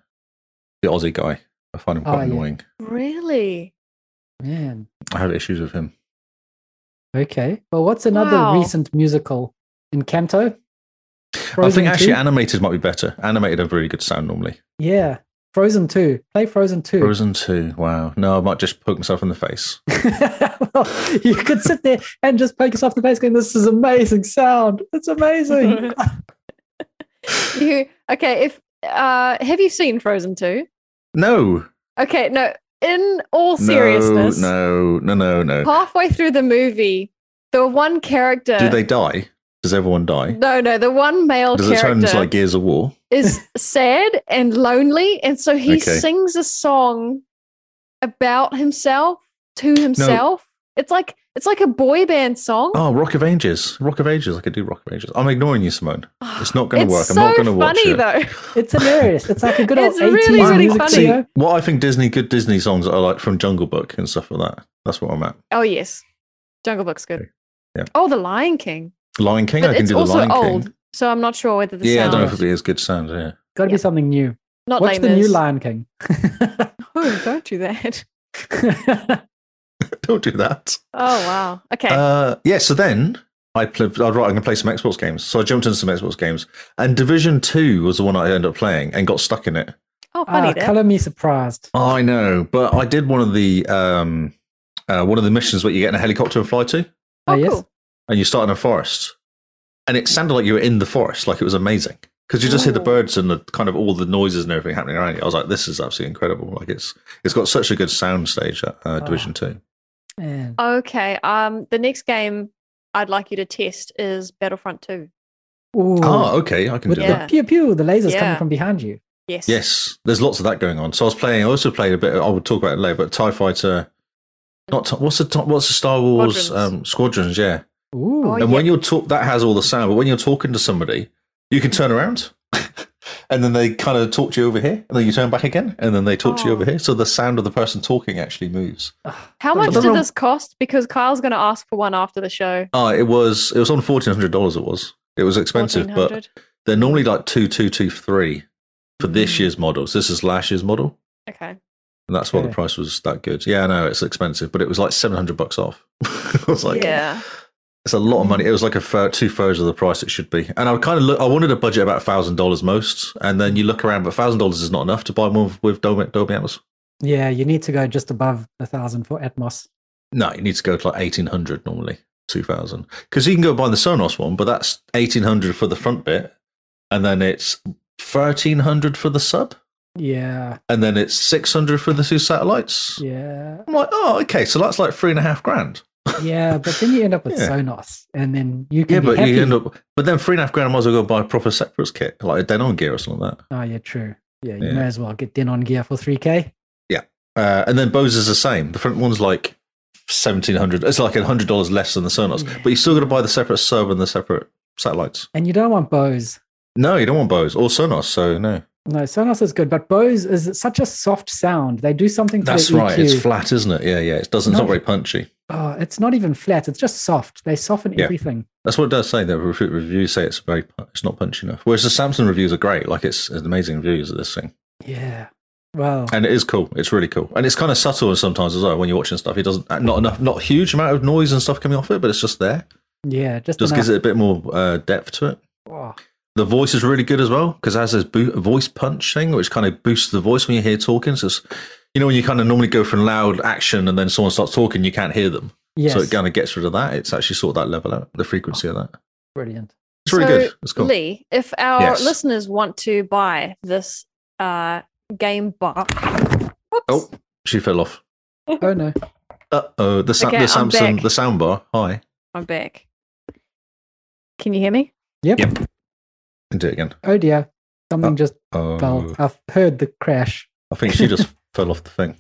[SPEAKER 1] the Aussie guy. I find him
[SPEAKER 2] Oh,
[SPEAKER 1] quite
[SPEAKER 2] yeah.
[SPEAKER 1] annoying.
[SPEAKER 4] Really?
[SPEAKER 2] Man.
[SPEAKER 1] I have issues with him.
[SPEAKER 2] Okay. Well, what's another
[SPEAKER 4] Wow.
[SPEAKER 2] recent musical? Encanto?
[SPEAKER 1] I think
[SPEAKER 2] Frozen
[SPEAKER 1] actually
[SPEAKER 2] 2?
[SPEAKER 1] animated might be better. Animated have really good sound normally.
[SPEAKER 2] Yeah. Frozen 2. Play Frozen 2.
[SPEAKER 1] Frozen Two. Wow. No, I might just poke myself in the face.
[SPEAKER 2] *laughs* well, you could sit there and just poke yourself in the face going, This is amazing sound. It's
[SPEAKER 4] *laughs*
[SPEAKER 2] amazing.
[SPEAKER 4] You okay? If uh, have you seen Frozen two?
[SPEAKER 1] No.
[SPEAKER 4] Okay, no. In all
[SPEAKER 1] No,
[SPEAKER 4] seriousness,
[SPEAKER 1] No. No. No. No.
[SPEAKER 4] halfway through the movie, the one character.
[SPEAKER 1] Do they die? Does everyone die?
[SPEAKER 4] No, no. The one male
[SPEAKER 1] Does it turn
[SPEAKER 4] character
[SPEAKER 1] into like Gears of War?
[SPEAKER 4] is
[SPEAKER 1] *laughs*
[SPEAKER 4] sad and lonely, and so he
[SPEAKER 1] Okay.
[SPEAKER 4] sings a song about himself to himself. It's like it's like a boy band song.
[SPEAKER 1] Oh, Rock of Ages. Rock of Ages. I could do Rock of Ages. I'm ignoring you, Simone. It's not going to
[SPEAKER 4] Ah,
[SPEAKER 1] work.
[SPEAKER 4] It's
[SPEAKER 1] I'm
[SPEAKER 4] so
[SPEAKER 1] not going to watch
[SPEAKER 4] funny
[SPEAKER 1] it.
[SPEAKER 4] though.
[SPEAKER 2] it's hilarious. It's like a good old
[SPEAKER 4] It's
[SPEAKER 2] 80s
[SPEAKER 4] really, really
[SPEAKER 2] music
[SPEAKER 4] funny.
[SPEAKER 1] See,
[SPEAKER 2] video.
[SPEAKER 1] what I think Disney good Disney songs are like from Jungle Book and stuff like that. That's what I'm at.
[SPEAKER 4] Oh yes, Jungle Book's good.
[SPEAKER 1] Yeah.
[SPEAKER 4] Oh, The Lion King,
[SPEAKER 1] Lion King.
[SPEAKER 4] but
[SPEAKER 1] I can
[SPEAKER 4] it's
[SPEAKER 1] do the
[SPEAKER 4] also
[SPEAKER 1] Lion
[SPEAKER 4] old,
[SPEAKER 1] King.
[SPEAKER 4] so I'm not sure whether the
[SPEAKER 1] Yeah, I
[SPEAKER 4] sound.
[SPEAKER 1] don't know if it'd be as good sound. Yeah.
[SPEAKER 2] Got to
[SPEAKER 4] Yeah.
[SPEAKER 2] be something new.
[SPEAKER 4] Not
[SPEAKER 2] What's
[SPEAKER 4] lame
[SPEAKER 2] the new
[SPEAKER 4] is.
[SPEAKER 2] Lion King? *laughs*
[SPEAKER 4] Oh, don't do that.
[SPEAKER 1] *laughs*
[SPEAKER 4] *laughs*
[SPEAKER 1] Don't do that.
[SPEAKER 4] Oh wow. Okay.
[SPEAKER 1] Uh, yeah, so then I played, I was right, I'm going to play some Xbox games. So I jumped into some Xbox games, and Division 2 was the one I ended up playing and got stuck in it.
[SPEAKER 4] oh, funny.
[SPEAKER 2] ah,
[SPEAKER 4] that.
[SPEAKER 2] color me surprised.
[SPEAKER 1] I know, but I did one of the um, uh, one of the missions where you get in a helicopter and fly to,
[SPEAKER 2] Ah,
[SPEAKER 4] Oh,
[SPEAKER 2] yes.
[SPEAKER 4] cool.
[SPEAKER 1] and you start in a forest. And it sounded like you were in the forest, like it was amazing. Because you just hear the
[SPEAKER 4] Ooh.
[SPEAKER 1] birds and the kind of all the noises and everything happening around you. I was like, this is absolutely incredible. Like it's it's got such a good sound stage,
[SPEAKER 4] Ah.
[SPEAKER 1] uh, Division 2.
[SPEAKER 2] Man.
[SPEAKER 4] Oh, Okay. Um, the next game I'd like you to test is Battlefront Two.
[SPEAKER 2] Ooh.
[SPEAKER 1] Oh, okay, I can
[SPEAKER 2] With
[SPEAKER 1] do
[SPEAKER 4] Yeah.
[SPEAKER 1] that.
[SPEAKER 2] the pew pew, the lasers coming
[SPEAKER 4] Yeah.
[SPEAKER 2] from behind you.
[SPEAKER 4] Yes.
[SPEAKER 1] Yes, there's lots of that going on. So I was playing. I also played a bit. I will talk about it later. But Tie Fighter, not Tie- what's the Ti- what's the Star Wars
[SPEAKER 4] Squadrons.
[SPEAKER 1] Um, squadrons? Yeah,
[SPEAKER 2] Ooh.
[SPEAKER 4] Oh,
[SPEAKER 1] and
[SPEAKER 4] yeah.
[SPEAKER 1] when you're talk, that has all the sound. But when you're talking to somebody, you can turn around, *laughs* and then they kind of talk to you over here, and then you turn back again, and then they talk to you
[SPEAKER 4] Oh.
[SPEAKER 1] over here. So the sound of the person talking actually moves.
[SPEAKER 2] Ah,
[SPEAKER 4] How
[SPEAKER 2] gotta
[SPEAKER 4] much
[SPEAKER 2] be-
[SPEAKER 1] don't
[SPEAKER 4] did
[SPEAKER 1] know.
[SPEAKER 4] this cost? Because Kyle's going to ask for one after the show.
[SPEAKER 1] Ah, it was it was on fourteen hundred dollars. It was it was expensive, but
[SPEAKER 4] 1400.
[SPEAKER 1] they're normally like two two two three for this
[SPEAKER 4] Mm.
[SPEAKER 1] year's models. This is last year's model.
[SPEAKER 4] Okay.
[SPEAKER 1] And that's why the
[SPEAKER 2] Okay.
[SPEAKER 1] price was that good. Yeah, I know it's expensive, but it was like 700 bucks off. *laughs* I was like,
[SPEAKER 4] yeah.
[SPEAKER 1] it's a lot of money. It was like a third, two thirds of the price it should be. And I kind of look, I wanted a budget about $1,000 most. And then you look around, but $1,000 is not enough to buy one with, with Dolby, Dolby Atmos.
[SPEAKER 2] Yeah, you need to go just above a thousand for Atmos.
[SPEAKER 1] No, you need to go to like 1800 normally, 2000 Because you can go buy the Sonos one, but that's 1800 for the front bit and then it's thirteen hundred for the sub,
[SPEAKER 2] Yeah.
[SPEAKER 1] and then it's six hundred for the two satellites.
[SPEAKER 2] Yeah.
[SPEAKER 1] I'm like, oh, okay, so that's like three and a half grand.
[SPEAKER 2] Yeah. But then you end up with
[SPEAKER 1] *laughs* Yeah.
[SPEAKER 2] Sonos and then you can
[SPEAKER 1] Yeah,
[SPEAKER 2] be
[SPEAKER 1] but
[SPEAKER 2] happy.
[SPEAKER 1] you end up, but then three and a half grand, I might as well go buy a proper separates kit, like a Denon gear or something like that.
[SPEAKER 2] oh, yeah, true. Yeah, you
[SPEAKER 1] Yeah.
[SPEAKER 2] may as well get Denon gear for 3K.
[SPEAKER 1] Uh, and then Bose is the same. The front one's like seventeen hundred. It's like hundred dollars less than the Sonos,
[SPEAKER 2] Yeah.
[SPEAKER 1] but you still got to buy the separate sub and the separate satellites.
[SPEAKER 2] And you don't want Bose.
[SPEAKER 1] No, you don't want Bose or Sonos, so no.
[SPEAKER 2] No, Sonos is good, but Bose is such a soft sound. They do something to
[SPEAKER 1] That's
[SPEAKER 2] the
[SPEAKER 1] right.
[SPEAKER 2] EQ.
[SPEAKER 1] It's flat, isn't it? Yeah, yeah. It doesn't. It's
[SPEAKER 2] No.
[SPEAKER 1] not very punchy.
[SPEAKER 2] Oh, it's not even flat. It's just soft. They soften
[SPEAKER 1] Yeah.
[SPEAKER 2] everything.
[SPEAKER 1] That's what it does say. The re- reviews say it's very. pu- It's not punchy enough. Whereas the Samsung reviews are great. Like it's, it's amazing reviews of this thing,
[SPEAKER 2] Yeah. Well,
[SPEAKER 1] and it is cool. It's really cool, and it's kind of subtle sometimes as well when you're watching stuff. It doesn't uh, not enough, not huge amount of noise and stuff coming off it, but it's just there.
[SPEAKER 2] yeah, just,
[SPEAKER 1] Just gives it
[SPEAKER 2] enough.
[SPEAKER 1] a bit more uh, depth to it.
[SPEAKER 2] Oh,
[SPEAKER 1] The voice is really good as well because it has this bo- voice punch thing, which kind of boosts the voice when you hear talking. So, it's, you know, when you kind of normally go for loud action and then someone starts talking, you can't hear them.
[SPEAKER 2] yes.
[SPEAKER 1] So it kind of gets rid of that. It's actually sort of that level out, the frequency of that.
[SPEAKER 2] brilliant.
[SPEAKER 1] It's really
[SPEAKER 4] So,
[SPEAKER 1] good. It's cool.
[SPEAKER 4] Lee, if our
[SPEAKER 1] Yes.
[SPEAKER 4] listeners want to buy this uh, game bar, whoops,
[SPEAKER 1] Oh. She fell off.
[SPEAKER 2] Oh, no.
[SPEAKER 1] Uh oh, the, Sa-
[SPEAKER 4] Okay,
[SPEAKER 1] the
[SPEAKER 4] I'm
[SPEAKER 1] Samsung,
[SPEAKER 4] back.
[SPEAKER 1] the soundbar. Hi.
[SPEAKER 4] I'm back. Can you hear me?
[SPEAKER 1] And do it again.
[SPEAKER 2] Oh, dear. Something
[SPEAKER 1] Uh,
[SPEAKER 2] just
[SPEAKER 1] Oh,
[SPEAKER 2] fell. I've heard the crash.
[SPEAKER 1] I think she
[SPEAKER 4] *laughs*
[SPEAKER 1] just fell off the thing.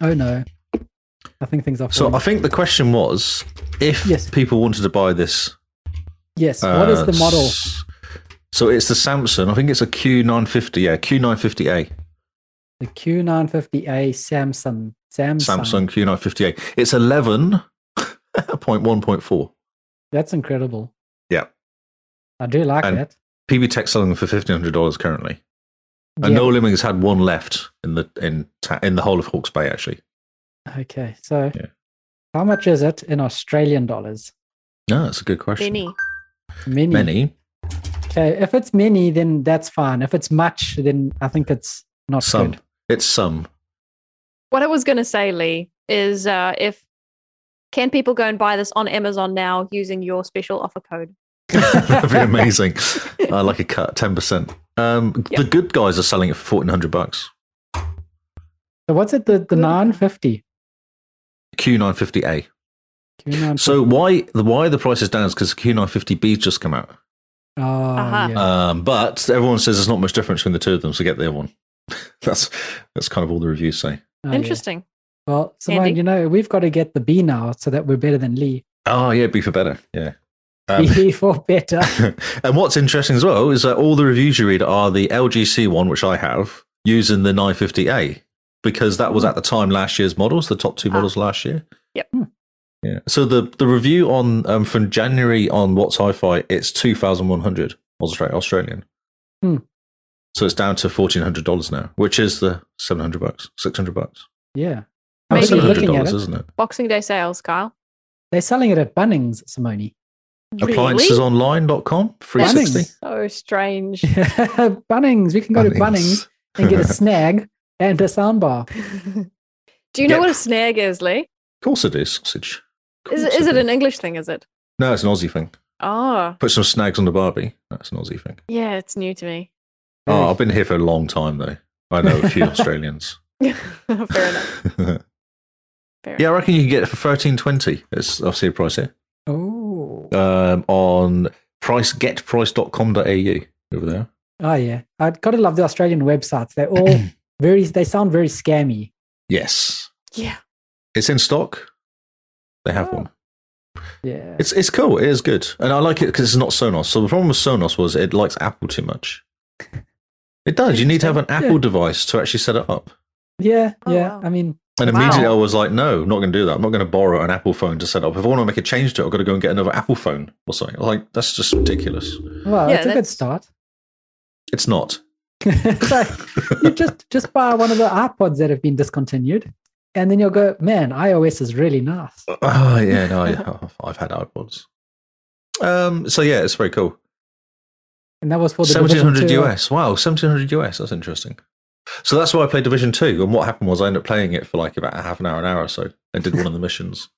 [SPEAKER 2] Oh, no. I think things are
[SPEAKER 1] So
[SPEAKER 2] falling.
[SPEAKER 1] I think the question was if
[SPEAKER 2] Um, Yes.
[SPEAKER 1] people wanted to buy this
[SPEAKER 2] yes. what is
[SPEAKER 1] Uh,
[SPEAKER 2] the model?
[SPEAKER 1] s- So it's the Samsung. I think it's a Q950. Yeah, Q950A.
[SPEAKER 2] The Q950A Samsung. Samsung.
[SPEAKER 1] Samsung Q950A. It's *laughs* 11.1.4.
[SPEAKER 2] That's incredible.
[SPEAKER 1] Yeah.
[SPEAKER 2] I do like
[SPEAKER 1] And-
[SPEAKER 2] that.
[SPEAKER 1] PB Tech selling them for $1,500 currently. And
[SPEAKER 2] Yeah.
[SPEAKER 1] No Limit has had one left in the in ta- in the whole of Hawke's Bay, actually.
[SPEAKER 2] Okay. So
[SPEAKER 1] Yeah.
[SPEAKER 2] how much is it in Australian dollars?
[SPEAKER 1] No, that's a good question.
[SPEAKER 4] Benny.
[SPEAKER 2] Many.
[SPEAKER 1] Many.
[SPEAKER 2] Okay. If it's many, then that's fine. If it's much, then I think it's not
[SPEAKER 1] some.
[SPEAKER 2] good.
[SPEAKER 1] It's some. *laughs*
[SPEAKER 4] What I was going to say, Lee, is uh, if can people go and buy this on Amazon now using your special offer code?
[SPEAKER 1] That'd
[SPEAKER 2] *laughs*
[SPEAKER 1] be amazing. I like a cut, 10%. Um,
[SPEAKER 4] Yeah.
[SPEAKER 1] The good guys are selling it for 1400 bucks.
[SPEAKER 2] So what's it? The, the
[SPEAKER 4] Good.
[SPEAKER 2] 950.
[SPEAKER 1] Q950A.
[SPEAKER 2] Q950.
[SPEAKER 1] So why the why the price is down is because Q950B's just come out.
[SPEAKER 2] oh,
[SPEAKER 4] Aha.
[SPEAKER 2] yeah.
[SPEAKER 1] Um, but everyone says there's not much difference between the two of them, so get their one. *laughs* that's that's kind of all the reviews say.
[SPEAKER 2] Oh, yeah.
[SPEAKER 4] Interesting.
[SPEAKER 2] Well, Simone,
[SPEAKER 4] Andy?
[SPEAKER 2] you know, we've got to get the B now so that we're better than Lee.
[SPEAKER 1] Oh yeah, be for better. Yeah.
[SPEAKER 2] *laughs*
[SPEAKER 1] Um,
[SPEAKER 2] B for better.
[SPEAKER 1] *laughs* and what's interesting as well is that all the reviews you read are the LGC one, which I have, using the 950A because that was at the time last year's models, the top two
[SPEAKER 4] Hmm. Ah.
[SPEAKER 1] models last year.
[SPEAKER 4] Yep.
[SPEAKER 2] Hmm.
[SPEAKER 1] Yeah. So the the review on um, from January on What's Hi-Fi, it's two thousand one hundred Austra- Australian.
[SPEAKER 2] Hmm.
[SPEAKER 1] So it's down to fourteen hundred dollars now, which is the seven hundred bucks, six hundred bucks,
[SPEAKER 2] Yeah. I was
[SPEAKER 4] Maybe-
[SPEAKER 1] seven hundred
[SPEAKER 2] looking at
[SPEAKER 1] dollars,
[SPEAKER 2] it.
[SPEAKER 1] isn't it?
[SPEAKER 4] Boxing Day sales, Kyle.
[SPEAKER 2] They're selling it at Bunnings, Simone.
[SPEAKER 1] Appliancesonline.com, three
[SPEAKER 4] That's
[SPEAKER 1] sixty.
[SPEAKER 2] Bunnings.
[SPEAKER 1] *laughs*
[SPEAKER 4] so
[SPEAKER 2] *laughs*
[SPEAKER 4] strange. *laughs*
[SPEAKER 2] Bunnings. We can go to Bunnings and get a snag and a soundbar.
[SPEAKER 4] Do you know
[SPEAKER 1] Yep.
[SPEAKER 4] what a snag is, Lee?
[SPEAKER 1] Of course it is sausage. Of
[SPEAKER 4] Is,
[SPEAKER 1] course
[SPEAKER 4] is it
[SPEAKER 1] is.
[SPEAKER 4] an English thing? Is it?
[SPEAKER 1] No, it's an Aussie thing.
[SPEAKER 4] Oh,
[SPEAKER 1] Put some snags on the Barbie. That's an Aussie thing.
[SPEAKER 4] yeah, it's new to me. *laughs*
[SPEAKER 1] Oh, I've been here for a long time though. I know a few Australians.
[SPEAKER 4] Fair enough. Fair
[SPEAKER 1] *laughs* yeah, I
[SPEAKER 4] enough.
[SPEAKER 1] reckon you can get it for thirteen twenty. It's obviously a price here.
[SPEAKER 2] Oh.
[SPEAKER 1] Um, on price getprice.com.au over there.
[SPEAKER 2] Oh yeah, I'd gotta love the Australian websites.
[SPEAKER 1] *clears throat*
[SPEAKER 2] They're all very. They sound very scammy.
[SPEAKER 1] Yes.
[SPEAKER 4] Yeah.
[SPEAKER 1] It's in stock. They have
[SPEAKER 4] Oh.
[SPEAKER 1] one.
[SPEAKER 2] Yeah.
[SPEAKER 1] It's it's cool. It is good, and I like it because it's not Sonos. So the problem with Sonos was it likes Apple too much.
[SPEAKER 4] *laughs*
[SPEAKER 1] It does. You need to have an Apple
[SPEAKER 2] Yeah.
[SPEAKER 1] device to actually set it up.
[SPEAKER 2] yeah.
[SPEAKER 4] Oh,
[SPEAKER 2] yeah.
[SPEAKER 4] wow.
[SPEAKER 2] I mean,
[SPEAKER 1] And
[SPEAKER 4] Wow.
[SPEAKER 1] immediately I was like, no, I'm not going to do that. I'm not going to borrow an Apple phone to set up. If I want to make a change to it, I've got to go and get another Apple phone or something. Like, that's just ridiculous.
[SPEAKER 2] well,
[SPEAKER 4] Yeah,
[SPEAKER 2] it's a good
[SPEAKER 4] that's-
[SPEAKER 2] start. *laughs*
[SPEAKER 1] It's not. *laughs*
[SPEAKER 2] so you just just buy one of the iPods that have been discontinued, and then you'll go, man, iOS is really nice.
[SPEAKER 1] Oh, yeah, no, I, *laughs* I've had iPods. Um, so, yeah, it's very cool.
[SPEAKER 2] And that was for the Division
[SPEAKER 1] 1700
[SPEAKER 2] Two, uh,
[SPEAKER 1] US. Wow, 1700 US. That's interesting. So that's why I played Division 2. And what happened was I ended up playing it for like about a half an hour, an hour or so, and did one of the
[SPEAKER 2] *laughs*
[SPEAKER 1] missions.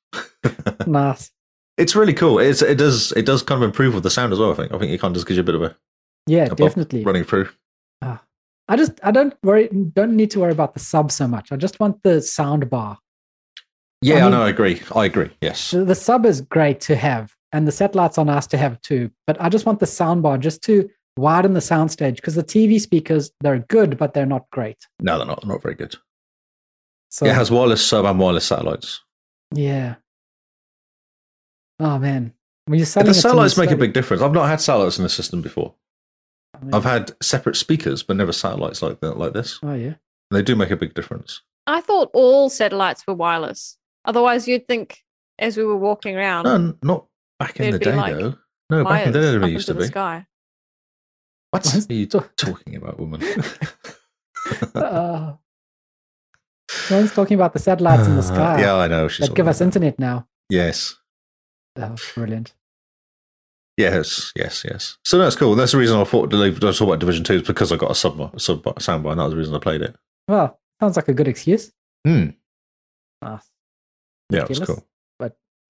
[SPEAKER 2] Nice.
[SPEAKER 1] It's really cool. It's, it does it does kind of improve with the sound as well. I think I think it kind of just gives you a bit of a
[SPEAKER 2] Yeah,
[SPEAKER 1] above
[SPEAKER 2] definitely.
[SPEAKER 1] running through.
[SPEAKER 2] I just I don't worry don't need to worry about the sub so much. I just want the sound bar.
[SPEAKER 1] Yeah, I,
[SPEAKER 2] mean-
[SPEAKER 1] know. I agree. I agree. Yes.
[SPEAKER 2] So the sub is great to have, and the satellites are nice to have too. But I just want the sound bar just to widen the soundstage because the TV speakers they're good, but they're not great.
[SPEAKER 1] No, they're not. They're not very good.
[SPEAKER 2] So
[SPEAKER 1] It has wireless sub and wireless satellites.
[SPEAKER 2] yeah. Oh man, when you're
[SPEAKER 1] But
[SPEAKER 2] selling
[SPEAKER 1] the
[SPEAKER 2] it to me,
[SPEAKER 1] satellites make a
[SPEAKER 2] slowly-
[SPEAKER 1] big difference. I've not had satellites in the system before.
[SPEAKER 2] I mean,
[SPEAKER 1] I've had separate speakers, but never satellites like that, like this.
[SPEAKER 2] oh yeah,
[SPEAKER 1] They do make a big difference.
[SPEAKER 4] I thought all satellites were wireless. Otherwise, you'd think as we were walking around,
[SPEAKER 1] No, n- not back in
[SPEAKER 4] They'd
[SPEAKER 1] the
[SPEAKER 4] Um, be
[SPEAKER 1] day
[SPEAKER 4] like
[SPEAKER 1] though. Oh, No, back in the
[SPEAKER 4] wires
[SPEAKER 1] day
[SPEAKER 4] up
[SPEAKER 1] they used
[SPEAKER 4] into
[SPEAKER 1] to
[SPEAKER 4] the
[SPEAKER 1] be.
[SPEAKER 4] sky.
[SPEAKER 1] What
[SPEAKER 2] What?
[SPEAKER 1] are
[SPEAKER 2] *laughs*
[SPEAKER 1] you talking about, woman?
[SPEAKER 2] uh, someone's talking about the satellites in the sky
[SPEAKER 1] Uh-huh. *laughs* yeah, I know. She's
[SPEAKER 2] that give
[SPEAKER 1] talking about
[SPEAKER 2] us
[SPEAKER 1] that.
[SPEAKER 2] internet now.
[SPEAKER 1] Yes.
[SPEAKER 2] Oh, brilliant.
[SPEAKER 1] Yes, yes, yes. So that's cool. That's the reason I thought to leave. I was talking about Division Two is because I got a sub sub soundbar, and that was the reason I played it.
[SPEAKER 2] Well, sounds like a good excuse.
[SPEAKER 1] Hmm.
[SPEAKER 2] Ah,
[SPEAKER 1] Yeah, it was
[SPEAKER 2] Ridiculous.
[SPEAKER 1] cool.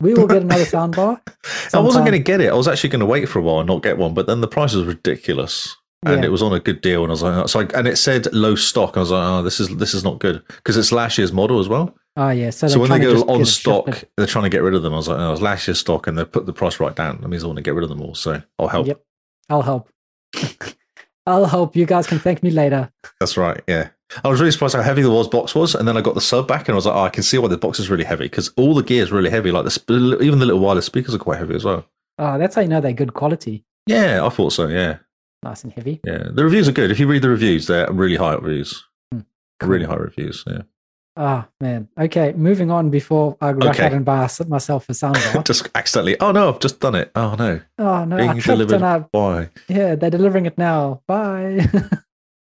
[SPEAKER 2] we will
[SPEAKER 1] *laughs*
[SPEAKER 2] get another soundbar.
[SPEAKER 1] I wasn't
[SPEAKER 2] sometime.
[SPEAKER 1] going to get it. I was actually going to wait for a while and not get one, but then the price was ridiculous, and
[SPEAKER 2] Yeah.
[SPEAKER 1] it was on a good deal, and I was like, oh, so I, and it said low stock. and I was like, oh, this is this is not good because it's last year's model as well.
[SPEAKER 2] Oh yeah, so,
[SPEAKER 1] So,
[SPEAKER 2] they're
[SPEAKER 1] when they
[SPEAKER 2] trying
[SPEAKER 1] go
[SPEAKER 2] to just
[SPEAKER 1] on
[SPEAKER 2] get it shifted.
[SPEAKER 1] stock, they're trying to get rid of them. I was like, oh, it's last year's stock, and they put the price right down. That means I want to get rid of them all. So I'll help.
[SPEAKER 2] Yep. I'll help. *laughs* I'll help. You guys can thank me later.
[SPEAKER 1] That's right. Yeah. I was really surprised how heavy the was box was, and then I got the sub back, and I was like, oh, I can see why the box is really heavy because all the gear is really heavy. Like the sp- even the little wireless speakers are quite heavy as well.
[SPEAKER 2] Oh, that's how you know they're good quality.
[SPEAKER 1] Yeah, I thought so. Yeah,
[SPEAKER 2] Nice and heavy.
[SPEAKER 1] yeah. The reviews are good. If you read the reviews, they're really high reviews.
[SPEAKER 2] Cool.
[SPEAKER 1] Really high reviews. Yeah. *laughs*
[SPEAKER 2] Ah, man. Okay, moving on before I rush
[SPEAKER 1] Okay.
[SPEAKER 2] out and buy us- myself
[SPEAKER 1] *laughs*
[SPEAKER 2] a soundbar.
[SPEAKER 1] just accidentally. Oh no, I've just done it. Oh no,
[SPEAKER 2] oh, no, I
[SPEAKER 1] being
[SPEAKER 2] tripped
[SPEAKER 1] delivered.
[SPEAKER 2] and I,
[SPEAKER 1] Why?
[SPEAKER 2] yeah, they're delivering it now. Bye. *laughs*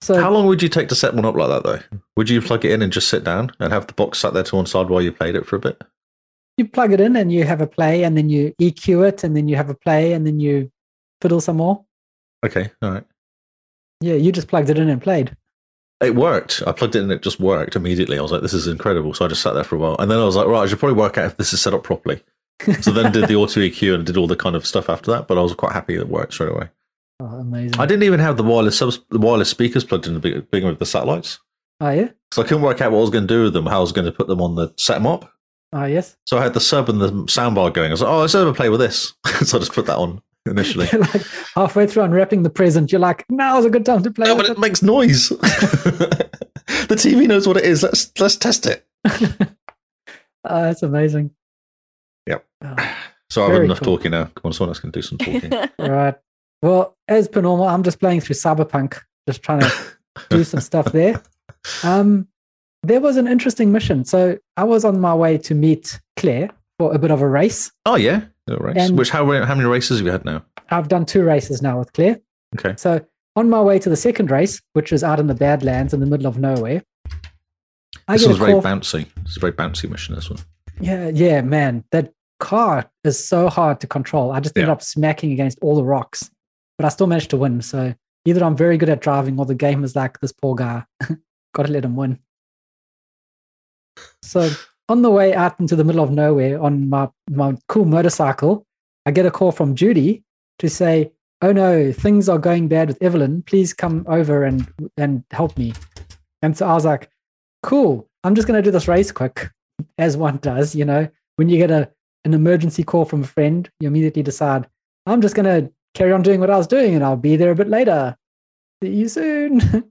[SPEAKER 2] so,
[SPEAKER 1] How long would you take to set one up like that though? Would you plug it in and just sit down and have the box sat there to one side while you played it for a bit?
[SPEAKER 2] you plug it in and you have a play, and then you EQ it, and then you have a play, and then you fiddle some more.
[SPEAKER 1] Okay, all right.
[SPEAKER 2] Yeah, you just plugged it in and played.
[SPEAKER 1] It worked. I plugged it in and it just worked immediately. I was like, this is incredible. So I just sat there for a while. And then I was like, right, I should probably work out if this is set up properly. So then did the *laughs* auto EQ and did all the kind of stuff after that. But I was quite happy it worked straight away.
[SPEAKER 2] *laughs* Oh, amazing.
[SPEAKER 1] I didn't even have the wireless subs, the wireless speakers plugged in the big- beginning with the satellites.
[SPEAKER 2] Oh, yeah?
[SPEAKER 1] So I couldn't work out what I was going to do with them, how I was going to put them on the set them up.
[SPEAKER 2] Oh, yes.
[SPEAKER 1] So I had the sub and the soundbar going. I was like, oh, let's have a play with this. *laughs* so I just put that on
[SPEAKER 2] *laughs*
[SPEAKER 1] initially.
[SPEAKER 2] You're like halfway through unwrapping the present, you're like, now's a good time to play.
[SPEAKER 1] no,
[SPEAKER 2] with
[SPEAKER 1] but
[SPEAKER 2] it."
[SPEAKER 1] it makes noise. *laughs* the TV knows what it is. Let's let's test it.
[SPEAKER 2] Oh, that's amazing.
[SPEAKER 1] Yep.
[SPEAKER 2] Oh,
[SPEAKER 1] So I've had
[SPEAKER 2] Very
[SPEAKER 1] enough
[SPEAKER 2] cool.
[SPEAKER 1] talking now. Come on, someone else can do
[SPEAKER 2] *laughs*
[SPEAKER 1] some talking.
[SPEAKER 4] That's
[SPEAKER 2] right. Well, as per normal, I'm just playing through Cyberpunk, just
[SPEAKER 1] *laughs*
[SPEAKER 2] trying to do some stuff there. Um, there was an interesting mission. So I was on my way to meet Claire for a bit of a race.
[SPEAKER 1] Oh yeah, a race.
[SPEAKER 2] And-
[SPEAKER 1] Which how how many races have you had now?
[SPEAKER 2] I've done two races now with Claire.
[SPEAKER 1] Okay.
[SPEAKER 2] So on my way to the second race, which is out in the Badlands in the middle of nowhere, I
[SPEAKER 1] this
[SPEAKER 2] get a
[SPEAKER 1] one's very
[SPEAKER 2] call.
[SPEAKER 1] bouncy. It's a very bouncy mission. This one.
[SPEAKER 2] yeah, yeah, man, that car is so hard to control. I just ended
[SPEAKER 1] Yeah.
[SPEAKER 2] up smacking against all the rocks, but I still managed to win. So either I'm very good at driving, or the game is like this poor guy. *laughs* Got to let him win. So on the way out into the middle of nowhere on my, my cool motorcycle, I get a call from Judy to say, "Oh no, things are going bad with Evelyn. Please come over and and help me." And so I was like, "Cool, I'm just going to do this race quick, as one does, you know. When you get a an emergency call from a friend, you immediately decide, I'm just going to carry on doing what I was doing, and I'll be there a bit later. See you soon." *laughs*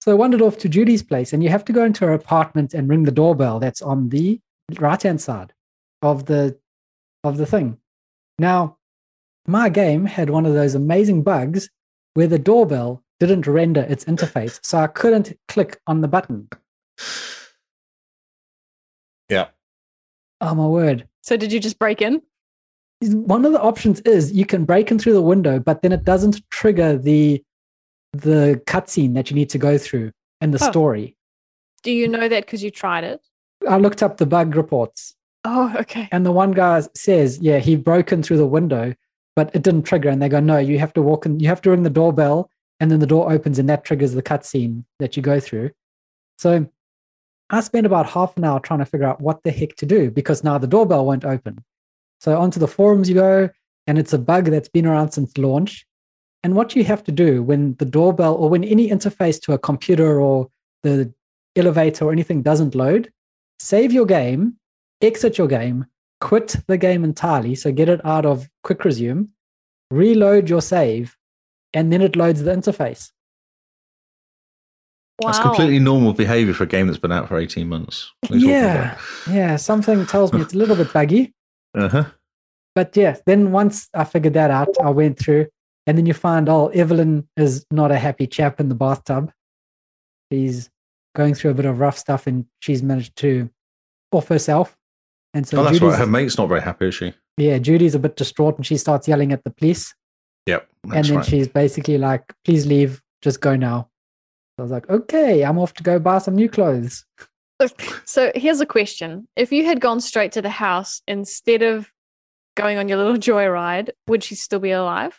[SPEAKER 2] so I wandered off to Judy's place, and you have to go into her apartment and ring the doorbell. That's on the right hand side of the of the thing. Now, my game had one of those amazing bugs where the doorbell didn't render its interface, so I couldn't click on the button.
[SPEAKER 1] Yeah.
[SPEAKER 2] Oh my word.
[SPEAKER 4] *laughs* so did you just break in?
[SPEAKER 2] One of the options is you can break in through the window, but then it doesn't trigger the the cutscene that you need to go through in the
[SPEAKER 4] Oh.
[SPEAKER 2] story.
[SPEAKER 4] Do you know that because you tried it?
[SPEAKER 2] I looked up the bug reports
[SPEAKER 4] Oh, okay.
[SPEAKER 2] *laughs* And the one guy says, yeah, he broke in through the window, but it didn't trigger. And they go, no, you have to walk in, you have to ring the doorbell. And then the door opens and that triggers the cutscene that you go through. So I spent about half an hour trying to figure out what the heck to do because now the doorbell won't open. So onto the forums you go, and it's a bug that's been around since launch. And what you have to do when the doorbell or when any interface to a computer or the elevator or anything doesn't load, save your game, exit your game, quit the game entirely. So get it out of quick resume, reload your save, and then it loads the interface.
[SPEAKER 4] Wow.
[SPEAKER 1] That's completely normal behavior for a game that's been out for 18 months. What are you talking
[SPEAKER 2] Yeah. Yeah. Something tells me it's a little bit buggy.
[SPEAKER 1] about? Uh-huh.
[SPEAKER 2] But yeah, then once I figured that out, I went through, and then you find, oh, Evelyn is not a happy chap in the bathtub. She's going through a bit of rough stuff, and she's managed to off herself. And so
[SPEAKER 1] oh, that's
[SPEAKER 2] Judy's,
[SPEAKER 1] right. Her mate's not very happy, is she?
[SPEAKER 2] yeah, Judy's a bit distraught, and she starts yelling at the police.
[SPEAKER 1] Yep. That's
[SPEAKER 2] and then
[SPEAKER 1] right.
[SPEAKER 2] she's basically like, "Please leave, just go now." So I was like, "Okay, I'm off to go buy some new clothes."
[SPEAKER 4] So here's a question. If you had gone straight to the house instead of going on your little joyride, would she still be alive?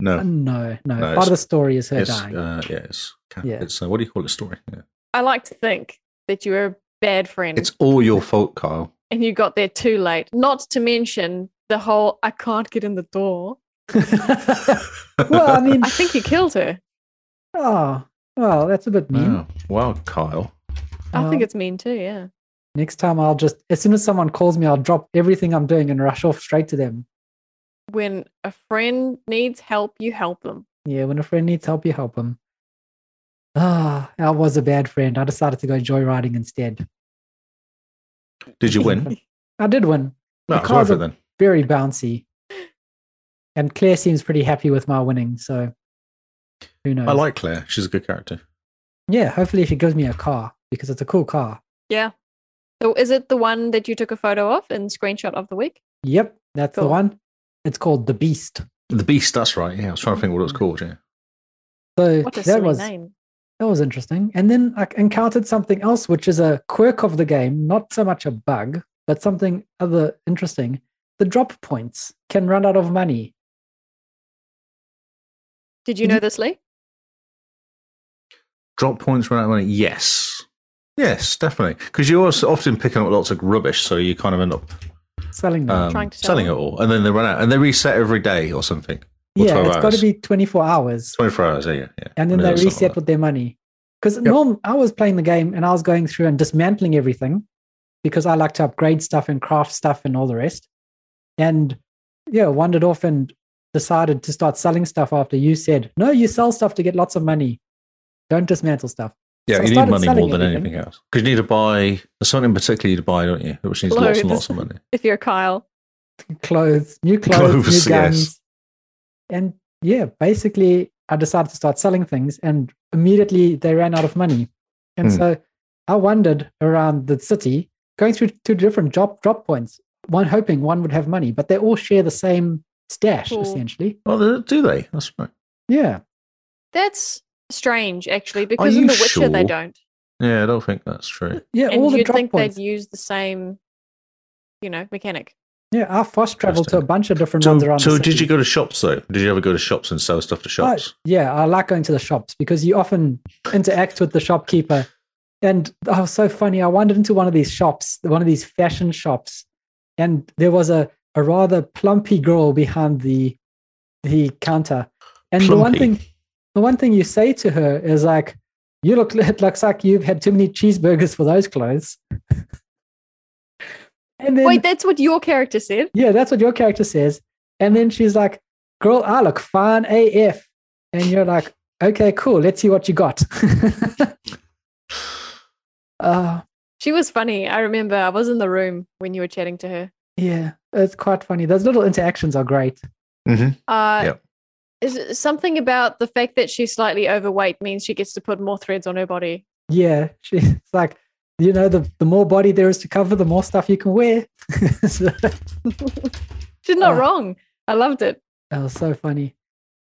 [SPEAKER 1] no.
[SPEAKER 2] Oh, No, no.
[SPEAKER 1] No,
[SPEAKER 2] Part
[SPEAKER 1] it's-
[SPEAKER 2] of the story is her
[SPEAKER 1] It's,
[SPEAKER 2] dying.
[SPEAKER 1] uh, yeah, it's,
[SPEAKER 2] Yeah.
[SPEAKER 1] it's uh, what do you call it? Story. Yeah.
[SPEAKER 4] I like to think that you were a bad friend
[SPEAKER 1] It's all your fault, Kyle.
[SPEAKER 4] and you got there too late. Not to mention the whole I can't get in the door.
[SPEAKER 2] well, I mean,
[SPEAKER 4] I think you killed her.
[SPEAKER 2] *laughs* oh, well, that's a bit mean.
[SPEAKER 1] *laughs* Wow. wow, Kyle.
[SPEAKER 4] I think
[SPEAKER 2] Um,
[SPEAKER 4] it's mean too, yeah.
[SPEAKER 2] Next time, I'll just, as soon as someone calls me, I'll drop everything I'm doing and rush off straight to them.
[SPEAKER 4] When a friend needs help, you help them.
[SPEAKER 2] Yeah, when a friend needs help, you help them. Ah, I was a bad friend. I decided to go joyriding instead.
[SPEAKER 1] Did you
[SPEAKER 2] *laughs*
[SPEAKER 1] win?
[SPEAKER 2] I did win.
[SPEAKER 1] No, it's
[SPEAKER 2] Because
[SPEAKER 1] worth it
[SPEAKER 2] of-
[SPEAKER 1] then.
[SPEAKER 2] Very bouncy. And Claire seems pretty happy with my winning. So who knows?
[SPEAKER 1] I like Claire. She's a good character.
[SPEAKER 2] yeah, hopefully she gives me a car because it's a cool car.
[SPEAKER 4] So is it the one that you took a photo of and screenshot of the week?
[SPEAKER 2] Yep, that's the
[SPEAKER 4] Cool.
[SPEAKER 2] one. It's called The Beast.
[SPEAKER 1] The Beast, that's right. Yeah, I was trying to think what it was called. Yeah.
[SPEAKER 2] So
[SPEAKER 4] What a
[SPEAKER 2] that
[SPEAKER 4] silly
[SPEAKER 2] was
[SPEAKER 4] name.
[SPEAKER 2] That was interesting. And then I encountered something else, which is a quirk of the game, not so much a bug, but something other interesting. The drop points can run out of money.
[SPEAKER 4] Did you know this, Lee?
[SPEAKER 1] Drop points run out of money. Yes. Yes, definitely. Because you're also often picking up lots of rubbish, so you kind of end up
[SPEAKER 2] Selling them.
[SPEAKER 1] um,
[SPEAKER 4] Trying to sell
[SPEAKER 1] selling it
[SPEAKER 4] them.
[SPEAKER 1] all. And then they run out and they reset every day or something. Or
[SPEAKER 2] yeah,
[SPEAKER 1] 12
[SPEAKER 2] it's got to
[SPEAKER 1] hours.
[SPEAKER 2] be 24 hours.
[SPEAKER 1] 24 hours, yeah. yeah.
[SPEAKER 2] And then
[SPEAKER 1] Yeah,
[SPEAKER 2] they
[SPEAKER 1] something
[SPEAKER 2] reset
[SPEAKER 1] like that.
[SPEAKER 2] with their money. Because norm, I was playing the game and I was going through and dismantling everything because I like to upgrade stuff and craft stuff and all the rest. And yeah, wandered off and decided to start selling stuff after you said, no, you sell stuff to get lots of money. Don't dismantle stuff.
[SPEAKER 1] Yeah,
[SPEAKER 2] So I
[SPEAKER 1] you need
[SPEAKER 2] started
[SPEAKER 1] money
[SPEAKER 2] selling
[SPEAKER 1] more than
[SPEAKER 2] everything.
[SPEAKER 1] anything else. Because you need to buy there's something particularly to buy, don't you? Which needs lots and
[SPEAKER 4] Clothes.
[SPEAKER 1] lots of money.
[SPEAKER 4] If you're Kyle.
[SPEAKER 2] clothes, new clothes,
[SPEAKER 1] Clothes,
[SPEAKER 2] new guns. And yeah, basically, I decided to start selling things, and immediately they ran out of money. And
[SPEAKER 1] Hmm.
[SPEAKER 2] so I wandered around the city, going through two different job drop points, one hoping one would have money, but they all share the same stash
[SPEAKER 4] Cool.
[SPEAKER 2] essentially.
[SPEAKER 1] Oh, they- do they? That's right.
[SPEAKER 2] Yeah,
[SPEAKER 4] That's strange, actually, because
[SPEAKER 1] you
[SPEAKER 4] in The Witcher they
[SPEAKER 1] sure?
[SPEAKER 4] don't.
[SPEAKER 1] Yeah, I don't think that's true.
[SPEAKER 2] yeah,
[SPEAKER 4] and
[SPEAKER 2] all the
[SPEAKER 4] you'd
[SPEAKER 2] drop
[SPEAKER 4] think
[SPEAKER 2] points.
[SPEAKER 4] they'd use the same, you know, mechanic.
[SPEAKER 2] Yeah, I fast traveled to a
[SPEAKER 1] Interesting.
[SPEAKER 2] bunch of different ones
[SPEAKER 1] So,
[SPEAKER 2] around.
[SPEAKER 1] so
[SPEAKER 2] the
[SPEAKER 1] did
[SPEAKER 2] city.
[SPEAKER 1] you go to shops though? Did you ever go to shops and sell stuff to
[SPEAKER 2] I-
[SPEAKER 1] shops?
[SPEAKER 2] yeah, I like going to the shops because you often interact with the shopkeeper. And oh, it was so funny. I wandered into one of these shops, one of these fashion shops, and there was a, a rather plumpy girl behind the the counter. And the one
[SPEAKER 1] Plumpy.
[SPEAKER 2] thing the one thing you say to her is like, you look *laughs* it looks like you've had too many cheeseburgers for those clothes. *laughs* and then
[SPEAKER 4] Wait, that's what your character said.
[SPEAKER 2] yeah, that's what your character says. And then she's like, girl, I look fine AF. And you're like, okay, cool. Let's see what you got. *laughs* uh,
[SPEAKER 4] She was funny. I remember I was in the room when you were chatting to her.
[SPEAKER 2] yeah, it's quite funny. Those little interactions are great.
[SPEAKER 4] Uh,
[SPEAKER 1] Yep.
[SPEAKER 4] Is it something about the fact that she's slightly overweight means she gets to put more threads on her body.
[SPEAKER 2] Yeah, *laughs* she's like, you know, the, the more body there is to cover, the more stuff you can wear. *laughs* So-
[SPEAKER 4] She's not
[SPEAKER 2] Oh.
[SPEAKER 4] wrong. I loved it.
[SPEAKER 2] That was so funny.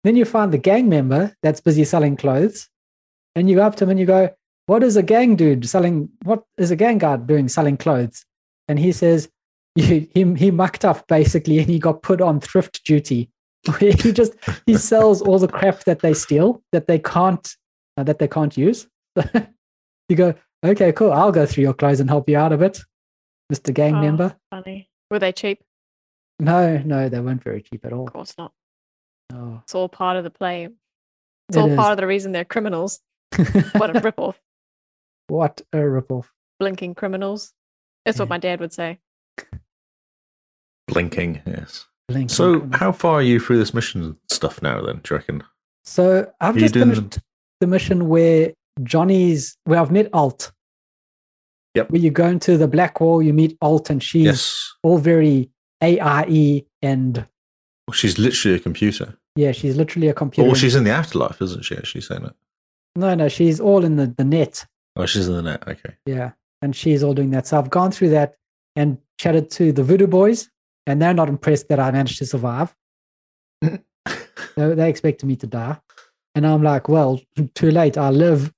[SPEAKER 2] Then you find the gang member that's busy selling clothes, and you go up to him and you go, What is a gang dude selling? What is a gang guard doing selling clothes? And he says, *laughs* you, he, he mucked up basically and he got put on thrift duty. *laughs* he just he sells all the crap that they steal that they can't uh, that they can't use. *laughs* you go, okay, cool. I'll go through your clothes and help you out a bit, Mister Gang
[SPEAKER 4] Oh.
[SPEAKER 2] Member.
[SPEAKER 4] Funny. Were they cheap?
[SPEAKER 2] No, no, they weren't very cheap at all.
[SPEAKER 4] Of course not.
[SPEAKER 2] Oh,
[SPEAKER 4] It's all part of the play. It's
[SPEAKER 2] it
[SPEAKER 4] all
[SPEAKER 2] is.
[SPEAKER 4] part of the reason they're criminals. What
[SPEAKER 2] *laughs*
[SPEAKER 4] a ripoff.
[SPEAKER 2] what a ripoff.
[SPEAKER 4] Blinking criminals. That's what
[SPEAKER 2] Yeah.
[SPEAKER 4] my dad would say.
[SPEAKER 1] Blinking, yes.
[SPEAKER 2] Blinking
[SPEAKER 1] So,
[SPEAKER 2] criminal.
[SPEAKER 1] how far are you through this mission stuff now? Then, do you reckon?
[SPEAKER 2] So I've
[SPEAKER 1] You
[SPEAKER 2] just
[SPEAKER 1] didn't-
[SPEAKER 2] finished the mission where Johnny's where I've met Alt.
[SPEAKER 1] Yep.
[SPEAKER 2] Where you go into the black wall, you meet Alt, and she's
[SPEAKER 1] Yes.
[SPEAKER 2] all very AIE and
[SPEAKER 1] Well, she's literally a computer.
[SPEAKER 2] yeah, she's literally a computer.
[SPEAKER 1] Or she's in the afterlife, isn't she? She's saying it.
[SPEAKER 2] no, no, she's all in the, the net.
[SPEAKER 1] Oh, she's in the net. Okay.
[SPEAKER 2] Yeah. And she's all doing that. So I've gone through that and chatted to the voodoo boys, and they're not impressed that I managed
[SPEAKER 1] *laughs*
[SPEAKER 2] to survive. they, they expected me to die. And I'm like, well, too late. I live.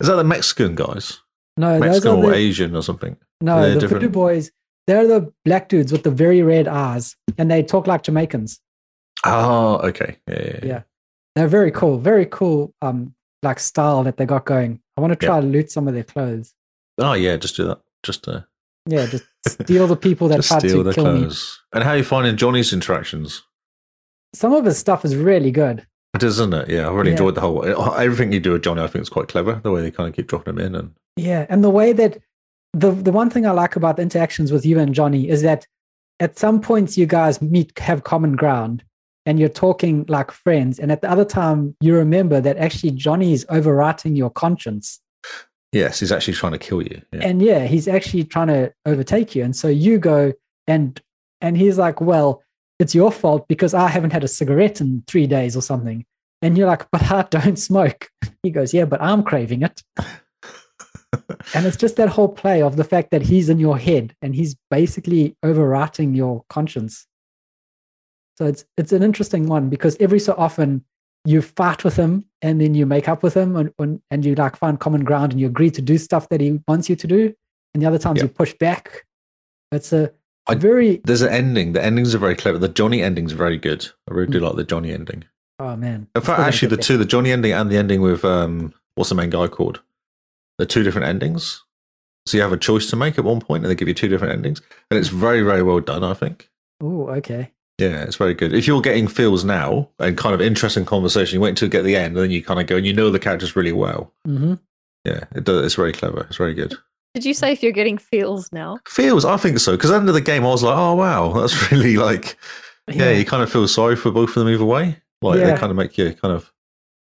[SPEAKER 1] Is that the Mexican guys?
[SPEAKER 2] No,
[SPEAKER 1] Mexican
[SPEAKER 2] those are
[SPEAKER 1] or
[SPEAKER 2] the,
[SPEAKER 1] Asian or something?
[SPEAKER 2] No,
[SPEAKER 1] They're
[SPEAKER 2] the
[SPEAKER 1] different.
[SPEAKER 2] voodoo boys, they're the black dudes with the very red eyes, and they talk like Jamaicans.
[SPEAKER 1] Oh, okay. Yeah. yeah, yeah.
[SPEAKER 2] Yeah. They're very cool, very cool, um, like style that they got going. I want to try to loot some of their clothes.
[SPEAKER 1] Oh, yeah. Just do that. Just, uh,
[SPEAKER 2] Yeah, just steal the people that
[SPEAKER 1] just
[SPEAKER 2] tried
[SPEAKER 1] steal
[SPEAKER 2] to
[SPEAKER 1] their
[SPEAKER 2] kill me.
[SPEAKER 1] clothes. And how are you finding Johnny's interactions?
[SPEAKER 2] Some of his stuff is really good.
[SPEAKER 1] It is, isn't it? Yeah, I really
[SPEAKER 2] Yeah.
[SPEAKER 1] enjoyed the whole everything you do with Johnny. I think it's quite clever the way they kind of keep dropping him in, and
[SPEAKER 2] Yeah, and the way that the the one thing I like about the interactions with you and Johnny is that at some points you guys meet have common ground and you're talking like friends, and at the other time you remember that actually Johnny is overwriting your conscience.
[SPEAKER 1] yes, he's actually trying to kill you. Yeah.
[SPEAKER 2] and yeah he's actually trying to overtake you and so you go and and he's like well it's your fault because i haven't had a cigarette in three days or something and you're like but i don't smoke *laughs* he goes yeah but i'm craving it and it's just that whole play of the fact that he's in your head and he's basically overwriting your conscience so it's it's an interesting one because every so often you fight with him and then you make up with him and, and, and you like find common ground and you agree to do stuff that he wants you to do and the other times
[SPEAKER 1] Yeah.
[SPEAKER 2] you push back it's a
[SPEAKER 1] I-
[SPEAKER 2] very
[SPEAKER 1] There's an ending. The endings are very clever. The Johnny ending's very good. I really do
[SPEAKER 2] Mm.
[SPEAKER 1] like the Johnny ending.
[SPEAKER 2] oh man
[SPEAKER 1] In fact,
[SPEAKER 2] Still
[SPEAKER 1] actually, the
[SPEAKER 2] gonna get
[SPEAKER 1] two, the Johnny ending and the ending with um, what's the main guy called? They're two different endings. So you have a choice to make at one point, and they give you two different endings, and
[SPEAKER 2] Mm.
[SPEAKER 1] it's very, very well done. I think.
[SPEAKER 2] there. oh okay
[SPEAKER 1] Yeah, it's very good. If you're getting feels now and kind of interesting conversation, you wait until you get to the end, and then you kind of go and you know the characters really well.
[SPEAKER 2] hmm
[SPEAKER 1] Yeah, it does, it's very clever. It's very good.
[SPEAKER 4] Did you say if you're getting feels now?
[SPEAKER 1] Feels, I think so. Because at the end of the game, I was like, oh, wow, *laughs* that's really like, yeah, you kind of feel sorry for both of them either way. Like,
[SPEAKER 2] Yeah.
[SPEAKER 1] they kind of make you kind of,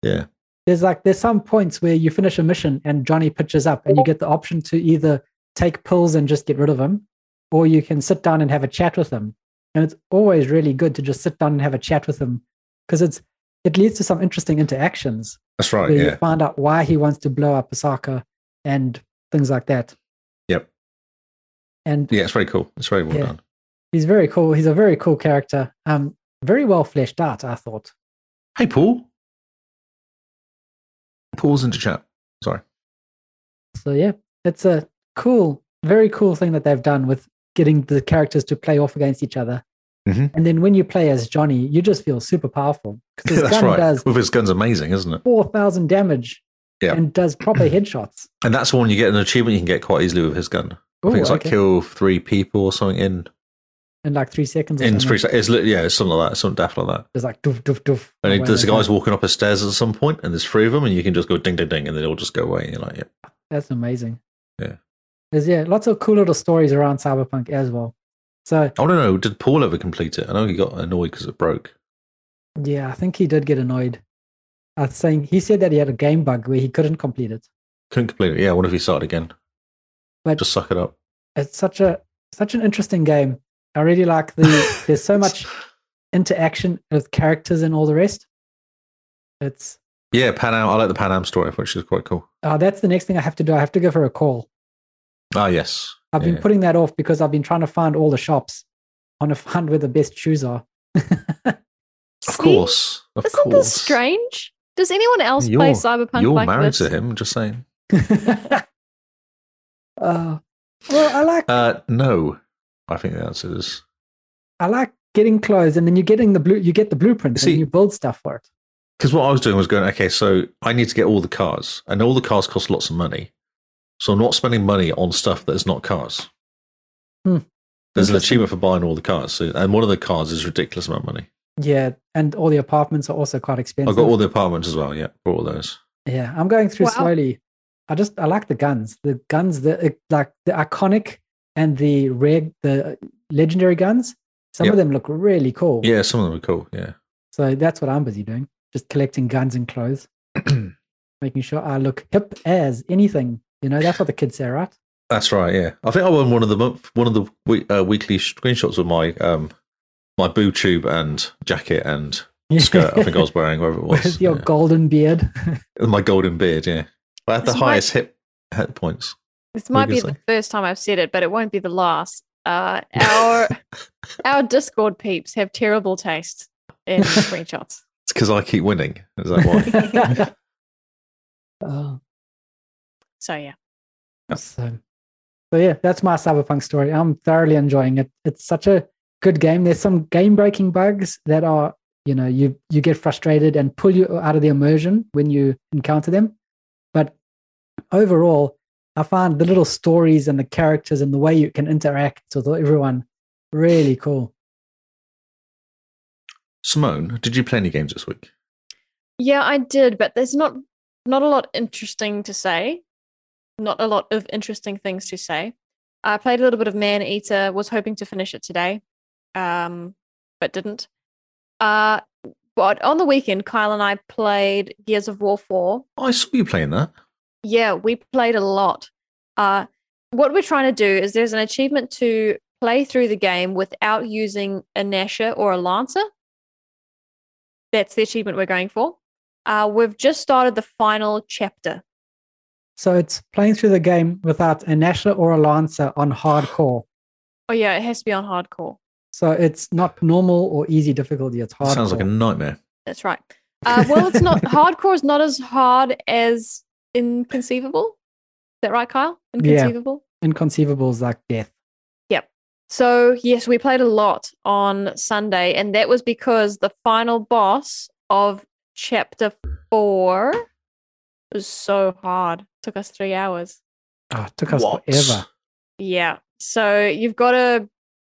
[SPEAKER 1] yeah.
[SPEAKER 2] there's like there's some points where you finish a mission and johnny pitches up and you get the option to either take pills and just get rid of him or you can sit down and have a chat with him and it's always really good to just sit down and have a chat with him because it's it leads to some interesting interactions
[SPEAKER 1] That's right.
[SPEAKER 2] where
[SPEAKER 1] Oh, Yeah.
[SPEAKER 2] you find out why he wants to blow up Osaka and things like that.
[SPEAKER 1] Yep.
[SPEAKER 2] And
[SPEAKER 1] Yeah, it's very cool. It's very well
[SPEAKER 2] Yeah.
[SPEAKER 1] done.
[SPEAKER 2] he's very cool. He's a very cool character. Um, very well fleshed out, I thought.
[SPEAKER 1] Hey, Paul. Paul's into chat. *laughs* Sorry.
[SPEAKER 2] So yeah, it's a cool, very cool thing that they've done with getting the characters to play off against each other.
[SPEAKER 1] Mhm.
[SPEAKER 2] And then when you play as Johnny, you just feel super powerful because
[SPEAKER 1] *laughs*
[SPEAKER 2] his
[SPEAKER 1] That's
[SPEAKER 2] gun
[SPEAKER 1] right.
[SPEAKER 2] does
[SPEAKER 1] With his gun's amazing, isn't it?
[SPEAKER 2] four thousand damage
[SPEAKER 1] Yeah.
[SPEAKER 2] and
[SPEAKER 1] *clears throat*
[SPEAKER 2] does proper headshots.
[SPEAKER 1] And that's one you get an achievement you can get quite easily with his gun. I
[SPEAKER 2] Ooh,
[SPEAKER 1] think it's like
[SPEAKER 2] okay.
[SPEAKER 1] kill three people or something in
[SPEAKER 2] in like three seconds. Or
[SPEAKER 1] in
[SPEAKER 2] something.
[SPEAKER 1] three. sec- It's li- yeah, it's something like that, something daft like that.
[SPEAKER 2] It's like doof doof doof.
[SPEAKER 1] And
[SPEAKER 4] Oh,
[SPEAKER 2] away
[SPEAKER 1] it, there's
[SPEAKER 2] they
[SPEAKER 1] a guy's
[SPEAKER 2] go.
[SPEAKER 1] walking up a stairs at some point, and there's three of them, and you can just go ding ding ding, and they all just go away. And you're like, yeah,
[SPEAKER 2] That's amazing.
[SPEAKER 1] Yeah.
[SPEAKER 2] There's yeah, lots of cool little stories around Cyberpunk as well. So
[SPEAKER 1] I don't know. Did Paul ever complete it? I know he got annoyed because it broke.
[SPEAKER 2] yeah, I think he did get annoyed at saying he said that he had a game bug where he couldn't complete it.
[SPEAKER 1] Couldn't complete it. Yeah, I wonder if he started again.
[SPEAKER 2] But-
[SPEAKER 1] just suck it up.
[SPEAKER 2] It's such a such an interesting game. I really
[SPEAKER 1] *laughs*
[SPEAKER 2] like the there's so much interaction with characters and all the rest. It's
[SPEAKER 1] Yeah, Pan Am. I like the Pan Am story, which is quite cool.
[SPEAKER 2] oh that's the next thing I have to do. I have to give her a call.
[SPEAKER 1] Ah, yes.
[SPEAKER 2] I've
[SPEAKER 1] Yeah.
[SPEAKER 2] been putting that off because I've been trying to find all the shops. I want to find where the best shoes are. *laughs*
[SPEAKER 1] Of
[SPEAKER 4] See?
[SPEAKER 1] course. Of
[SPEAKER 4] Isn't
[SPEAKER 1] course.
[SPEAKER 4] this strange? Does anyone else play
[SPEAKER 1] You're-
[SPEAKER 4] Cyberpunk
[SPEAKER 1] You're
[SPEAKER 4] like
[SPEAKER 1] married
[SPEAKER 4] this?
[SPEAKER 1] to him. Just saying.
[SPEAKER 2] uh, well, I like
[SPEAKER 1] Uh, no, I think the answer is
[SPEAKER 2] I like getting clothes, and then you're getting the blue. You get the blueprint,
[SPEAKER 1] See-
[SPEAKER 2] and you build stuff for it.
[SPEAKER 1] because what I was doing was going, okay, so I need to get all the cars, and all the cars cost lots of money. So I'm not spending money on stuff that is not cars.
[SPEAKER 2] Hmm.
[SPEAKER 1] There's an
[SPEAKER 2] Interesting.
[SPEAKER 1] achievement for buying all the cars, so, and one of the cars is ridiculous amount of money.
[SPEAKER 2] Yeah, and all the apartments are also quite expensive.
[SPEAKER 1] I've got all the apartments as well. Yeah, for all those.
[SPEAKER 2] Yeah, I'm going through
[SPEAKER 4] Wow.
[SPEAKER 2] slowly. I just I like the guns. The guns, the uh, like the iconic and the rare, the legendary guns. Some
[SPEAKER 1] Yep.
[SPEAKER 2] of them look really cool.
[SPEAKER 1] Yeah, some of them are cool. Yeah.
[SPEAKER 2] So that's what I'm busy doing, just collecting guns
[SPEAKER 1] *clears throat*
[SPEAKER 2] and clothes, making sure I look hip as anything. You know, that's what the kids say, right?
[SPEAKER 1] That's right. Yeah, I think I won one of the month, one of the we, uh, weekly screenshots of my um my boo tube and jacket and
[SPEAKER 2] *laughs*
[SPEAKER 1] skirt. I think I was wearing whatever it was.
[SPEAKER 2] With your
[SPEAKER 1] yeah.
[SPEAKER 2] golden beard.
[SPEAKER 1] And my golden beard. Yeah, I had the
[SPEAKER 4] This might-
[SPEAKER 1] highest hip hit points.
[SPEAKER 4] This might be
[SPEAKER 1] Lucas,
[SPEAKER 4] the
[SPEAKER 1] eh?
[SPEAKER 4] first time I've said it, but it won't be the last. Uh,
[SPEAKER 1] *laughs*
[SPEAKER 4] our our Discord peeps have terrible taste in screenshots.
[SPEAKER 1] It's because I keep winning. Is that *laughs* why?
[SPEAKER 2] *laughs* oh,
[SPEAKER 4] So yeah,
[SPEAKER 2] so, so yeah, that's my cyberpunk story. I'm thoroughly enjoying it. It's such a good game. There's some game breaking bugs that are, you know, you you get frustrated and pull you out of the immersion when you encounter them. But overall, I find the little stories and the characters and the way you can interact with everyone really cool.
[SPEAKER 1] Simone, did you play any games this week?
[SPEAKER 4] yeah, I did, but there's not not a lot interesting to say. Not a lot of interesting things to say. I played a little bit of Man Eater. Was hoping to finish it today, um, but didn't. Uh, but on the weekend, Kyle and I played Gears of War four.
[SPEAKER 1] I saw you playing that.
[SPEAKER 4] Yeah, we played a lot. Uh, what we're trying to do is there's an achievement to play through the game without using a Nasher or a Lancer. That's the achievement we're going for. Uh, we've just started the final chapter.
[SPEAKER 2] So it's playing through the game without a Nasher or a Lancer on hardcore.
[SPEAKER 4] Oh, yeah, it has to be on hardcore.
[SPEAKER 2] So it's not normal or easy difficulty. It's hardcore.
[SPEAKER 1] Sounds like a nightmare.
[SPEAKER 4] That's right. Uh, well, it's not hardcore is not as hard as inconceivable. Is that right, Kyle?
[SPEAKER 2] Yeah.
[SPEAKER 4] Inconceivable.
[SPEAKER 2] inconceivable is like death.
[SPEAKER 4] So, yes, we played a lot on Sunday, and that was because the final boss of chapter four was so hard. Took us three hours.
[SPEAKER 2] Oh, it took us
[SPEAKER 1] What?
[SPEAKER 2] forever.
[SPEAKER 4] Yeah. So you've got a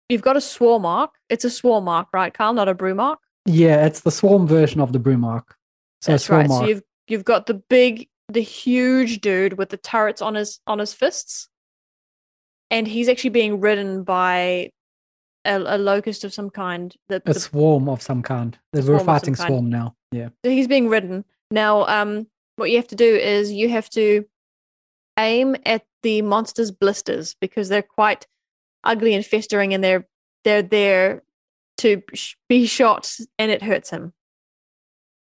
[SPEAKER 4] you've got a swarm mark. It's a swarm mark, right, Carl? Not a brew mark.
[SPEAKER 2] Yeah, it's the swarm version of the Brewmark. So
[SPEAKER 4] That's
[SPEAKER 2] swarm
[SPEAKER 4] right. So
[SPEAKER 2] arc.
[SPEAKER 4] you've you've got the big, the huge dude with the turrets on his on his fists, and he's actually being ridden by a, a locust of some kind. The,
[SPEAKER 2] a
[SPEAKER 4] the
[SPEAKER 2] swarm of some kind.
[SPEAKER 4] Swarm
[SPEAKER 2] We're
[SPEAKER 4] of some
[SPEAKER 2] fighting
[SPEAKER 4] kind.
[SPEAKER 2] swarm now. Yeah.
[SPEAKER 4] So he's being ridden now um what you have to do is you have to aim at the monster's blisters because they're quite ugly and festering and they're they're there to sh- be shot and it hurts him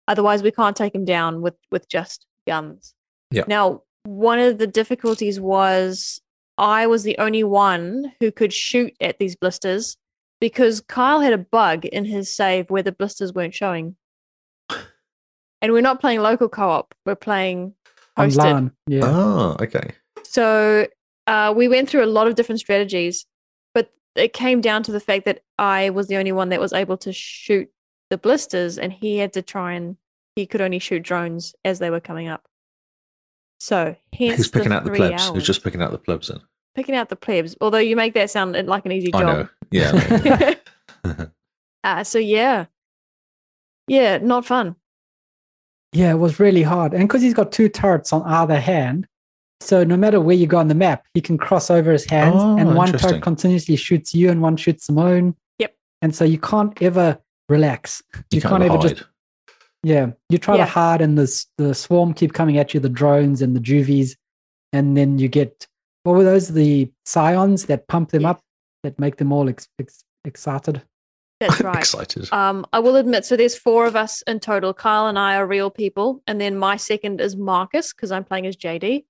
[SPEAKER 4] otherwise we can't take him down with with just guns
[SPEAKER 1] Yeah.
[SPEAKER 4] now one of the difficulties was i was the only one who could shoot at these blisters because kyle had a bug in his save where the blisters weren't showing and we're not playing local co-op we're playing hosted
[SPEAKER 2] Online. Yeah.
[SPEAKER 1] Ah, okay.
[SPEAKER 4] so uh, we went through a lot of different strategies, but it came down to the fact that I was the only one that was able to shoot the blisters, and he had to try and he could only shoot drones as they were coming up. So hence
[SPEAKER 1] Who's picking
[SPEAKER 4] the
[SPEAKER 1] out the
[SPEAKER 4] three
[SPEAKER 1] plebs?
[SPEAKER 4] Hours.
[SPEAKER 1] Who's just picking out the plebs? Then
[SPEAKER 4] picking out the plebs? Although you make that sound uh, like an easy
[SPEAKER 1] I know.
[SPEAKER 4] job. *laughs*
[SPEAKER 1] Yeah. I know. *laughs*
[SPEAKER 4] uh, so yeah, yeah, not fun.
[SPEAKER 2] Yeah, it was really hard. And because he's got two turrets on either hand, so no matter where you go on the map, he can cross over his hands
[SPEAKER 1] Oh,
[SPEAKER 2] and one
[SPEAKER 1] interesting.
[SPEAKER 2] turret continuously shoots you and one shoots Simone.
[SPEAKER 4] Yep.
[SPEAKER 2] And so you can't ever relax.
[SPEAKER 1] you,
[SPEAKER 2] You
[SPEAKER 1] can't,
[SPEAKER 2] can't
[SPEAKER 1] ever
[SPEAKER 2] ever
[SPEAKER 1] hide.
[SPEAKER 2] just- Yeah, you try
[SPEAKER 4] Yeah.
[SPEAKER 2] to hide, and the s- the swarm keep coming at you, the drones and the juvies, and then you get what were those? The scions that pump them
[SPEAKER 4] Yeah.
[SPEAKER 2] up, that make them all ex- ex- excited.
[SPEAKER 1] *laughs*
[SPEAKER 4] That's
[SPEAKER 1] I'm
[SPEAKER 4] right.
[SPEAKER 1] excited.
[SPEAKER 4] Um, I will admit, so there's four of us in total. Kyle and I are real people, and then my second is Marcus because I'm playing as JD,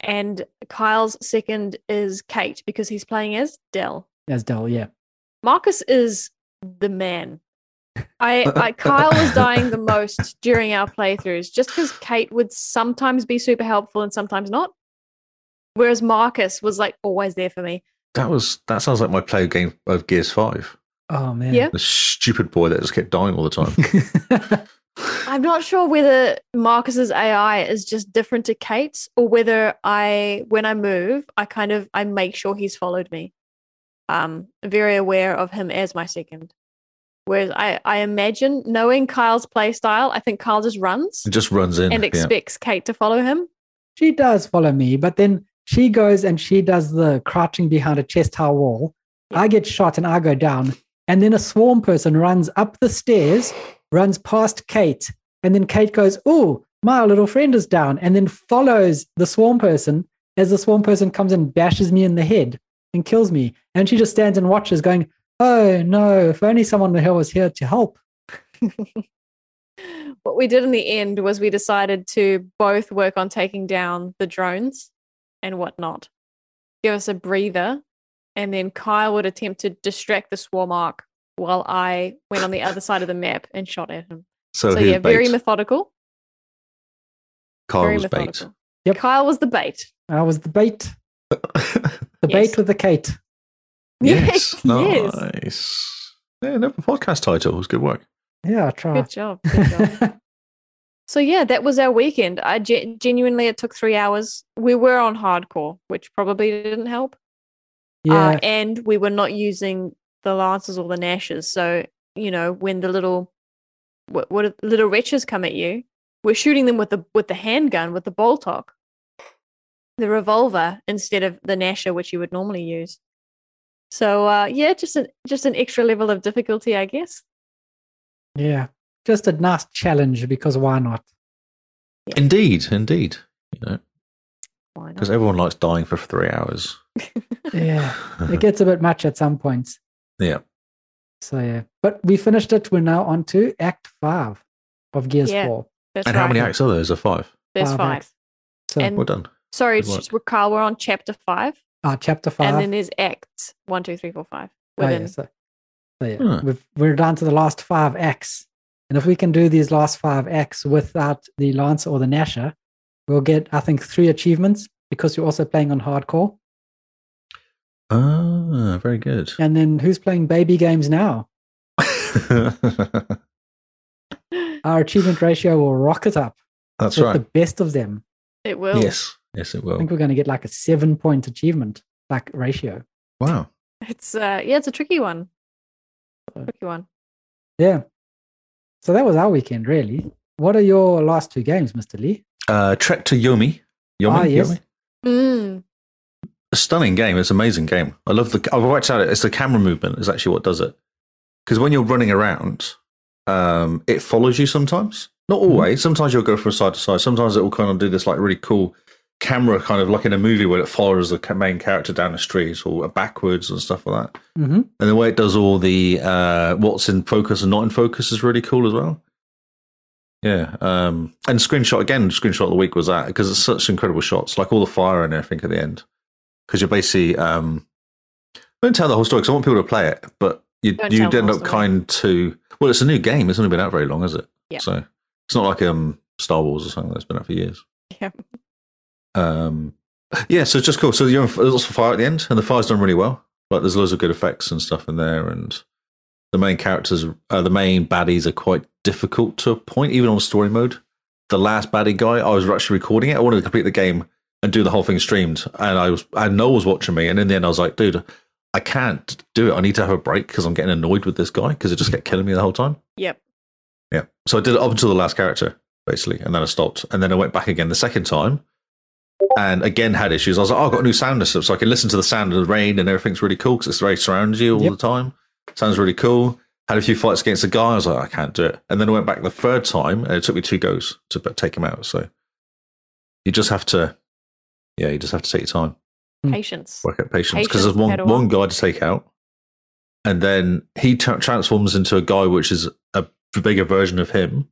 [SPEAKER 4] and Kyle's second is Kate because he's playing as Dell.
[SPEAKER 2] As Del, yeah,
[SPEAKER 4] Marcus is the man. I, I Kyle was dying the most during our playthroughs just because Kate would sometimes be super helpful and sometimes not, whereas Marcus was like always there for me.
[SPEAKER 1] That was that sounds like my play game of Gears Five.
[SPEAKER 2] oh man,
[SPEAKER 4] Yeah.
[SPEAKER 1] The stupid boy that just kept dying all the time. *laughs*
[SPEAKER 2] *laughs*
[SPEAKER 4] I'm not sure whether Marcus's AI is just different to Kate's or whether I when I move, I kind of I make sure he's followed me. Um very aware of him as my second. Whereas I, I imagine knowing Kyle's play style, I think Kyle just runs
[SPEAKER 1] It just runs in.
[SPEAKER 4] and
[SPEAKER 1] yeah.
[SPEAKER 4] expects Kate to follow him.
[SPEAKER 2] She does follow me, but then she goes and she does the crouching behind a chest high wall. I get shot and I go down. And then a swarm person runs up the stairs, runs past Kate. And then Kate goes, Oh, my little friend is down. And then follows the swarm person as the swarm person comes and bashes me in the head and kills me. And she just stands and watches, going, Oh no, if only someone here was here to help.
[SPEAKER 4] What we did in the end was we decided to both work on taking down the drones and whatnot. Give us a breather, and then Kyle would attempt to distract the swarm arc while I went on the other side of the map and shot at him.
[SPEAKER 1] So,
[SPEAKER 4] so
[SPEAKER 1] here's
[SPEAKER 4] yeah, very
[SPEAKER 1] bait.
[SPEAKER 4] methodical.
[SPEAKER 1] Carl
[SPEAKER 4] very
[SPEAKER 1] was bait.
[SPEAKER 4] methodical.
[SPEAKER 2] Yep.
[SPEAKER 4] Kyle was the bait. *laughs*
[SPEAKER 2] I was the bait,
[SPEAKER 1] *laughs*
[SPEAKER 2] the
[SPEAKER 4] Yes.
[SPEAKER 2] bait with the Kate.
[SPEAKER 4] *laughs*
[SPEAKER 1] Yes.
[SPEAKER 4] yes.
[SPEAKER 1] Nice. Yeah, no podcast title. It was good work.
[SPEAKER 2] Yeah, I try.
[SPEAKER 4] Good job. Good job. So yeah, that was our weekend. I ge- genuinely it took three hours. We were on hardcore, which probably didn't help.
[SPEAKER 2] *laughs* yeah.
[SPEAKER 4] Uh, and we were not using the lances or the nashes. So you know when the little what, what are- little wretches come at you, we're shooting them with the with the handgun with the boltock, the revolver instead of the nasher which you would normally use. So uh, yeah, just an just an extra level of difficulty, I guess.
[SPEAKER 2] Yeah, just a nice challenge because why not?
[SPEAKER 1] Indeed. Indeed. You know,
[SPEAKER 4] Why not?
[SPEAKER 1] because everyone likes dying for three hours. *laughs*
[SPEAKER 2] Yeah, it gets a bit much at some points.
[SPEAKER 1] yeah.
[SPEAKER 2] So yeah, but we finished it. We're now on to Act Five of Gears
[SPEAKER 4] Yeah,
[SPEAKER 2] Four.
[SPEAKER 4] That's
[SPEAKER 1] And how many
[SPEAKER 4] right.
[SPEAKER 1] acts are there? Is there five?
[SPEAKER 4] There's
[SPEAKER 2] Five
[SPEAKER 4] five.
[SPEAKER 2] acts. So
[SPEAKER 4] And-
[SPEAKER 1] Well done.
[SPEAKER 4] Sorry,
[SPEAKER 1] Good
[SPEAKER 4] it's just, we're- Carl, we're on chapter five,
[SPEAKER 2] uh, Chapter Five.
[SPEAKER 4] and then there's acts one, two, three, four, five.
[SPEAKER 2] Oh, yeah,
[SPEAKER 4] Within.
[SPEAKER 2] so, so, yeah,
[SPEAKER 1] Huh.
[SPEAKER 2] we've, we're down to the last five acts, and if we can do these last five acts without the Lancer or the Nasher, we'll get I think three achievements because you're also playing on hardcore.
[SPEAKER 1] Ah, very good.
[SPEAKER 2] And then who's playing baby games now? Our achievement ratio will rocket up
[SPEAKER 1] *laughs* That's
[SPEAKER 2] with
[SPEAKER 1] right.
[SPEAKER 2] the best of them.
[SPEAKER 4] *laughs* It will.
[SPEAKER 1] Yes. Yes, it
[SPEAKER 2] I
[SPEAKER 1] will.
[SPEAKER 2] think we're going to get like a seven point achievement, like ratio.
[SPEAKER 1] Wow.
[SPEAKER 4] It's uh, yeah, it's a tricky one.
[SPEAKER 1] Uh,
[SPEAKER 2] So-
[SPEAKER 4] Tricky one.
[SPEAKER 2] Yeah. So that was our weekend, really. What are your last two games, Mr. Lee?
[SPEAKER 1] Uh, Trek to Yomi. Yomi?
[SPEAKER 2] Ah, yes.
[SPEAKER 1] Yomi?
[SPEAKER 4] Mm.
[SPEAKER 1] a stunning game. It's an amazing game. I love the. I've worked out it. It's the camera movement is actually what does it. Because when you're running around, um, it follows you sometimes. Not always. Sometimes you'll go from side to side. Sometimes it will kind of do this like really cool camera kind of like in a movie where it follows the ca- main character down the street or backwards and stuff like that.
[SPEAKER 2] Mm-hmm.
[SPEAKER 1] And the way it does all the uh, what's in focus and not in focus is really cool as well. Yeah. Um, and screenshot again, screenshot of the week was that because it's such incredible shots, like all the fire and everything at the end. Because you're basically, um, I don't tell the whole story because I want people to play it, but you,
[SPEAKER 4] Don't
[SPEAKER 1] you'd
[SPEAKER 4] tell the
[SPEAKER 1] end
[SPEAKER 4] whole
[SPEAKER 1] up
[SPEAKER 4] story.
[SPEAKER 1] kind to, well, it's a new game. It's only been out very long, has it?
[SPEAKER 4] Yeah.
[SPEAKER 1] So it's not like um, Star Wars or something that's been out for years.
[SPEAKER 4] Yeah.
[SPEAKER 1] Um, yeah, so it's just cool. So you're in, there's lots of fire at the end, and the fire's done really well. Like there's loads of good effects and stuff in there, and the main characters, uh, the main baddies are quite difficult to a point, even on story mode. The last baddie guy, I was actually recording it. I wanted to complete the game and do the whole thing streamed, and I was, and Noel was watching me, and in the end, I was like, dude, I can't do it. I need to have a break because I'm getting annoyed with this guy because it just kept killing me the whole time.
[SPEAKER 4] Yep.
[SPEAKER 1] Yeah. So I did it up until the last character, basically, and then I stopped. And then I went back again the second time and again had issues. I was like, oh, I've got a new sound system, so I can listen to the sound of the rain and everything's really cool because it's very surrounds you all
[SPEAKER 2] Yep.
[SPEAKER 1] the time. Sounds really cool. Had a few fights against the guy. I was like, I can't do it. And then I went back the third time and it took me two goes to p- take him out. So you just have to, yeah, you just have to take your time
[SPEAKER 2] Hmm.
[SPEAKER 4] Patience.
[SPEAKER 1] work out patience because
[SPEAKER 4] Patience,
[SPEAKER 1] there's one,
[SPEAKER 4] Padawan.
[SPEAKER 1] one guy to take out, and then he tra- transforms into a guy which is a bigger version of him,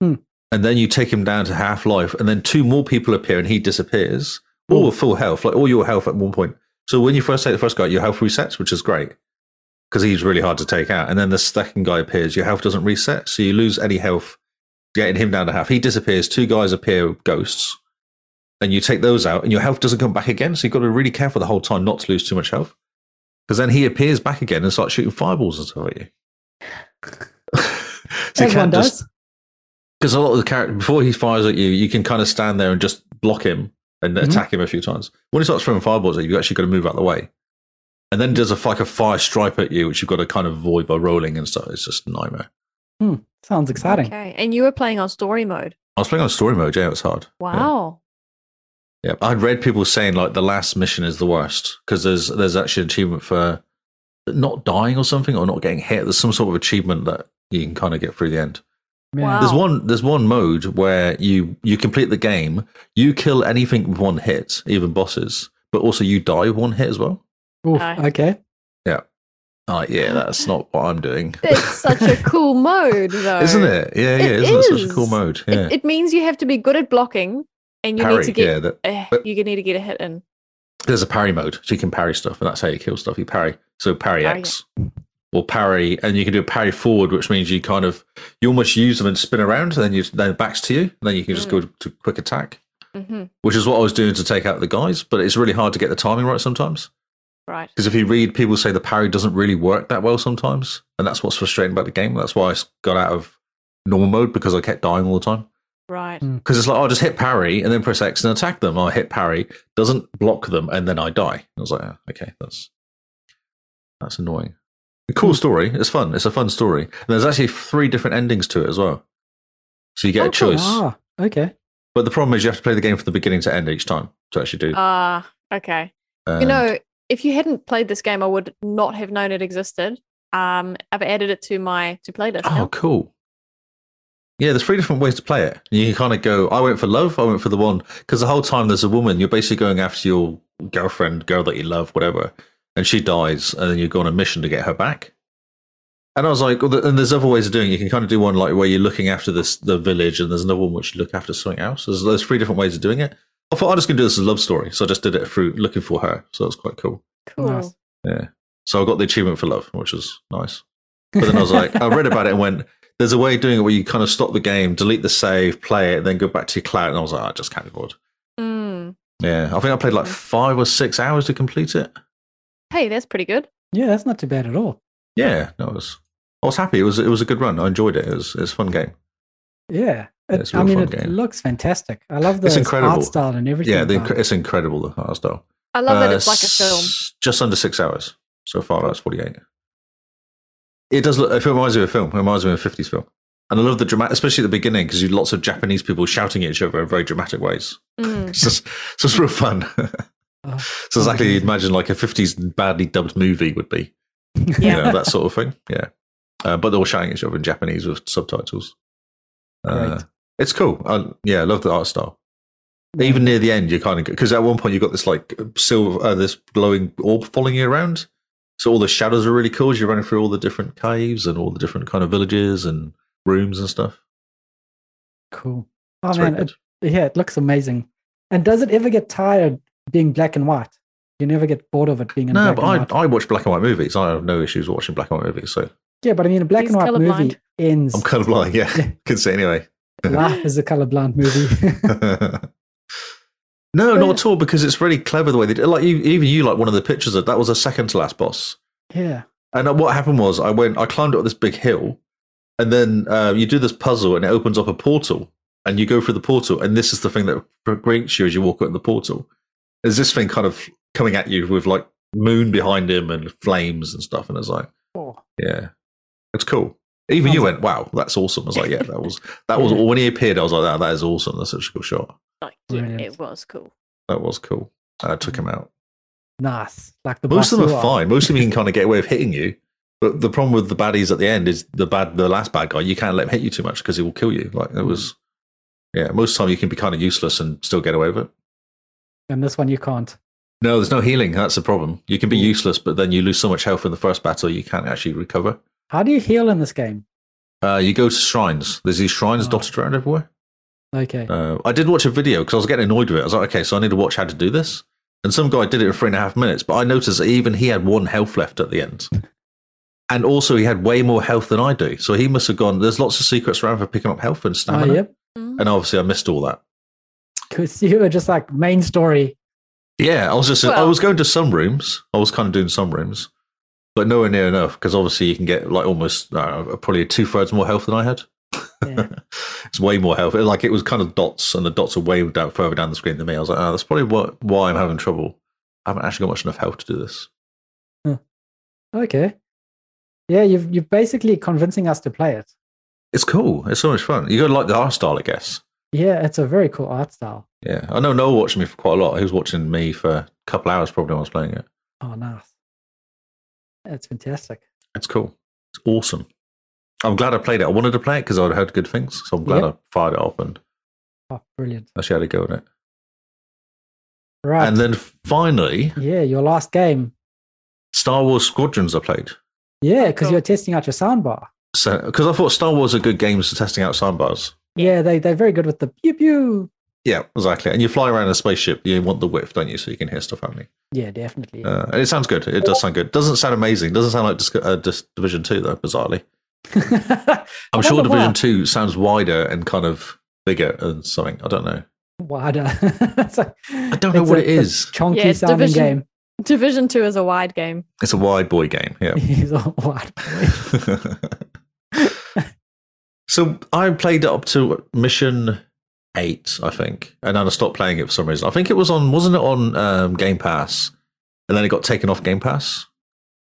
[SPEAKER 2] Hmm.
[SPEAKER 1] and then you take him down to half life, and then two more people appear and he disappears, all with full health, like all your health at one point. So when you first take the first guy, your health resets, which is great because he's really hard to take out. And then the second guy appears, your health doesn't reset, so you lose any health getting him down to half. He disappears, two guys appear ghosts, and you take those out, and your health doesn't come back again. So you've got to be really careful the whole time not to lose too much health. Because then he appears back again and starts shooting fireballs and stuff at you. *laughs* so you
[SPEAKER 2] Everyone
[SPEAKER 1] can't
[SPEAKER 2] does.
[SPEAKER 1] just because a lot of the character before he fires at you, you can kind of stand there and just block him and
[SPEAKER 2] Mhm.
[SPEAKER 1] attack him a few times. When he starts throwing fireballs at you, you actually got to move out of the way and then does a like a fire stripe at you, which you've got to kind of avoid by rolling and stuff. It's just a nightmare.
[SPEAKER 2] Sounds exciting.
[SPEAKER 4] Okay. And you were playing on story mode.
[SPEAKER 1] I was playing on story mode. Yeah, it was hard. Yeah. *laughs*
[SPEAKER 4] Wow.
[SPEAKER 1] Yeah, I'd read people saying like the last mission is the worst because there's there's actually an achievement for not dying or something or not getting hit. There's some sort of achievement that you can kind of get through the end.
[SPEAKER 4] Wow.
[SPEAKER 1] There's one there's one mode where you you complete the game, you kill anything with one hit, even bosses, but also you die with one hit as well.
[SPEAKER 2] Oof,
[SPEAKER 4] No.
[SPEAKER 2] okay.
[SPEAKER 1] Like, yeah, that's not what I'm
[SPEAKER 4] *laughs*
[SPEAKER 1] doing,
[SPEAKER 4] It's such a cool mode,
[SPEAKER 1] *laughs*
[SPEAKER 4] though.
[SPEAKER 1] isn't it? Yeah, yeah,
[SPEAKER 4] It
[SPEAKER 1] isn't it such a
[SPEAKER 4] is.
[SPEAKER 1] cool mode?
[SPEAKER 4] It,
[SPEAKER 1] Yeah,
[SPEAKER 4] it means you have to be good at blocking and you need
[SPEAKER 1] parry.
[SPEAKER 4] to get
[SPEAKER 1] yeah, that,
[SPEAKER 4] eh,
[SPEAKER 1] but-
[SPEAKER 4] you need to get a hit in.
[SPEAKER 1] there's a parry mode, so you can parry stuff, and that's how you kill stuff. You parry, so parry
[SPEAKER 4] Parry.
[SPEAKER 1] X or parry, and you can do a parry forward, which means you kind of you almost use them and spin around, and then you then it backs to you, and then you can just go to quick attack,
[SPEAKER 4] hmm
[SPEAKER 1] which is what I was doing to take out the guys. But it's really hard to get the timing right sometimes.
[SPEAKER 4] Right.
[SPEAKER 1] Because if you read, people say the parry doesn't really work that well sometimes, and that's what's frustrating about the game. That's why I s- got out of normal mode because I kept dying all the time.
[SPEAKER 4] Right.
[SPEAKER 2] Mm.
[SPEAKER 1] Because it's like, oh, just hit parry and then press X and attack them. I hit parry, doesn't block them, and then I die. I was like, oh, okay, that's that's annoying. A cool
[SPEAKER 4] Hmm.
[SPEAKER 1] story. It's fun. It's a fun story. And there's actually three different endings to it as well. So you get a
[SPEAKER 4] Oh, cool.
[SPEAKER 1] choice.
[SPEAKER 2] Ah, okay.
[SPEAKER 1] But the problem is you have to play the game from the beginning to end each time to actually do.
[SPEAKER 4] Ah, okay. Uh, you
[SPEAKER 1] And-
[SPEAKER 4] know, if you hadn't played this game, I would not have known it existed. Um, I've added it to my to playlist.
[SPEAKER 1] Oh,
[SPEAKER 4] now.
[SPEAKER 1] cool. Yeah, there's three different ways to play it. You can kind of go, I went for love, I went for the one, because the whole time there's a woman, you're basically going after your girlfriend, girl that you love, whatever, and she dies, and then you go on a mission to get her back. And I was like, well, th- and there's other ways of doing it. You can kind of do one like where you're looking after this the village, and there's another one which you look after something else. There's, there's three different ways of doing it. I thought I'm just going to do this as a love story, so I just did it through looking for her. So that's quite cool.
[SPEAKER 4] cool.
[SPEAKER 2] nice.
[SPEAKER 1] So I got the achievement for love, which was nice. But then I was like, I read about it and went, there's a way of doing it where you kind of stop the game, delete the save, play it, then go back to your cloud. And I was like, I just can't be bothered.
[SPEAKER 4] Mm.
[SPEAKER 1] Yeah. I think I played like five or six hours to complete it.
[SPEAKER 4] Hey, that's pretty good.
[SPEAKER 2] yeah, that's not too bad at all.
[SPEAKER 1] Yeah. I was, I was happy. It was, it was a good run. I enjoyed it. It was, it's a fun game.
[SPEAKER 2] Yeah.
[SPEAKER 1] Yeah,
[SPEAKER 2] It-
[SPEAKER 1] it's a
[SPEAKER 2] I
[SPEAKER 1] real
[SPEAKER 2] mean, it
[SPEAKER 1] fun game.
[SPEAKER 2] looks fantastic. I love the
[SPEAKER 1] It's incredible.
[SPEAKER 2] art style and everything.
[SPEAKER 1] Yeah. The,
[SPEAKER 2] about
[SPEAKER 1] inc-
[SPEAKER 2] it.
[SPEAKER 1] it's incredible, the art style.
[SPEAKER 4] I love that
[SPEAKER 1] Uh,
[SPEAKER 4] it's like a film.
[SPEAKER 1] s- Just under six hours. So five hours, 48. It does look, it reminds me of a film. It reminds me of a 50s film. And I love the dramatic, especially at the beginning, because you lots of Japanese people shouting at each other in very dramatic ways.
[SPEAKER 4] Mm.
[SPEAKER 1] It's just, it's just real fun.
[SPEAKER 2] Oh,
[SPEAKER 1] it's exactly you'd imagine like a 50s badly dubbed movie would be.
[SPEAKER 4] Yeah.
[SPEAKER 1] You know, that sort of thing. Yeah. Uh, but they're all shouting at each other in Japanese with subtitles. Uh,
[SPEAKER 2] Great.
[SPEAKER 1] it's cool. I, yeah, I love the art style. Even near the end, you kind of because at one point you got this like silver, uh, this glowing orb following you around. So all the shadows are really cool. as You're running through all the different caves and all the different kind of villages and rooms and stuff.
[SPEAKER 2] cool. Oh,
[SPEAKER 1] It's very
[SPEAKER 2] man.
[SPEAKER 1] good.
[SPEAKER 2] It, yeah, it looks amazing. And does it ever get tired being black and white? You never get bored of it being in
[SPEAKER 1] no,
[SPEAKER 2] black
[SPEAKER 1] but
[SPEAKER 2] and
[SPEAKER 1] I,
[SPEAKER 2] white.
[SPEAKER 1] I watch black and white movies. I have no issues watching black and white movies. So
[SPEAKER 2] yeah, but I mean, a black
[SPEAKER 4] He's
[SPEAKER 2] and white movie
[SPEAKER 4] colorblind.
[SPEAKER 2] ends.
[SPEAKER 1] I'm colorblind. Yeah, *laughs*
[SPEAKER 2] Yeah.
[SPEAKER 1] can see anyway.
[SPEAKER 2] Life is a colorblind movie. *laughs*
[SPEAKER 1] *laughs* no, not at all. Because it's really clever the way they did. Like you, even you, like one of the pictures of that was a second to last boss.
[SPEAKER 2] yeah.
[SPEAKER 1] And uh, what happened was I went, I climbed up this big hill, and then uh, you do this puzzle, and it opens up a portal, and you go through the portal, and this is the thing that greets you as you walk up the portal. Is this thing kind of coming at you with like moon behind him and flames and stuff? And it's like,
[SPEAKER 2] Oh,
[SPEAKER 1] yeah, it's cool. Even you went, wow, that's awesome. I was like, yeah, that was that was when he appeared. I was like, that that is awesome. That's such a cool shot.
[SPEAKER 4] Like, yeah,
[SPEAKER 2] Brilliant.
[SPEAKER 4] it was cool.
[SPEAKER 1] That was cool. And I took him out.
[SPEAKER 2] nice. Like the
[SPEAKER 1] Most of
[SPEAKER 2] boss
[SPEAKER 1] them
[SPEAKER 2] you
[SPEAKER 1] are fine. Most of them you can kind of get away with hitting you. But the problem with the baddies at the end is the bad, the last bad guy. You can't let him hit you too much because he will kill you. Like it was, yeah. Most of the time you can be kind of useless and still get away with it.
[SPEAKER 2] And this one you can't.
[SPEAKER 1] No, there's no healing. That's the problem. You can be
[SPEAKER 2] Mm.
[SPEAKER 1] useless, but then you lose so much health in the first battle you can't actually recover.
[SPEAKER 2] How do you heal in this game?
[SPEAKER 1] Uh, you go to shrines. There's these shrines
[SPEAKER 2] Oh.
[SPEAKER 1] dotted around everywhere.
[SPEAKER 2] Okay. Oh,
[SPEAKER 1] Uh, I did watch a video because I was getting annoyed with it. I was like, okay, so I need to watch how to do this. And some guy did it in three and a half minutes, but I noticed that even he had one health left at the end. And also, he had way more health than I do. So he must have gone. There's lots of secrets around for picking up health and
[SPEAKER 2] Oh,
[SPEAKER 1] stamina.
[SPEAKER 2] yep.
[SPEAKER 4] Mm.
[SPEAKER 1] And obviously, I missed all that.
[SPEAKER 2] Because *laughs* you were just like main story.
[SPEAKER 1] Yeah, I was just I
[SPEAKER 4] Well-
[SPEAKER 1] was going to some rooms. I was kind of doing some rooms, but nowhere near enough because obviously you can get like almost uh, probably two thirds more health than I had.
[SPEAKER 2] Yeah.
[SPEAKER 1] *laughs* it's way more health. Like it was kind of dots, and the dots are way down, further down the "Ah, screen than me. I was like, oh, that's probably what, why I'm having trouble. I haven't actually got much enough health to do this.
[SPEAKER 2] Hmm. Okay. Yeah, you've you're basically convincing us to play it.
[SPEAKER 1] It's cool. It's so much fun. You got to like the art style, I guess.
[SPEAKER 2] Yeah, it's a very cool art style.
[SPEAKER 1] Yeah, I know Noel watched me for quite a lot. He was watching me for a couple hours probably when I was playing it.
[SPEAKER 2] Oh, nice. That's fantastic.
[SPEAKER 1] It's cool. It's awesome. I'm glad I played it. I wanted to play it because I'd heard good things, so I'm glad
[SPEAKER 2] Yep.
[SPEAKER 1] I fired it up and
[SPEAKER 2] Oh, brilliant.
[SPEAKER 1] actually had a go at it.
[SPEAKER 2] Right.
[SPEAKER 1] And then finally,
[SPEAKER 2] yeah, your last game.
[SPEAKER 1] Star Wars Squadrons I played.
[SPEAKER 2] Yeah,
[SPEAKER 4] Oh,
[SPEAKER 2] because
[SPEAKER 4] cool.
[SPEAKER 2] you're testing out your soundbar.
[SPEAKER 1] So because I thought Star Wars are good games for testing out soundbars.
[SPEAKER 2] Yeah, they, they're very good with the pew pew.
[SPEAKER 1] Yeah, exactly. And you fly around in a spaceship. You want the width, don't you? So you can hear stuff happening.
[SPEAKER 2] Yeah, definitely.
[SPEAKER 1] Uh, and it sounds good. It does sound good. Doesn't sound amazing. Doesn't sound like Dis- uh, Dis- Division Two though. Bizarrely,
[SPEAKER 2] *laughs*
[SPEAKER 1] I'm sure
[SPEAKER 2] wonder why.
[SPEAKER 1] Division Two sounds wider and kind of bigger and something. I don't know.
[SPEAKER 2] Wider. *laughs* I
[SPEAKER 1] I don't know what it is.
[SPEAKER 2] Chunky
[SPEAKER 4] Yeah, it's
[SPEAKER 2] sounding
[SPEAKER 4] division-
[SPEAKER 2] game. *laughs*
[SPEAKER 4] Division two is a wide game.
[SPEAKER 1] It's a wide boy game. Yeah.
[SPEAKER 2] He's all wide.
[SPEAKER 1] *laughs* so I played it up to mission eight, I think, and then I stopped playing it for some reason. I think it was on, wasn't it on um, Game Pass? And then it got taken off Game Pass.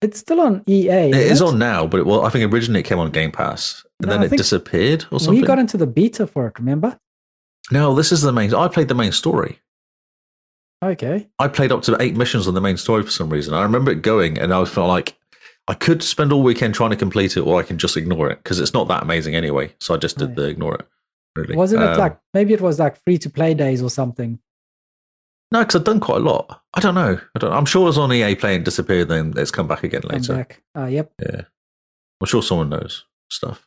[SPEAKER 2] It's still on EA.
[SPEAKER 1] it
[SPEAKER 2] isn't
[SPEAKER 1] is on now, but it, well, I think originally it came on Game Pass, and
[SPEAKER 2] No,
[SPEAKER 1] then
[SPEAKER 2] I
[SPEAKER 1] it
[SPEAKER 2] think
[SPEAKER 1] disappeared or
[SPEAKER 2] We
[SPEAKER 1] something.
[SPEAKER 2] got into the beta for it, remember?
[SPEAKER 1] no, this is the main. I played the main story.
[SPEAKER 2] Okay.
[SPEAKER 1] I played up to eight missions on the main story for some reason. I remember it going, and I was felt like I could spend all weekend trying to complete it, or I can just ignore it because it's not that amazing anyway. So I just did
[SPEAKER 2] Right.
[SPEAKER 1] the ignore it. Really.
[SPEAKER 2] Wasn't it
[SPEAKER 1] Um,
[SPEAKER 2] like maybe it was like free to play days or something?
[SPEAKER 1] no? Because I've done quite a lot. I don't know. I don't. I'm sure it was on EA Play and disappeared. Then it's come back again
[SPEAKER 2] Come
[SPEAKER 1] later.
[SPEAKER 2] back. Ah, yep.
[SPEAKER 1] I'm sure someone knows stuff,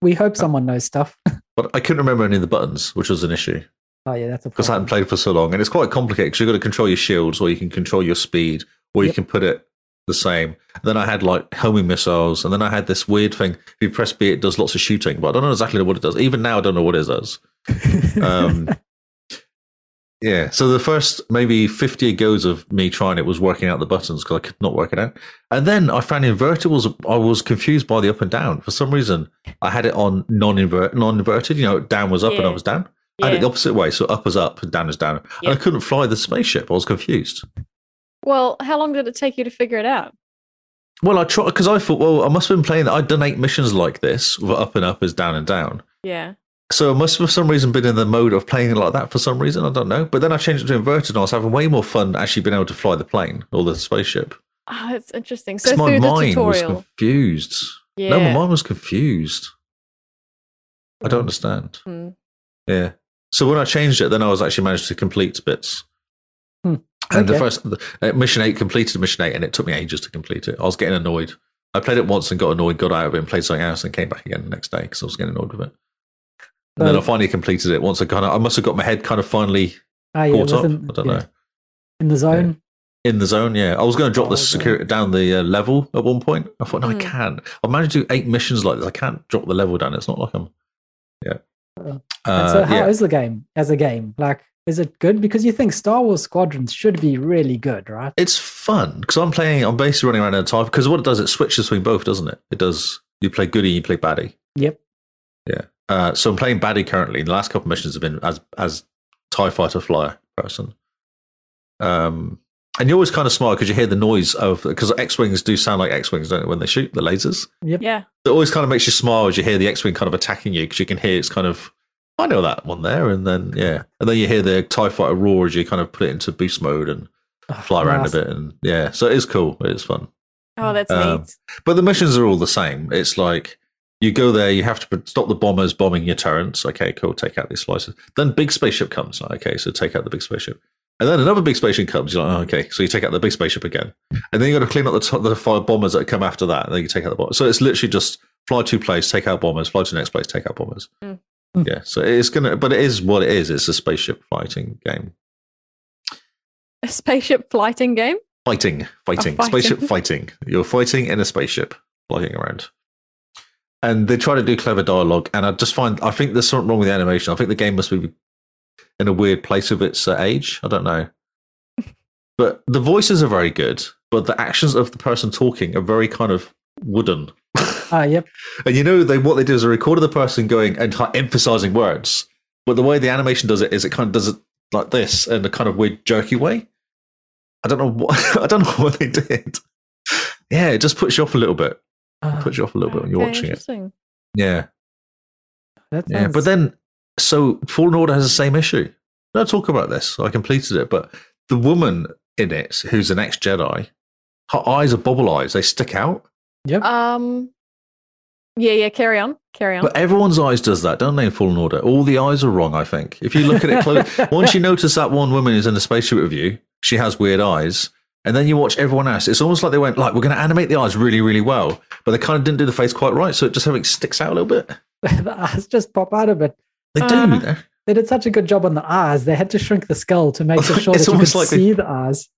[SPEAKER 2] we
[SPEAKER 1] Uh,
[SPEAKER 2] hope someone knows stuff. *laughs*
[SPEAKER 1] but I couldn't remember any of the buttons, which was an issue
[SPEAKER 2] Oh yeah, that's a
[SPEAKER 1] because I
[SPEAKER 2] problem.
[SPEAKER 1] hadn't played for so long. And it's quite complicated because you've got to control your shields, or you can control your speed, or you
[SPEAKER 2] Yep.
[SPEAKER 1] can put it the same. Then I had like homing missiles, and then I had this weird thing. If you press B, it does lots of shooting, but I don't know exactly what it does. Even now, I don't know what it does.
[SPEAKER 2] *laughs*
[SPEAKER 1] Um, yeah. So the first maybe 50 goes of me trying it was working out the buttons because I could not work it out. And then I found invertibles. I was confused by the up and down. For some reason, I had it on non-invert, non-inverted. You know, down was up and
[SPEAKER 4] Yeah.
[SPEAKER 1] up was down. I had it
[SPEAKER 4] Yeah.
[SPEAKER 1] the opposite way. So up is up and down is down. And
[SPEAKER 4] Yeah.
[SPEAKER 1] I couldn't fly the spaceship. I was confused.
[SPEAKER 4] Well, how long did it take you to figure it out?
[SPEAKER 1] Well, I tried because I thought, well, I must have been playing that. I'd done eight missions like this. where Up and up is down and down.
[SPEAKER 4] Yeah.
[SPEAKER 1] So I must have for some reason been in the mode of playing it like that for some reason. I don't know. But then I changed it to inverted and I was having way more fun actually being able to fly the plane or the spaceship.
[SPEAKER 4] Oh, that's interesting. So
[SPEAKER 1] Because my
[SPEAKER 4] through the
[SPEAKER 1] mind
[SPEAKER 4] tutorial.
[SPEAKER 1] was confused.
[SPEAKER 4] yeah.
[SPEAKER 1] No, my mind was confused. I
[SPEAKER 2] Mm.
[SPEAKER 1] don't understand.
[SPEAKER 4] Hmm.
[SPEAKER 1] Yeah. So when I changed it, then I was actually managed to complete bits.
[SPEAKER 2] Hmm.
[SPEAKER 1] And the
[SPEAKER 2] Okay.
[SPEAKER 1] first the, uh, mission eight completed mission eight, and it took me ages to complete it. I was getting annoyed. I played it once and got annoyed, got out of it, and played something else, and came back again the next day because I was getting annoyed with it. And then I
[SPEAKER 2] So-
[SPEAKER 1] finally completed it once I kind of, I must have got my head kind of finally
[SPEAKER 2] Ah, yeah,
[SPEAKER 1] caught up.
[SPEAKER 2] within-
[SPEAKER 1] I don't
[SPEAKER 2] yeah,
[SPEAKER 1] know.
[SPEAKER 2] In the zone.
[SPEAKER 1] In the zone, yeah. I was going to drop
[SPEAKER 2] Oh,
[SPEAKER 1] the
[SPEAKER 2] okay.
[SPEAKER 1] security down the uh, level at one point. I thought, no, I
[SPEAKER 4] Hmm.
[SPEAKER 1] can't. I managed to do eight missions like this. I can't drop the level down. It's not like I'm. Yeah.
[SPEAKER 2] Uh, And
[SPEAKER 1] Uh,
[SPEAKER 2] so, how is
[SPEAKER 1] yeah.
[SPEAKER 2] the game as a game? Like, is it good? Because you think Star Wars Squadrons should be really good, right?
[SPEAKER 1] it's fun because I'm playing. I'm basically running around in a time because what it does, it switches between both, doesn't it? It does. You play goody, you play baddie.
[SPEAKER 2] Yep.
[SPEAKER 1] Uh, so I'm playing baddie currently. The last couple of missions have been as as Tie Fighter flyer person. Um, and you're always kind of smart because you hear the noise of because X wings do sound like X wings, don't they? When they shoot the lasers,
[SPEAKER 4] Yeah.
[SPEAKER 1] it always kind of makes you smile as you hear the X wing kind of attacking you because you can hear it's kind of I know that one there, and then yeah, and then you hear the Tie Fighter roar as you kind of put it into boost mode and
[SPEAKER 2] Ugh,
[SPEAKER 1] fly around
[SPEAKER 2] nice.
[SPEAKER 1] a bit and yeah so it's cool it's fun
[SPEAKER 4] Oh, that's
[SPEAKER 1] Um,
[SPEAKER 4] neat.
[SPEAKER 1] but the missions are all the same it's like you go there you have to put- stop the bombers bombing your turrets okay cool take out these slices then big spaceship comes like, okay so take out the big spaceship and then another big spaceship comes you're like oh, okay so you take out the big spaceship again and then you got to clean up the, top, the five bombers that come after that and then you take out the bombers so it's literally just fly to place take out bombers fly to next place take out bombers
[SPEAKER 4] Mm.
[SPEAKER 1] yeah so it's gonna but it is what it is it's a spaceship fighting game
[SPEAKER 4] A spaceship flighting game.
[SPEAKER 1] Fighting, fighting,
[SPEAKER 4] fighting.
[SPEAKER 1] spaceship fighting. You're fighting in a spaceship, flying around. And they try to do clever dialogue, and I just find I think there's something wrong with the animation. I think the game must be in a weird place of its uh, age. I don't know, but the voices are very good, but the actions of the person talking are very kind of wooden. *laughs*
[SPEAKER 2] Ah, yep.
[SPEAKER 1] And you know, they what they do is they record the person going and like, emphasizing words, but the way the animation does it is it kind of does it like this *laughs* in a kind of weird jerky way. I don't know what I don't know what they did. yeah, it just puts you off a little bit.
[SPEAKER 2] Ah,
[SPEAKER 1] Puts you off a little bit when you're
[SPEAKER 4] Okay,
[SPEAKER 1] watching it.
[SPEAKER 4] interesting.
[SPEAKER 1] Yeah,
[SPEAKER 2] that
[SPEAKER 1] yeah.
[SPEAKER 2] sounds-
[SPEAKER 1] But then, so Fallen Order has the same issue. No talk about this. I completed it, but the woman in it, who's an ex Jedi, her eyes are bobble eyes. They stick out.
[SPEAKER 2] yep.
[SPEAKER 4] Um, yeah, yeah. Carry on, carry on.
[SPEAKER 1] But everyone's eyes does that, don't they? In Fallen Order, all the eyes are wrong. I think if you look at it close, once you notice that one woman is in a spaceship with you, she has weird eyes, and then you watch everyone else. It's almost like they went like, "We're going to animate the eyes really, really well," but they kind of didn't do the face quite right, so it just everything sticks out a little bit.
[SPEAKER 2] *laughs* the eyes just pop out of it.
[SPEAKER 1] They do.
[SPEAKER 4] Uh,
[SPEAKER 1] though.
[SPEAKER 2] They did such a good job on the eyes. They had to shrink the skull
[SPEAKER 1] *laughs*
[SPEAKER 2] to make sure
[SPEAKER 1] It's
[SPEAKER 2] that you could
[SPEAKER 1] almost like they-
[SPEAKER 2] see the eyes.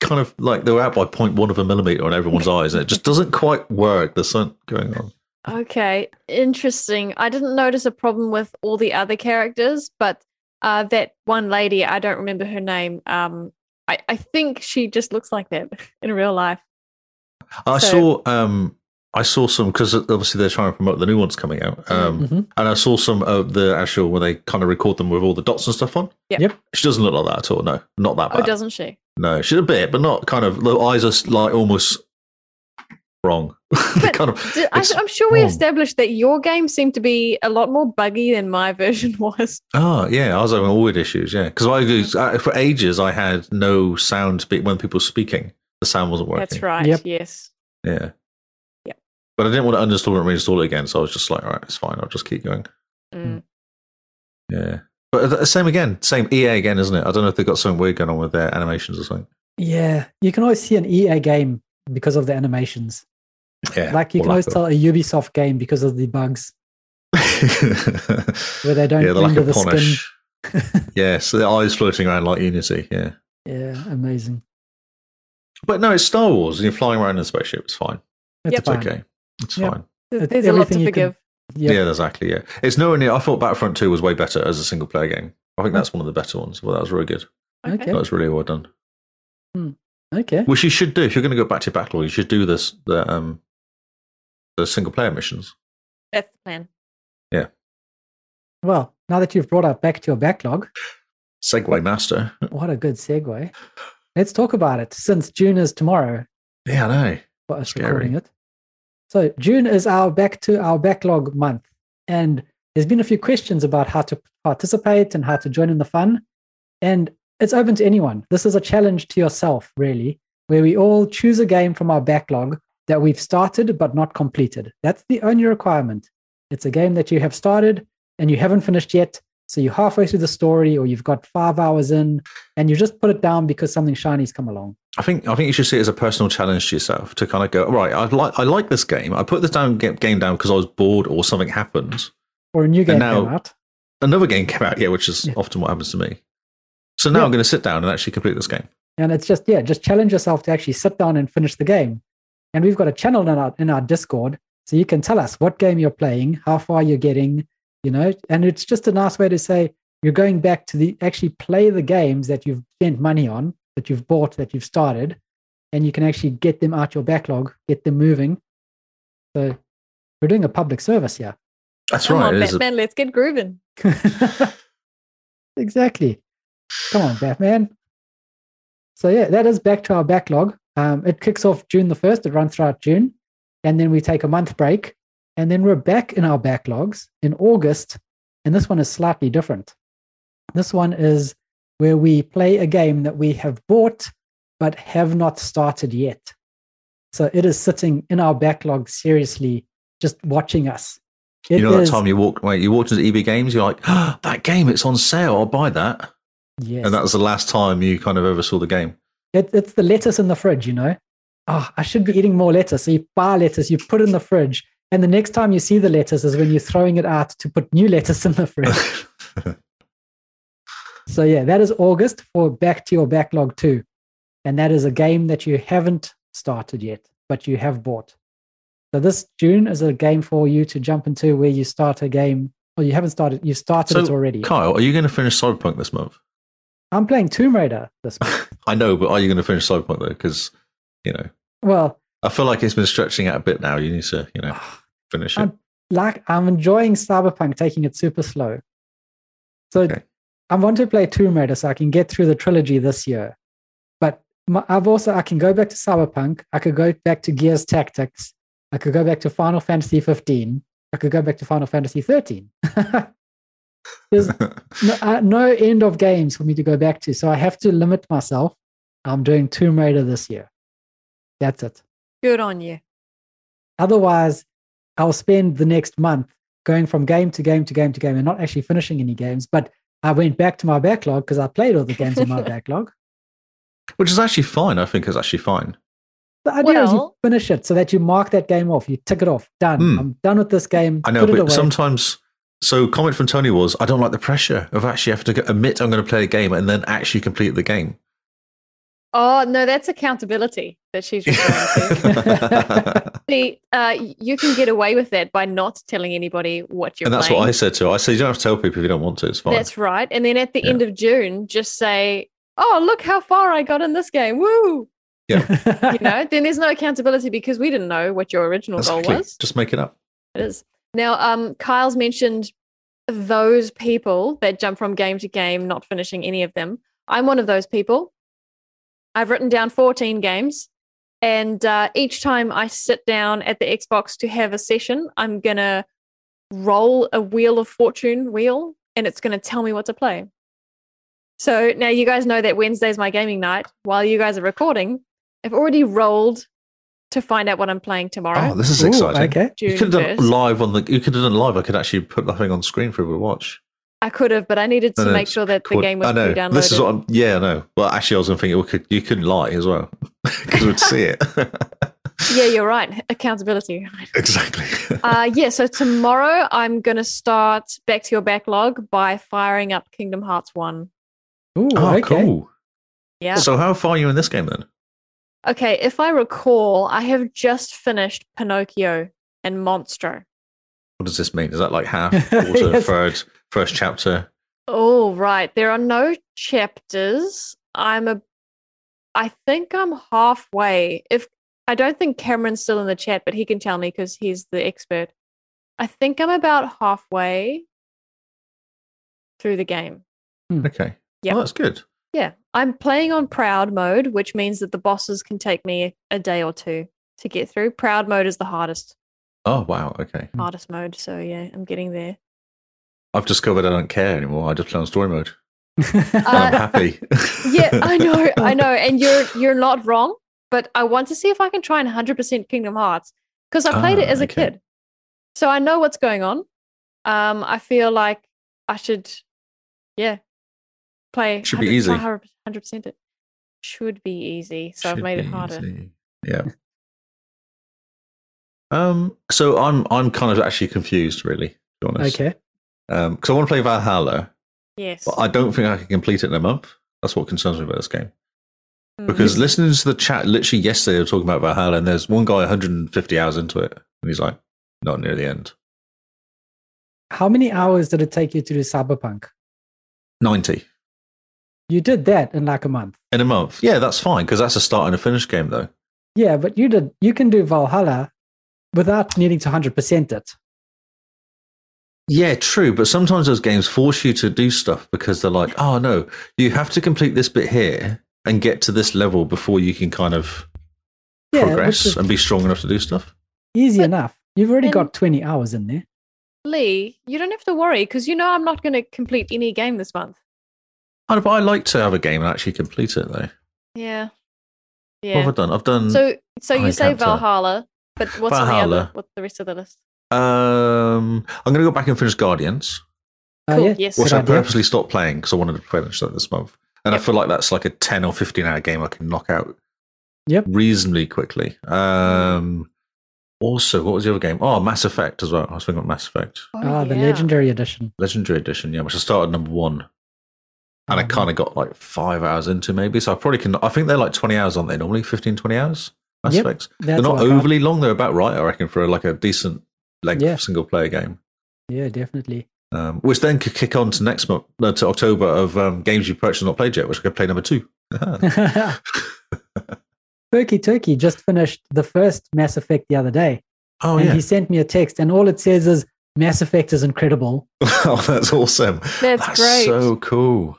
[SPEAKER 1] kind of like they were out by 0.1 of a millimeter on everyone's eyes, and it just doesn't quite work. There's something going on.
[SPEAKER 4] Okay, interesting. I didn't notice a problem with all the other characters, but uh, that one lady, I don't remember her name. Um, I, I think she just looks like that *laughs* in real life.
[SPEAKER 1] I
[SPEAKER 4] So-
[SPEAKER 1] saw um I saw some because obviously they're trying to promote the new ones coming out.
[SPEAKER 4] Mm-hmm,
[SPEAKER 1] Um
[SPEAKER 2] Mhm.
[SPEAKER 1] and I saw some of the actual when they kind of record them with all the dots and stuff on.
[SPEAKER 4] Yep.
[SPEAKER 2] Yep.
[SPEAKER 1] She doesn't look like that at all. No, not that
[SPEAKER 4] Oh,
[SPEAKER 1] bad.
[SPEAKER 4] doesn't she?
[SPEAKER 1] no, she's a bit, but not kind of. The eyes are like almost wrong. *laughs* They're
[SPEAKER 4] But
[SPEAKER 1] kind of.
[SPEAKER 4] Did- I,
[SPEAKER 1] it's- oh.
[SPEAKER 4] I'm sure we
[SPEAKER 1] wrong.
[SPEAKER 4] established that your game seemed to be a lot more buggy than my *laughs* version was.
[SPEAKER 1] Oh yeah, I was having all weird issues. Yeah, because I was- I- for ages I had no sound be- when people were speaking. The sound wasn't working.
[SPEAKER 4] That's right.
[SPEAKER 2] Yep.
[SPEAKER 4] Yes.
[SPEAKER 1] Yeah.
[SPEAKER 4] Yeah.
[SPEAKER 1] But I didn't want to uninstall and reinstall it again, so I was just like, all right, it's fine. I'll just keep going. Hmm.
[SPEAKER 4] Mm.
[SPEAKER 1] Yeah. But the same again, same EA again, isn't it? I don't know if they've got something weird going on with their animations or something.
[SPEAKER 2] Yeah, you can always see an EA game because of the animations.
[SPEAKER 1] Yeah.
[SPEAKER 2] Like you
[SPEAKER 1] or
[SPEAKER 2] can always
[SPEAKER 1] of- *laughs*
[SPEAKER 2] tell a Ubisoft game because of the bugs where they don't
[SPEAKER 1] yeah, the lack
[SPEAKER 2] render
[SPEAKER 1] of
[SPEAKER 2] the skin. *laughs*
[SPEAKER 1] polish. yeah, so the eyes floating around like Unity. Yeah.
[SPEAKER 2] Yeah, amazing.
[SPEAKER 1] But no, it's Star Wars and you're flying around in a spaceship. It's fine.
[SPEAKER 2] It's
[SPEAKER 4] Yep.
[SPEAKER 1] It's
[SPEAKER 2] fine.
[SPEAKER 1] okay. It's
[SPEAKER 2] Yep.
[SPEAKER 1] fine.
[SPEAKER 4] Th-
[SPEAKER 2] It's
[SPEAKER 4] There's a lot
[SPEAKER 2] everything
[SPEAKER 4] to
[SPEAKER 2] you can-
[SPEAKER 4] forgive.
[SPEAKER 2] Yep.
[SPEAKER 1] Yeah, exactly. Yeah. It's nowhere near. I thought Battlefront 2 was way better as a single player game. I think that's one of the better ones. Well, that was really good.
[SPEAKER 4] Okay.
[SPEAKER 2] Okay.
[SPEAKER 1] That was really well done.
[SPEAKER 2] Okay.
[SPEAKER 1] Which you should do if you're going to go back to battle. You should do this the um the single player missions.
[SPEAKER 4] That's the plan.
[SPEAKER 2] Well, now that you've brought up back to your backlog,
[SPEAKER 1] Segway master.
[SPEAKER 2] what a good segue. Let's talk about it since June is tomorrow
[SPEAKER 1] Yeah, I know.
[SPEAKER 2] for us
[SPEAKER 1] Scary.
[SPEAKER 2] recording it. So June is our back to our backlog month. And there's been a few questions about how to participate and how to join in the fun. And it's open to anyone. This is a challenge to yourself, really, where we all choose a game from our backlog that we've started but not completed. That's the only requirement. It's a game that you have started and you haven't finished yet. So you're halfway through the story or you've got five hours in and you just put it down because something shiny's come along.
[SPEAKER 1] I think I think you should see it as a personal challenge to yourself to kind of go right. I like I like this game. I put this down ga- game down because I was bored or something happened.
[SPEAKER 2] Or a new game
[SPEAKER 1] now-
[SPEAKER 2] came out.
[SPEAKER 1] Another game came out, yeah, which is
[SPEAKER 2] Yeah.
[SPEAKER 1] often what happens to me. So now
[SPEAKER 2] Yeah.
[SPEAKER 1] I'm going to sit down and actually complete this game.
[SPEAKER 2] And it's just, yeah, just challenge yourself to actually sit down and finish the game. And we've got a channel in our, in our Discord. So you can tell us what game you're playing, how far you're getting, you know, and it's just a nice way to say you're going back to the actually play the games that you've spent money on, that you've bought, that you've started, and you can actually get them out your backlog, get them moving. So we're doing a public service here.
[SPEAKER 1] That's
[SPEAKER 4] Come
[SPEAKER 1] right.
[SPEAKER 4] on,
[SPEAKER 1] it is a-
[SPEAKER 4] Batman. Let's get grooving.
[SPEAKER 2] *laughs* exactly. Come on, Batman. So yeah, that is back to our backlog. Um, it kicks off June the first. It runs throughout June, and then we take a month break, and then we're back in our backlogs in August. And this one is slightly different. This one is where we play a game that we have bought but have not started yet. So it is sitting in our backlog seriously, just watching us. It
[SPEAKER 1] you know
[SPEAKER 2] is-
[SPEAKER 1] that time you walked wait, you walked into EB Games, you're like, ah, that game, it's on sale. I'll buy that.
[SPEAKER 2] Yes.
[SPEAKER 1] And that was the last time you kind of ever saw the game.
[SPEAKER 2] It, it's the lettuce in the fridge, you know. Oh, I should be eating more lettuce. So you buy lettuce, you put it in the fridge, and the next time you see the lettuce is when you're throwing it out to put new *laughs* lettuce in
[SPEAKER 1] *laughs*
[SPEAKER 2] the fridge. so yeah, that is August for back to your backlog too, and that is a game that you haven't started yet, but you have bought. So this June is a game for you to jump into where you start a game, or you haven't started, you started
[SPEAKER 1] So,
[SPEAKER 2] it already.
[SPEAKER 1] Kyle, are you going to finish Cyberpunk this month?
[SPEAKER 2] I'm playing Tomb Raider this month.
[SPEAKER 1] I know, but are you going to finish Cyberpunk though? Because you know,
[SPEAKER 2] well,
[SPEAKER 1] I feel like it's been stretching out a bit now. You need to, you know, finish it.
[SPEAKER 2] I'm- like I'm enjoying Cyberpunk, taking it super slow. So
[SPEAKER 1] Okay.
[SPEAKER 2] I want to play Tomb Raider so I can get through the trilogy this year. But my, I've also I can go back to Cyberpunk. I could go back to Gears Tactics. I could go back to Final Fantasy 15. I could go back to Final Fantasy *laughs* 13. There's no, uh, no end of games for me to go back to, so I have to limit myself. I'm doing Tomb Raider this year. That's it.
[SPEAKER 4] Good on you.
[SPEAKER 2] Otherwise, I'll spend the next month going from game to game to game to game and not actually finishing any games. But I went back to my backlog because I played all the games
[SPEAKER 4] *laughs*
[SPEAKER 2] in my backlog.
[SPEAKER 1] *laughs* Which is actually fine. I think is actually fine.
[SPEAKER 2] The idea is you
[SPEAKER 4] Well-
[SPEAKER 2] finish it so that you mark that game off. You tick it off. Done.
[SPEAKER 1] Hmm.
[SPEAKER 2] I'm done with this game.
[SPEAKER 1] I know,
[SPEAKER 2] Put it
[SPEAKER 1] but
[SPEAKER 2] away.
[SPEAKER 1] sometimes. So, comment from Tony was, "I don't like the pressure of actually having to admit I'm going to play a game and then actually complete the game."
[SPEAKER 2] *laughs*
[SPEAKER 4] Oh no, that's accountability that
[SPEAKER 1] *laughs*
[SPEAKER 4] she's referring to.
[SPEAKER 1] and
[SPEAKER 4] See, uh, you can get away with that by not telling anybody what you're
[SPEAKER 1] that's
[SPEAKER 4] playing.
[SPEAKER 1] what I said to her. I said, "You don't have to tell people if you don't want to. It's fine."
[SPEAKER 4] That's right. And then at the
[SPEAKER 1] Yeah.
[SPEAKER 4] end of June, just say, "Oh, look how far I got in this game! Woo!" *laughs*
[SPEAKER 2] *laughs*
[SPEAKER 4] You know, then there's no accountability because we didn't know what your original
[SPEAKER 1] Exactly.
[SPEAKER 4] goal was.
[SPEAKER 1] Just make it up.
[SPEAKER 4] It is. Now, um, Kyle's mentioned those people that jump from game to game, not finishing any of them. I'm one of those people. I've written down 14 games, and uh, each time I sit down at the Xbox to have a session, I'm going to roll a Wheel of Fortune wheel, and it's going to tell me what to play. So now you guys know that Wednesday's my gaming night. While you guys are recording, I've already rolled to find out what I'm playing tomorrow.
[SPEAKER 1] Oh, this is
[SPEAKER 2] Ooh,
[SPEAKER 1] exciting.
[SPEAKER 2] okay.
[SPEAKER 1] You
[SPEAKER 4] June
[SPEAKER 1] could have done
[SPEAKER 4] 1st.
[SPEAKER 1] live on the. You could have done live. I could actually put that thing on screen for people to watch.
[SPEAKER 4] I could have, but I needed to
[SPEAKER 1] No, no,
[SPEAKER 4] make
[SPEAKER 1] it's
[SPEAKER 4] sure that the
[SPEAKER 1] Cool.
[SPEAKER 4] game was
[SPEAKER 1] I know.
[SPEAKER 4] pre-downloaded.
[SPEAKER 1] This is what. I'm, yeah, I know. Well, actually, I was going to think you could. You couldn't lie as well *laughs* because we'd see it. *laughs*
[SPEAKER 4] yeah, you're right. *laughs* Accountability.
[SPEAKER 1] exactly.
[SPEAKER 4] Uh, yeah, so tomorrow I'm going to start back to your backlog by firing up Kingdom Hearts 1.
[SPEAKER 2] Ooh,
[SPEAKER 1] oh,
[SPEAKER 2] okay. *laughs*
[SPEAKER 1] cool.
[SPEAKER 4] Yeah.
[SPEAKER 1] So, how far are you in this game then?
[SPEAKER 4] Okay, if I recall, I have just finished Pinocchio and Monstro.
[SPEAKER 1] What does this mean? Is that like
[SPEAKER 2] *laughs*
[SPEAKER 1] half, quarter,
[SPEAKER 2] Yes.
[SPEAKER 1] third, first chapter?
[SPEAKER 4] Oh, right. There are no chapters. I'm a I think I'm halfway. If I don't think Cameron's still in the chat, but he can tell me because he's the expert. I think I'm about halfway through the game.
[SPEAKER 1] Okay.
[SPEAKER 4] Yeah.
[SPEAKER 1] Oh, that's good.
[SPEAKER 4] Yeah. I'm playing on proud mode, which means that the bosses can take me a day or two to get through. Proud mode is the hardest,
[SPEAKER 1] Oh wow. Okay.
[SPEAKER 2] Hmm.
[SPEAKER 4] hardest mode. So yeah, I'm getting there.
[SPEAKER 1] I've discovered I don't care anymore. I just play on story mode. And I'm
[SPEAKER 4] Uh,
[SPEAKER 1] happy.
[SPEAKER 4] *laughs* yeah, I know,
[SPEAKER 1] *laughs*
[SPEAKER 4] I know, and you're you're not wrong. But I want to see if I can try and hundred percent Kingdom Hearts because I played it
[SPEAKER 1] Ah,
[SPEAKER 4] as a
[SPEAKER 1] okay.
[SPEAKER 4] kid, so I know what's going on. Um, I feel like I should, yeah, play.
[SPEAKER 1] Should be easy.
[SPEAKER 4] Hundred percent it should be easy. So I've
[SPEAKER 1] Should
[SPEAKER 4] made it
[SPEAKER 1] be
[SPEAKER 4] harder.
[SPEAKER 1] easy. Yeah. um. So I'm I'm kind of actually confused, really. To be honest.
[SPEAKER 2] okay.
[SPEAKER 1] Um. Because I want to play Valhalla,
[SPEAKER 4] Yes,
[SPEAKER 1] but I don't think I can complete it in a month. That's what concerns me about this game.
[SPEAKER 4] Mm.
[SPEAKER 1] Because
[SPEAKER 2] Mm-hmm.
[SPEAKER 1] listening to the chat literally yesterday, they were talking about Valhalla, and there's one guy 150 hours into it, and he's like, not near the end.
[SPEAKER 2] How many hours did it take you to do Cyberpunk?
[SPEAKER 1] 90
[SPEAKER 2] You did that in like a month.
[SPEAKER 1] in a month. Yeah, that's fine because that's a start and a finish game, though.
[SPEAKER 2] Yeah, but you did. You can do Valhalla without needing to hundred percent it.
[SPEAKER 1] Yeah, true. But sometimes those games force you to do stuff because they're like, oh, no, you have to complete this bit here and get to this level before you can kind of
[SPEAKER 2] Yeah, which
[SPEAKER 1] progress
[SPEAKER 2] is
[SPEAKER 1] and be strong enough to do stuff.
[SPEAKER 2] easy
[SPEAKER 4] But-
[SPEAKER 2] enough. You've already
[SPEAKER 4] and-
[SPEAKER 2] got twenty hours in there.
[SPEAKER 4] Lee, you don't have to worry because you know I'm not going to complete any game this month.
[SPEAKER 1] I know, but I like to have a game and actually complete it, though.
[SPEAKER 4] Yeah,
[SPEAKER 1] What have
[SPEAKER 4] yeah.
[SPEAKER 1] I done? I've done.
[SPEAKER 4] So, so
[SPEAKER 1] I
[SPEAKER 4] you say
[SPEAKER 1] can't tell.
[SPEAKER 4] Valhalla, but what's on the other?
[SPEAKER 1] Valhalla.
[SPEAKER 4] What's the rest of the list?
[SPEAKER 1] um, I'm going to go back and finish Guardians,
[SPEAKER 2] Uh,
[SPEAKER 4] Cool,
[SPEAKER 2] yeah,
[SPEAKER 4] yes.
[SPEAKER 2] good
[SPEAKER 1] which I
[SPEAKER 2] idea.
[SPEAKER 1] purposely stopped playing because I wanted to finish that this month. And I feel like that's like a 10 or 15 hour game I can knock out
[SPEAKER 2] Yep. Mm-hmm.
[SPEAKER 1] reasonably quickly. Um, also, what was the other game? Oh, Mass Effect as well. I was thinking about Mass Effect.
[SPEAKER 2] Ah, the legendary edition.
[SPEAKER 1] Legendary Edition, yeah, which I started number one, and I
[SPEAKER 2] Um,
[SPEAKER 1] kind of got like five hours into maybe. So I probably can. I think they're like twenty hours, aren't they? Normally 15, 20 hours. Mass
[SPEAKER 2] Yep,
[SPEAKER 1] Effects.
[SPEAKER 2] That's
[SPEAKER 1] They're not
[SPEAKER 2] what I found.
[SPEAKER 1] overly long. They're about right, I reckon, for like a decent length
[SPEAKER 2] Yeah.
[SPEAKER 1] single player game.
[SPEAKER 2] Yeah, definitely. *laughs*
[SPEAKER 1] Um, which then could kick on to next month, no, to October of um, games you purchased and not played yet, which I could play number two. *laughs* Oh,
[SPEAKER 2] Turkey Turkey just finished the first Mass Effect the other day,
[SPEAKER 1] oh
[SPEAKER 2] and
[SPEAKER 1] *laughs* yeah,
[SPEAKER 2] he sent me a text, and all it says is Mass Effect is incredible.
[SPEAKER 1] wow, Oh, that's awesome.
[SPEAKER 4] That's,
[SPEAKER 1] That's
[SPEAKER 4] great.
[SPEAKER 1] so cool.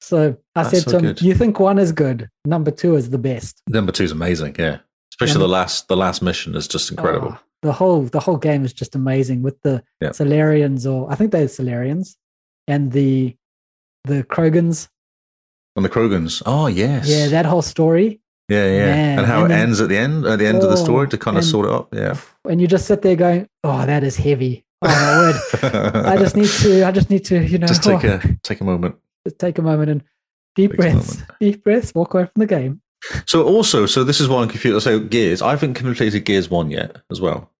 [SPEAKER 2] So I
[SPEAKER 1] That's
[SPEAKER 2] said
[SPEAKER 1] so
[SPEAKER 2] to him,
[SPEAKER 1] good.
[SPEAKER 2] "You think one is good? Number two is the best.
[SPEAKER 1] Number two's amazing, yeah. Especially
[SPEAKER 2] Yeah.
[SPEAKER 1] the last the last mission is just incredible.
[SPEAKER 4] Oh.
[SPEAKER 2] Ah, the whole the whole game is just amazing with the
[SPEAKER 1] Yeah.
[SPEAKER 2] Solarians, or I think they're Solarians, and the the Krogans.
[SPEAKER 1] And the Krogans. Oh yes.
[SPEAKER 2] Yeah, that whole story.
[SPEAKER 1] yeah, yeah.
[SPEAKER 2] Man,
[SPEAKER 1] and how
[SPEAKER 2] and
[SPEAKER 1] it
[SPEAKER 2] then-
[SPEAKER 1] ends at the end at the end of the
[SPEAKER 2] Oh,
[SPEAKER 1] story to kind of
[SPEAKER 2] and-
[SPEAKER 1] sort it up. Yeah.
[SPEAKER 2] And you just sit there going, "Oh, that is heavy." Oh my word! I
[SPEAKER 1] *laughs*
[SPEAKER 2] just need to. uh, oh. I just need to. You know,
[SPEAKER 1] Just take a take a moment.
[SPEAKER 2] *laughs* just take a moment and deep
[SPEAKER 1] Takes a
[SPEAKER 2] breaths. Deep breaths. Walk away from the game.
[SPEAKER 1] So also, so this is why I'm confused. So Gears, I haven't completed Gears One yet as well.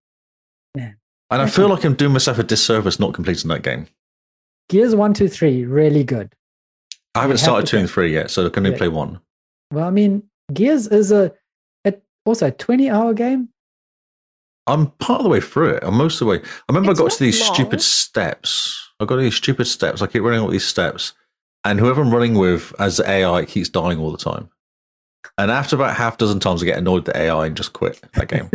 [SPEAKER 2] Yeah.
[SPEAKER 1] And I feel like I'm doing myself a disservice not completing that game.
[SPEAKER 2] Gears one, two, three, really good.
[SPEAKER 1] I haven't
[SPEAKER 2] have
[SPEAKER 1] started
[SPEAKER 2] to
[SPEAKER 1] two
[SPEAKER 2] play-
[SPEAKER 1] and three yet, so I can only
[SPEAKER 2] Yeah.
[SPEAKER 1] play one.
[SPEAKER 2] Well, I mean, Gears is a it also a twenty hour game.
[SPEAKER 1] I'm part of the way through it. I'm most of the way. I remember
[SPEAKER 4] It's
[SPEAKER 1] I got to
[SPEAKER 4] not
[SPEAKER 1] these
[SPEAKER 4] long.
[SPEAKER 1] stupid steps. I got to these stupid steps. I keep running all these steps, and whoever I'm running with as the AI keeps dying all the time. And after about half dozen times, I get annoyed at the AI and just quit that game.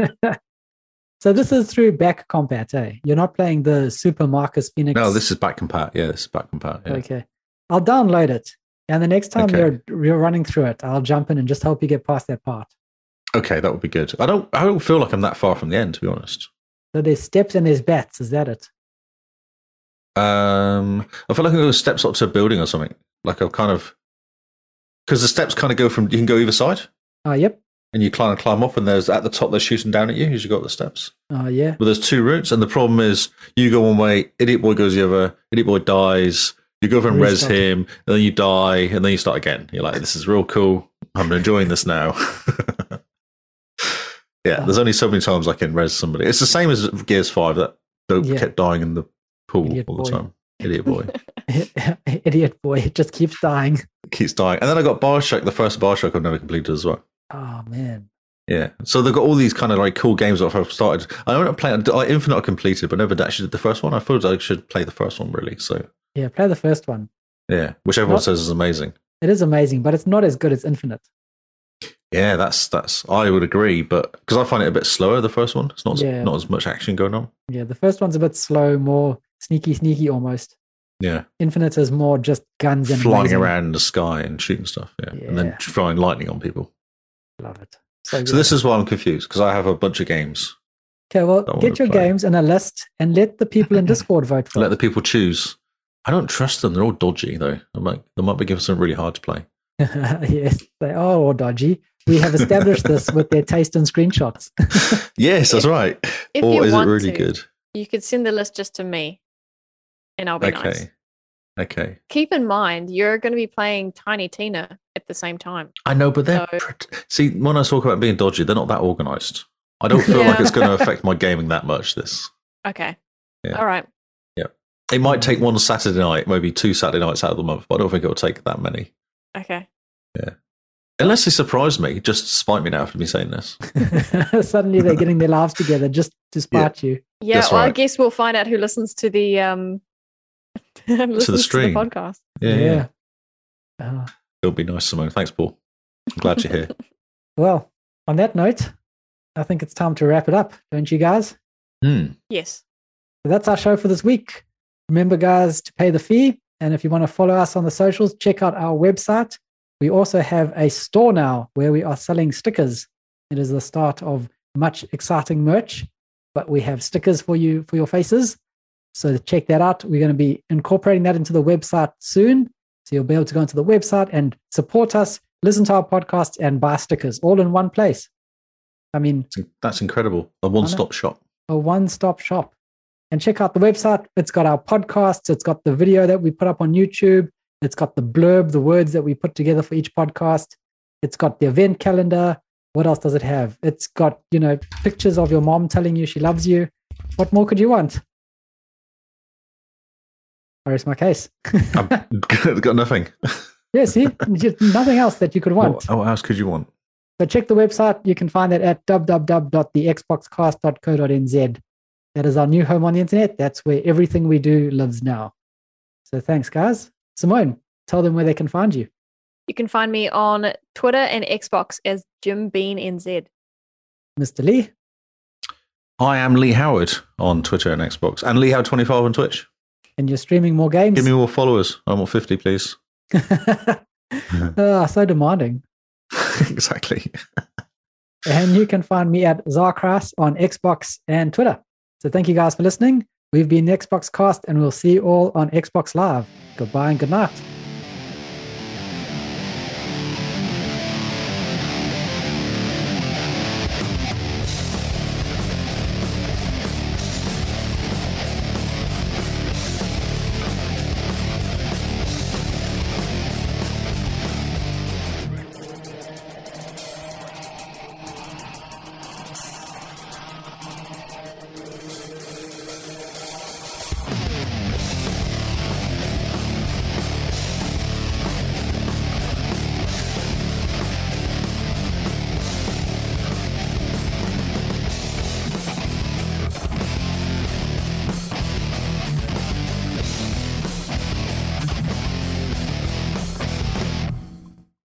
[SPEAKER 2] So this is through back combat, eh? You're not playing the Super Marcus Phoenix.
[SPEAKER 1] no, this is back compat. Yeah, this is back compat. Yeah.
[SPEAKER 2] okay. I'll download it, and the next time
[SPEAKER 1] Okay.
[SPEAKER 2] you're you're running through it, I'll jump in and just help you get past that part.
[SPEAKER 1] Okay, that would be good. I don't. I don't feel like I'm that far from the end, to be honest.
[SPEAKER 2] So there's steps and there's bats. Is that it?
[SPEAKER 1] Um, I feel like I'm going steps up to a building or something. Like I've kind of because the steps kind of go from you can go either side,
[SPEAKER 2] Oh, yep.
[SPEAKER 1] and you climb and climb up, and there's at the top they're shooting down at you as you go up the steps.
[SPEAKER 2] Oh, yeah.
[SPEAKER 1] But there's two routes, and the problem is you go one way, idiot boy goes the other, idiot boy dies. You go over and res
[SPEAKER 2] Restart.
[SPEAKER 1] him, and then you die, and then you start again. You're like, this is real cool. I'm enjoying this now. *laughs* yeah, there's only so many times I can res somebody. It's the same as Gears Five that dope
[SPEAKER 2] Yeah.
[SPEAKER 1] kept dying in the pool
[SPEAKER 2] Idiot
[SPEAKER 1] all the
[SPEAKER 2] boy.
[SPEAKER 1] time. Idiot
[SPEAKER 2] *laughs*
[SPEAKER 1] boy
[SPEAKER 2] Idiot boy, it just keeps dying.
[SPEAKER 1] keeps dying, and then I got Bioshock, the first Bioshock I've never completed as well.
[SPEAKER 2] Oh man.
[SPEAKER 1] Yeah, so they've got all these kind of like cool games that I've started. I don't play like Infinite I completed, but never actually did the first one. I thought I should play the first one really. So
[SPEAKER 2] Yeah, play the first one.
[SPEAKER 1] yeah, which everyone
[SPEAKER 2] Not-
[SPEAKER 1] says is amazing.
[SPEAKER 2] It is amazing, but it's not as good as Infinite.
[SPEAKER 1] Yeah, that's that's I would agree, but because I find it a bit slower the first one. It's not
[SPEAKER 2] Yeah.
[SPEAKER 1] not as much action going on.
[SPEAKER 2] Yeah, the first one's a bit slow, more sneaky, sneaky almost.
[SPEAKER 1] Yeah,
[SPEAKER 2] Infinite is more just guns and
[SPEAKER 1] flying
[SPEAKER 2] amazing.
[SPEAKER 1] around in the sky and shooting stuff. Yeah, and then
[SPEAKER 2] Yeah.
[SPEAKER 1] throwing lightning on people.
[SPEAKER 2] Love it. So,
[SPEAKER 1] So this is why I'm confused because I have a bunch of games.
[SPEAKER 2] okay. Well,
[SPEAKER 1] don't wanna
[SPEAKER 2] get your
[SPEAKER 1] play.
[SPEAKER 2] games in a list and let the people
[SPEAKER 1] *laughs*
[SPEAKER 2] in Discord vote for.
[SPEAKER 1] Let the
[SPEAKER 2] it.
[SPEAKER 1] people choose. I don't trust them. They're all dodgy though. I might they might be giving something really hard to play.
[SPEAKER 2] *laughs* yes, they are all dodgy. We have established this with their taste in screenshots. *laughs*
[SPEAKER 1] yes, that's right.
[SPEAKER 4] If you
[SPEAKER 1] or is it
[SPEAKER 4] want
[SPEAKER 1] really
[SPEAKER 4] to,
[SPEAKER 1] good?
[SPEAKER 4] You could send the list just to me, and I'll be
[SPEAKER 1] Okay.
[SPEAKER 4] nice.
[SPEAKER 1] Okay.
[SPEAKER 4] Keep in mind, you're going to be playing Tiny Tina at the same time.
[SPEAKER 1] I know, but they're
[SPEAKER 4] So-
[SPEAKER 1] pret- see when I talk about being dodgy, they're not that organised. I don't feel like
[SPEAKER 4] Yeah.
[SPEAKER 1] it's going to affect my gaming that much. This
[SPEAKER 4] Okay.
[SPEAKER 1] Yeah.
[SPEAKER 4] All right.
[SPEAKER 1] it might take one Saturday night, maybe two Saturday nights out of the month, but I don't think it'll take that many.
[SPEAKER 4] Okay.
[SPEAKER 1] Unless they surprise me, just to spite me now after me saying this.
[SPEAKER 2] Suddenly they're getting their lives together just to spite you.
[SPEAKER 4] Yeah.
[SPEAKER 1] That's
[SPEAKER 4] well, I
[SPEAKER 1] right.
[SPEAKER 4] guess we'll find out who listens to the um *laughs* listens to the
[SPEAKER 1] stream.
[SPEAKER 4] podcast.
[SPEAKER 1] Yeah, yeah.
[SPEAKER 2] Ah,
[SPEAKER 1] it'll be nice, Simone. Thanks, Paul. I'm glad you're here.
[SPEAKER 2] well, on that note, I think it's time to wrap it up, don't you guys?
[SPEAKER 1] Hmm.
[SPEAKER 4] Yes.
[SPEAKER 2] So that's our show for this week. Remember, guys, to pay the fee. And if you want to follow us on the socials, check out our website. We also have a store now where we are selling stickers. It is the start of much exciting merch, but we have stickers for you for your faces. So check that out. We're going to be incorporating that into the website soon. So you'll be able to go into the website and support us, listen to our podcast, and buy stickers all in one place. I mean,
[SPEAKER 1] That's- That's incredible. A one stop shop. *laughs*
[SPEAKER 2] a one stop shop. And check out the website. It's got our podcasts, it's got the video that we put up on YouTube, it's got the blurb, the words that we put together for each podcast, it's got the event calendar. What else does it have? It's got, you know, pictures of your mom telling you she loves you. What more could you want? I rest my case.
[SPEAKER 1] I've got nothing.
[SPEAKER 2] yeah, see, *laughs* Just nothing else that you could want.
[SPEAKER 1] What, what else could you want?
[SPEAKER 2] So check the website. You can find that at www.thexboxcast.co.nz. That is our new home on the internet. That's where everything we do lives now. So thanks, guys. Simone, tell them where they can find you.
[SPEAKER 4] You can find me on Twitter and Xbox as Jim Bean NZ.
[SPEAKER 2] Mr. Lee,
[SPEAKER 1] I am Lee Howard on Twitter and Xbox, and Lee Howard twenty five on Twitch.
[SPEAKER 2] and you're streaming more games.
[SPEAKER 1] Give me more followers. I want fifty, please. *laughs*
[SPEAKER 2] *laughs* Ah, so demanding.
[SPEAKER 1] exactly.
[SPEAKER 2] And you can find me at Zarkras on Xbox and Twitter. So thank you guys for listening. We've been the Xbox Cast, and we'll see you all on Xbox Live. Goodbye and good night.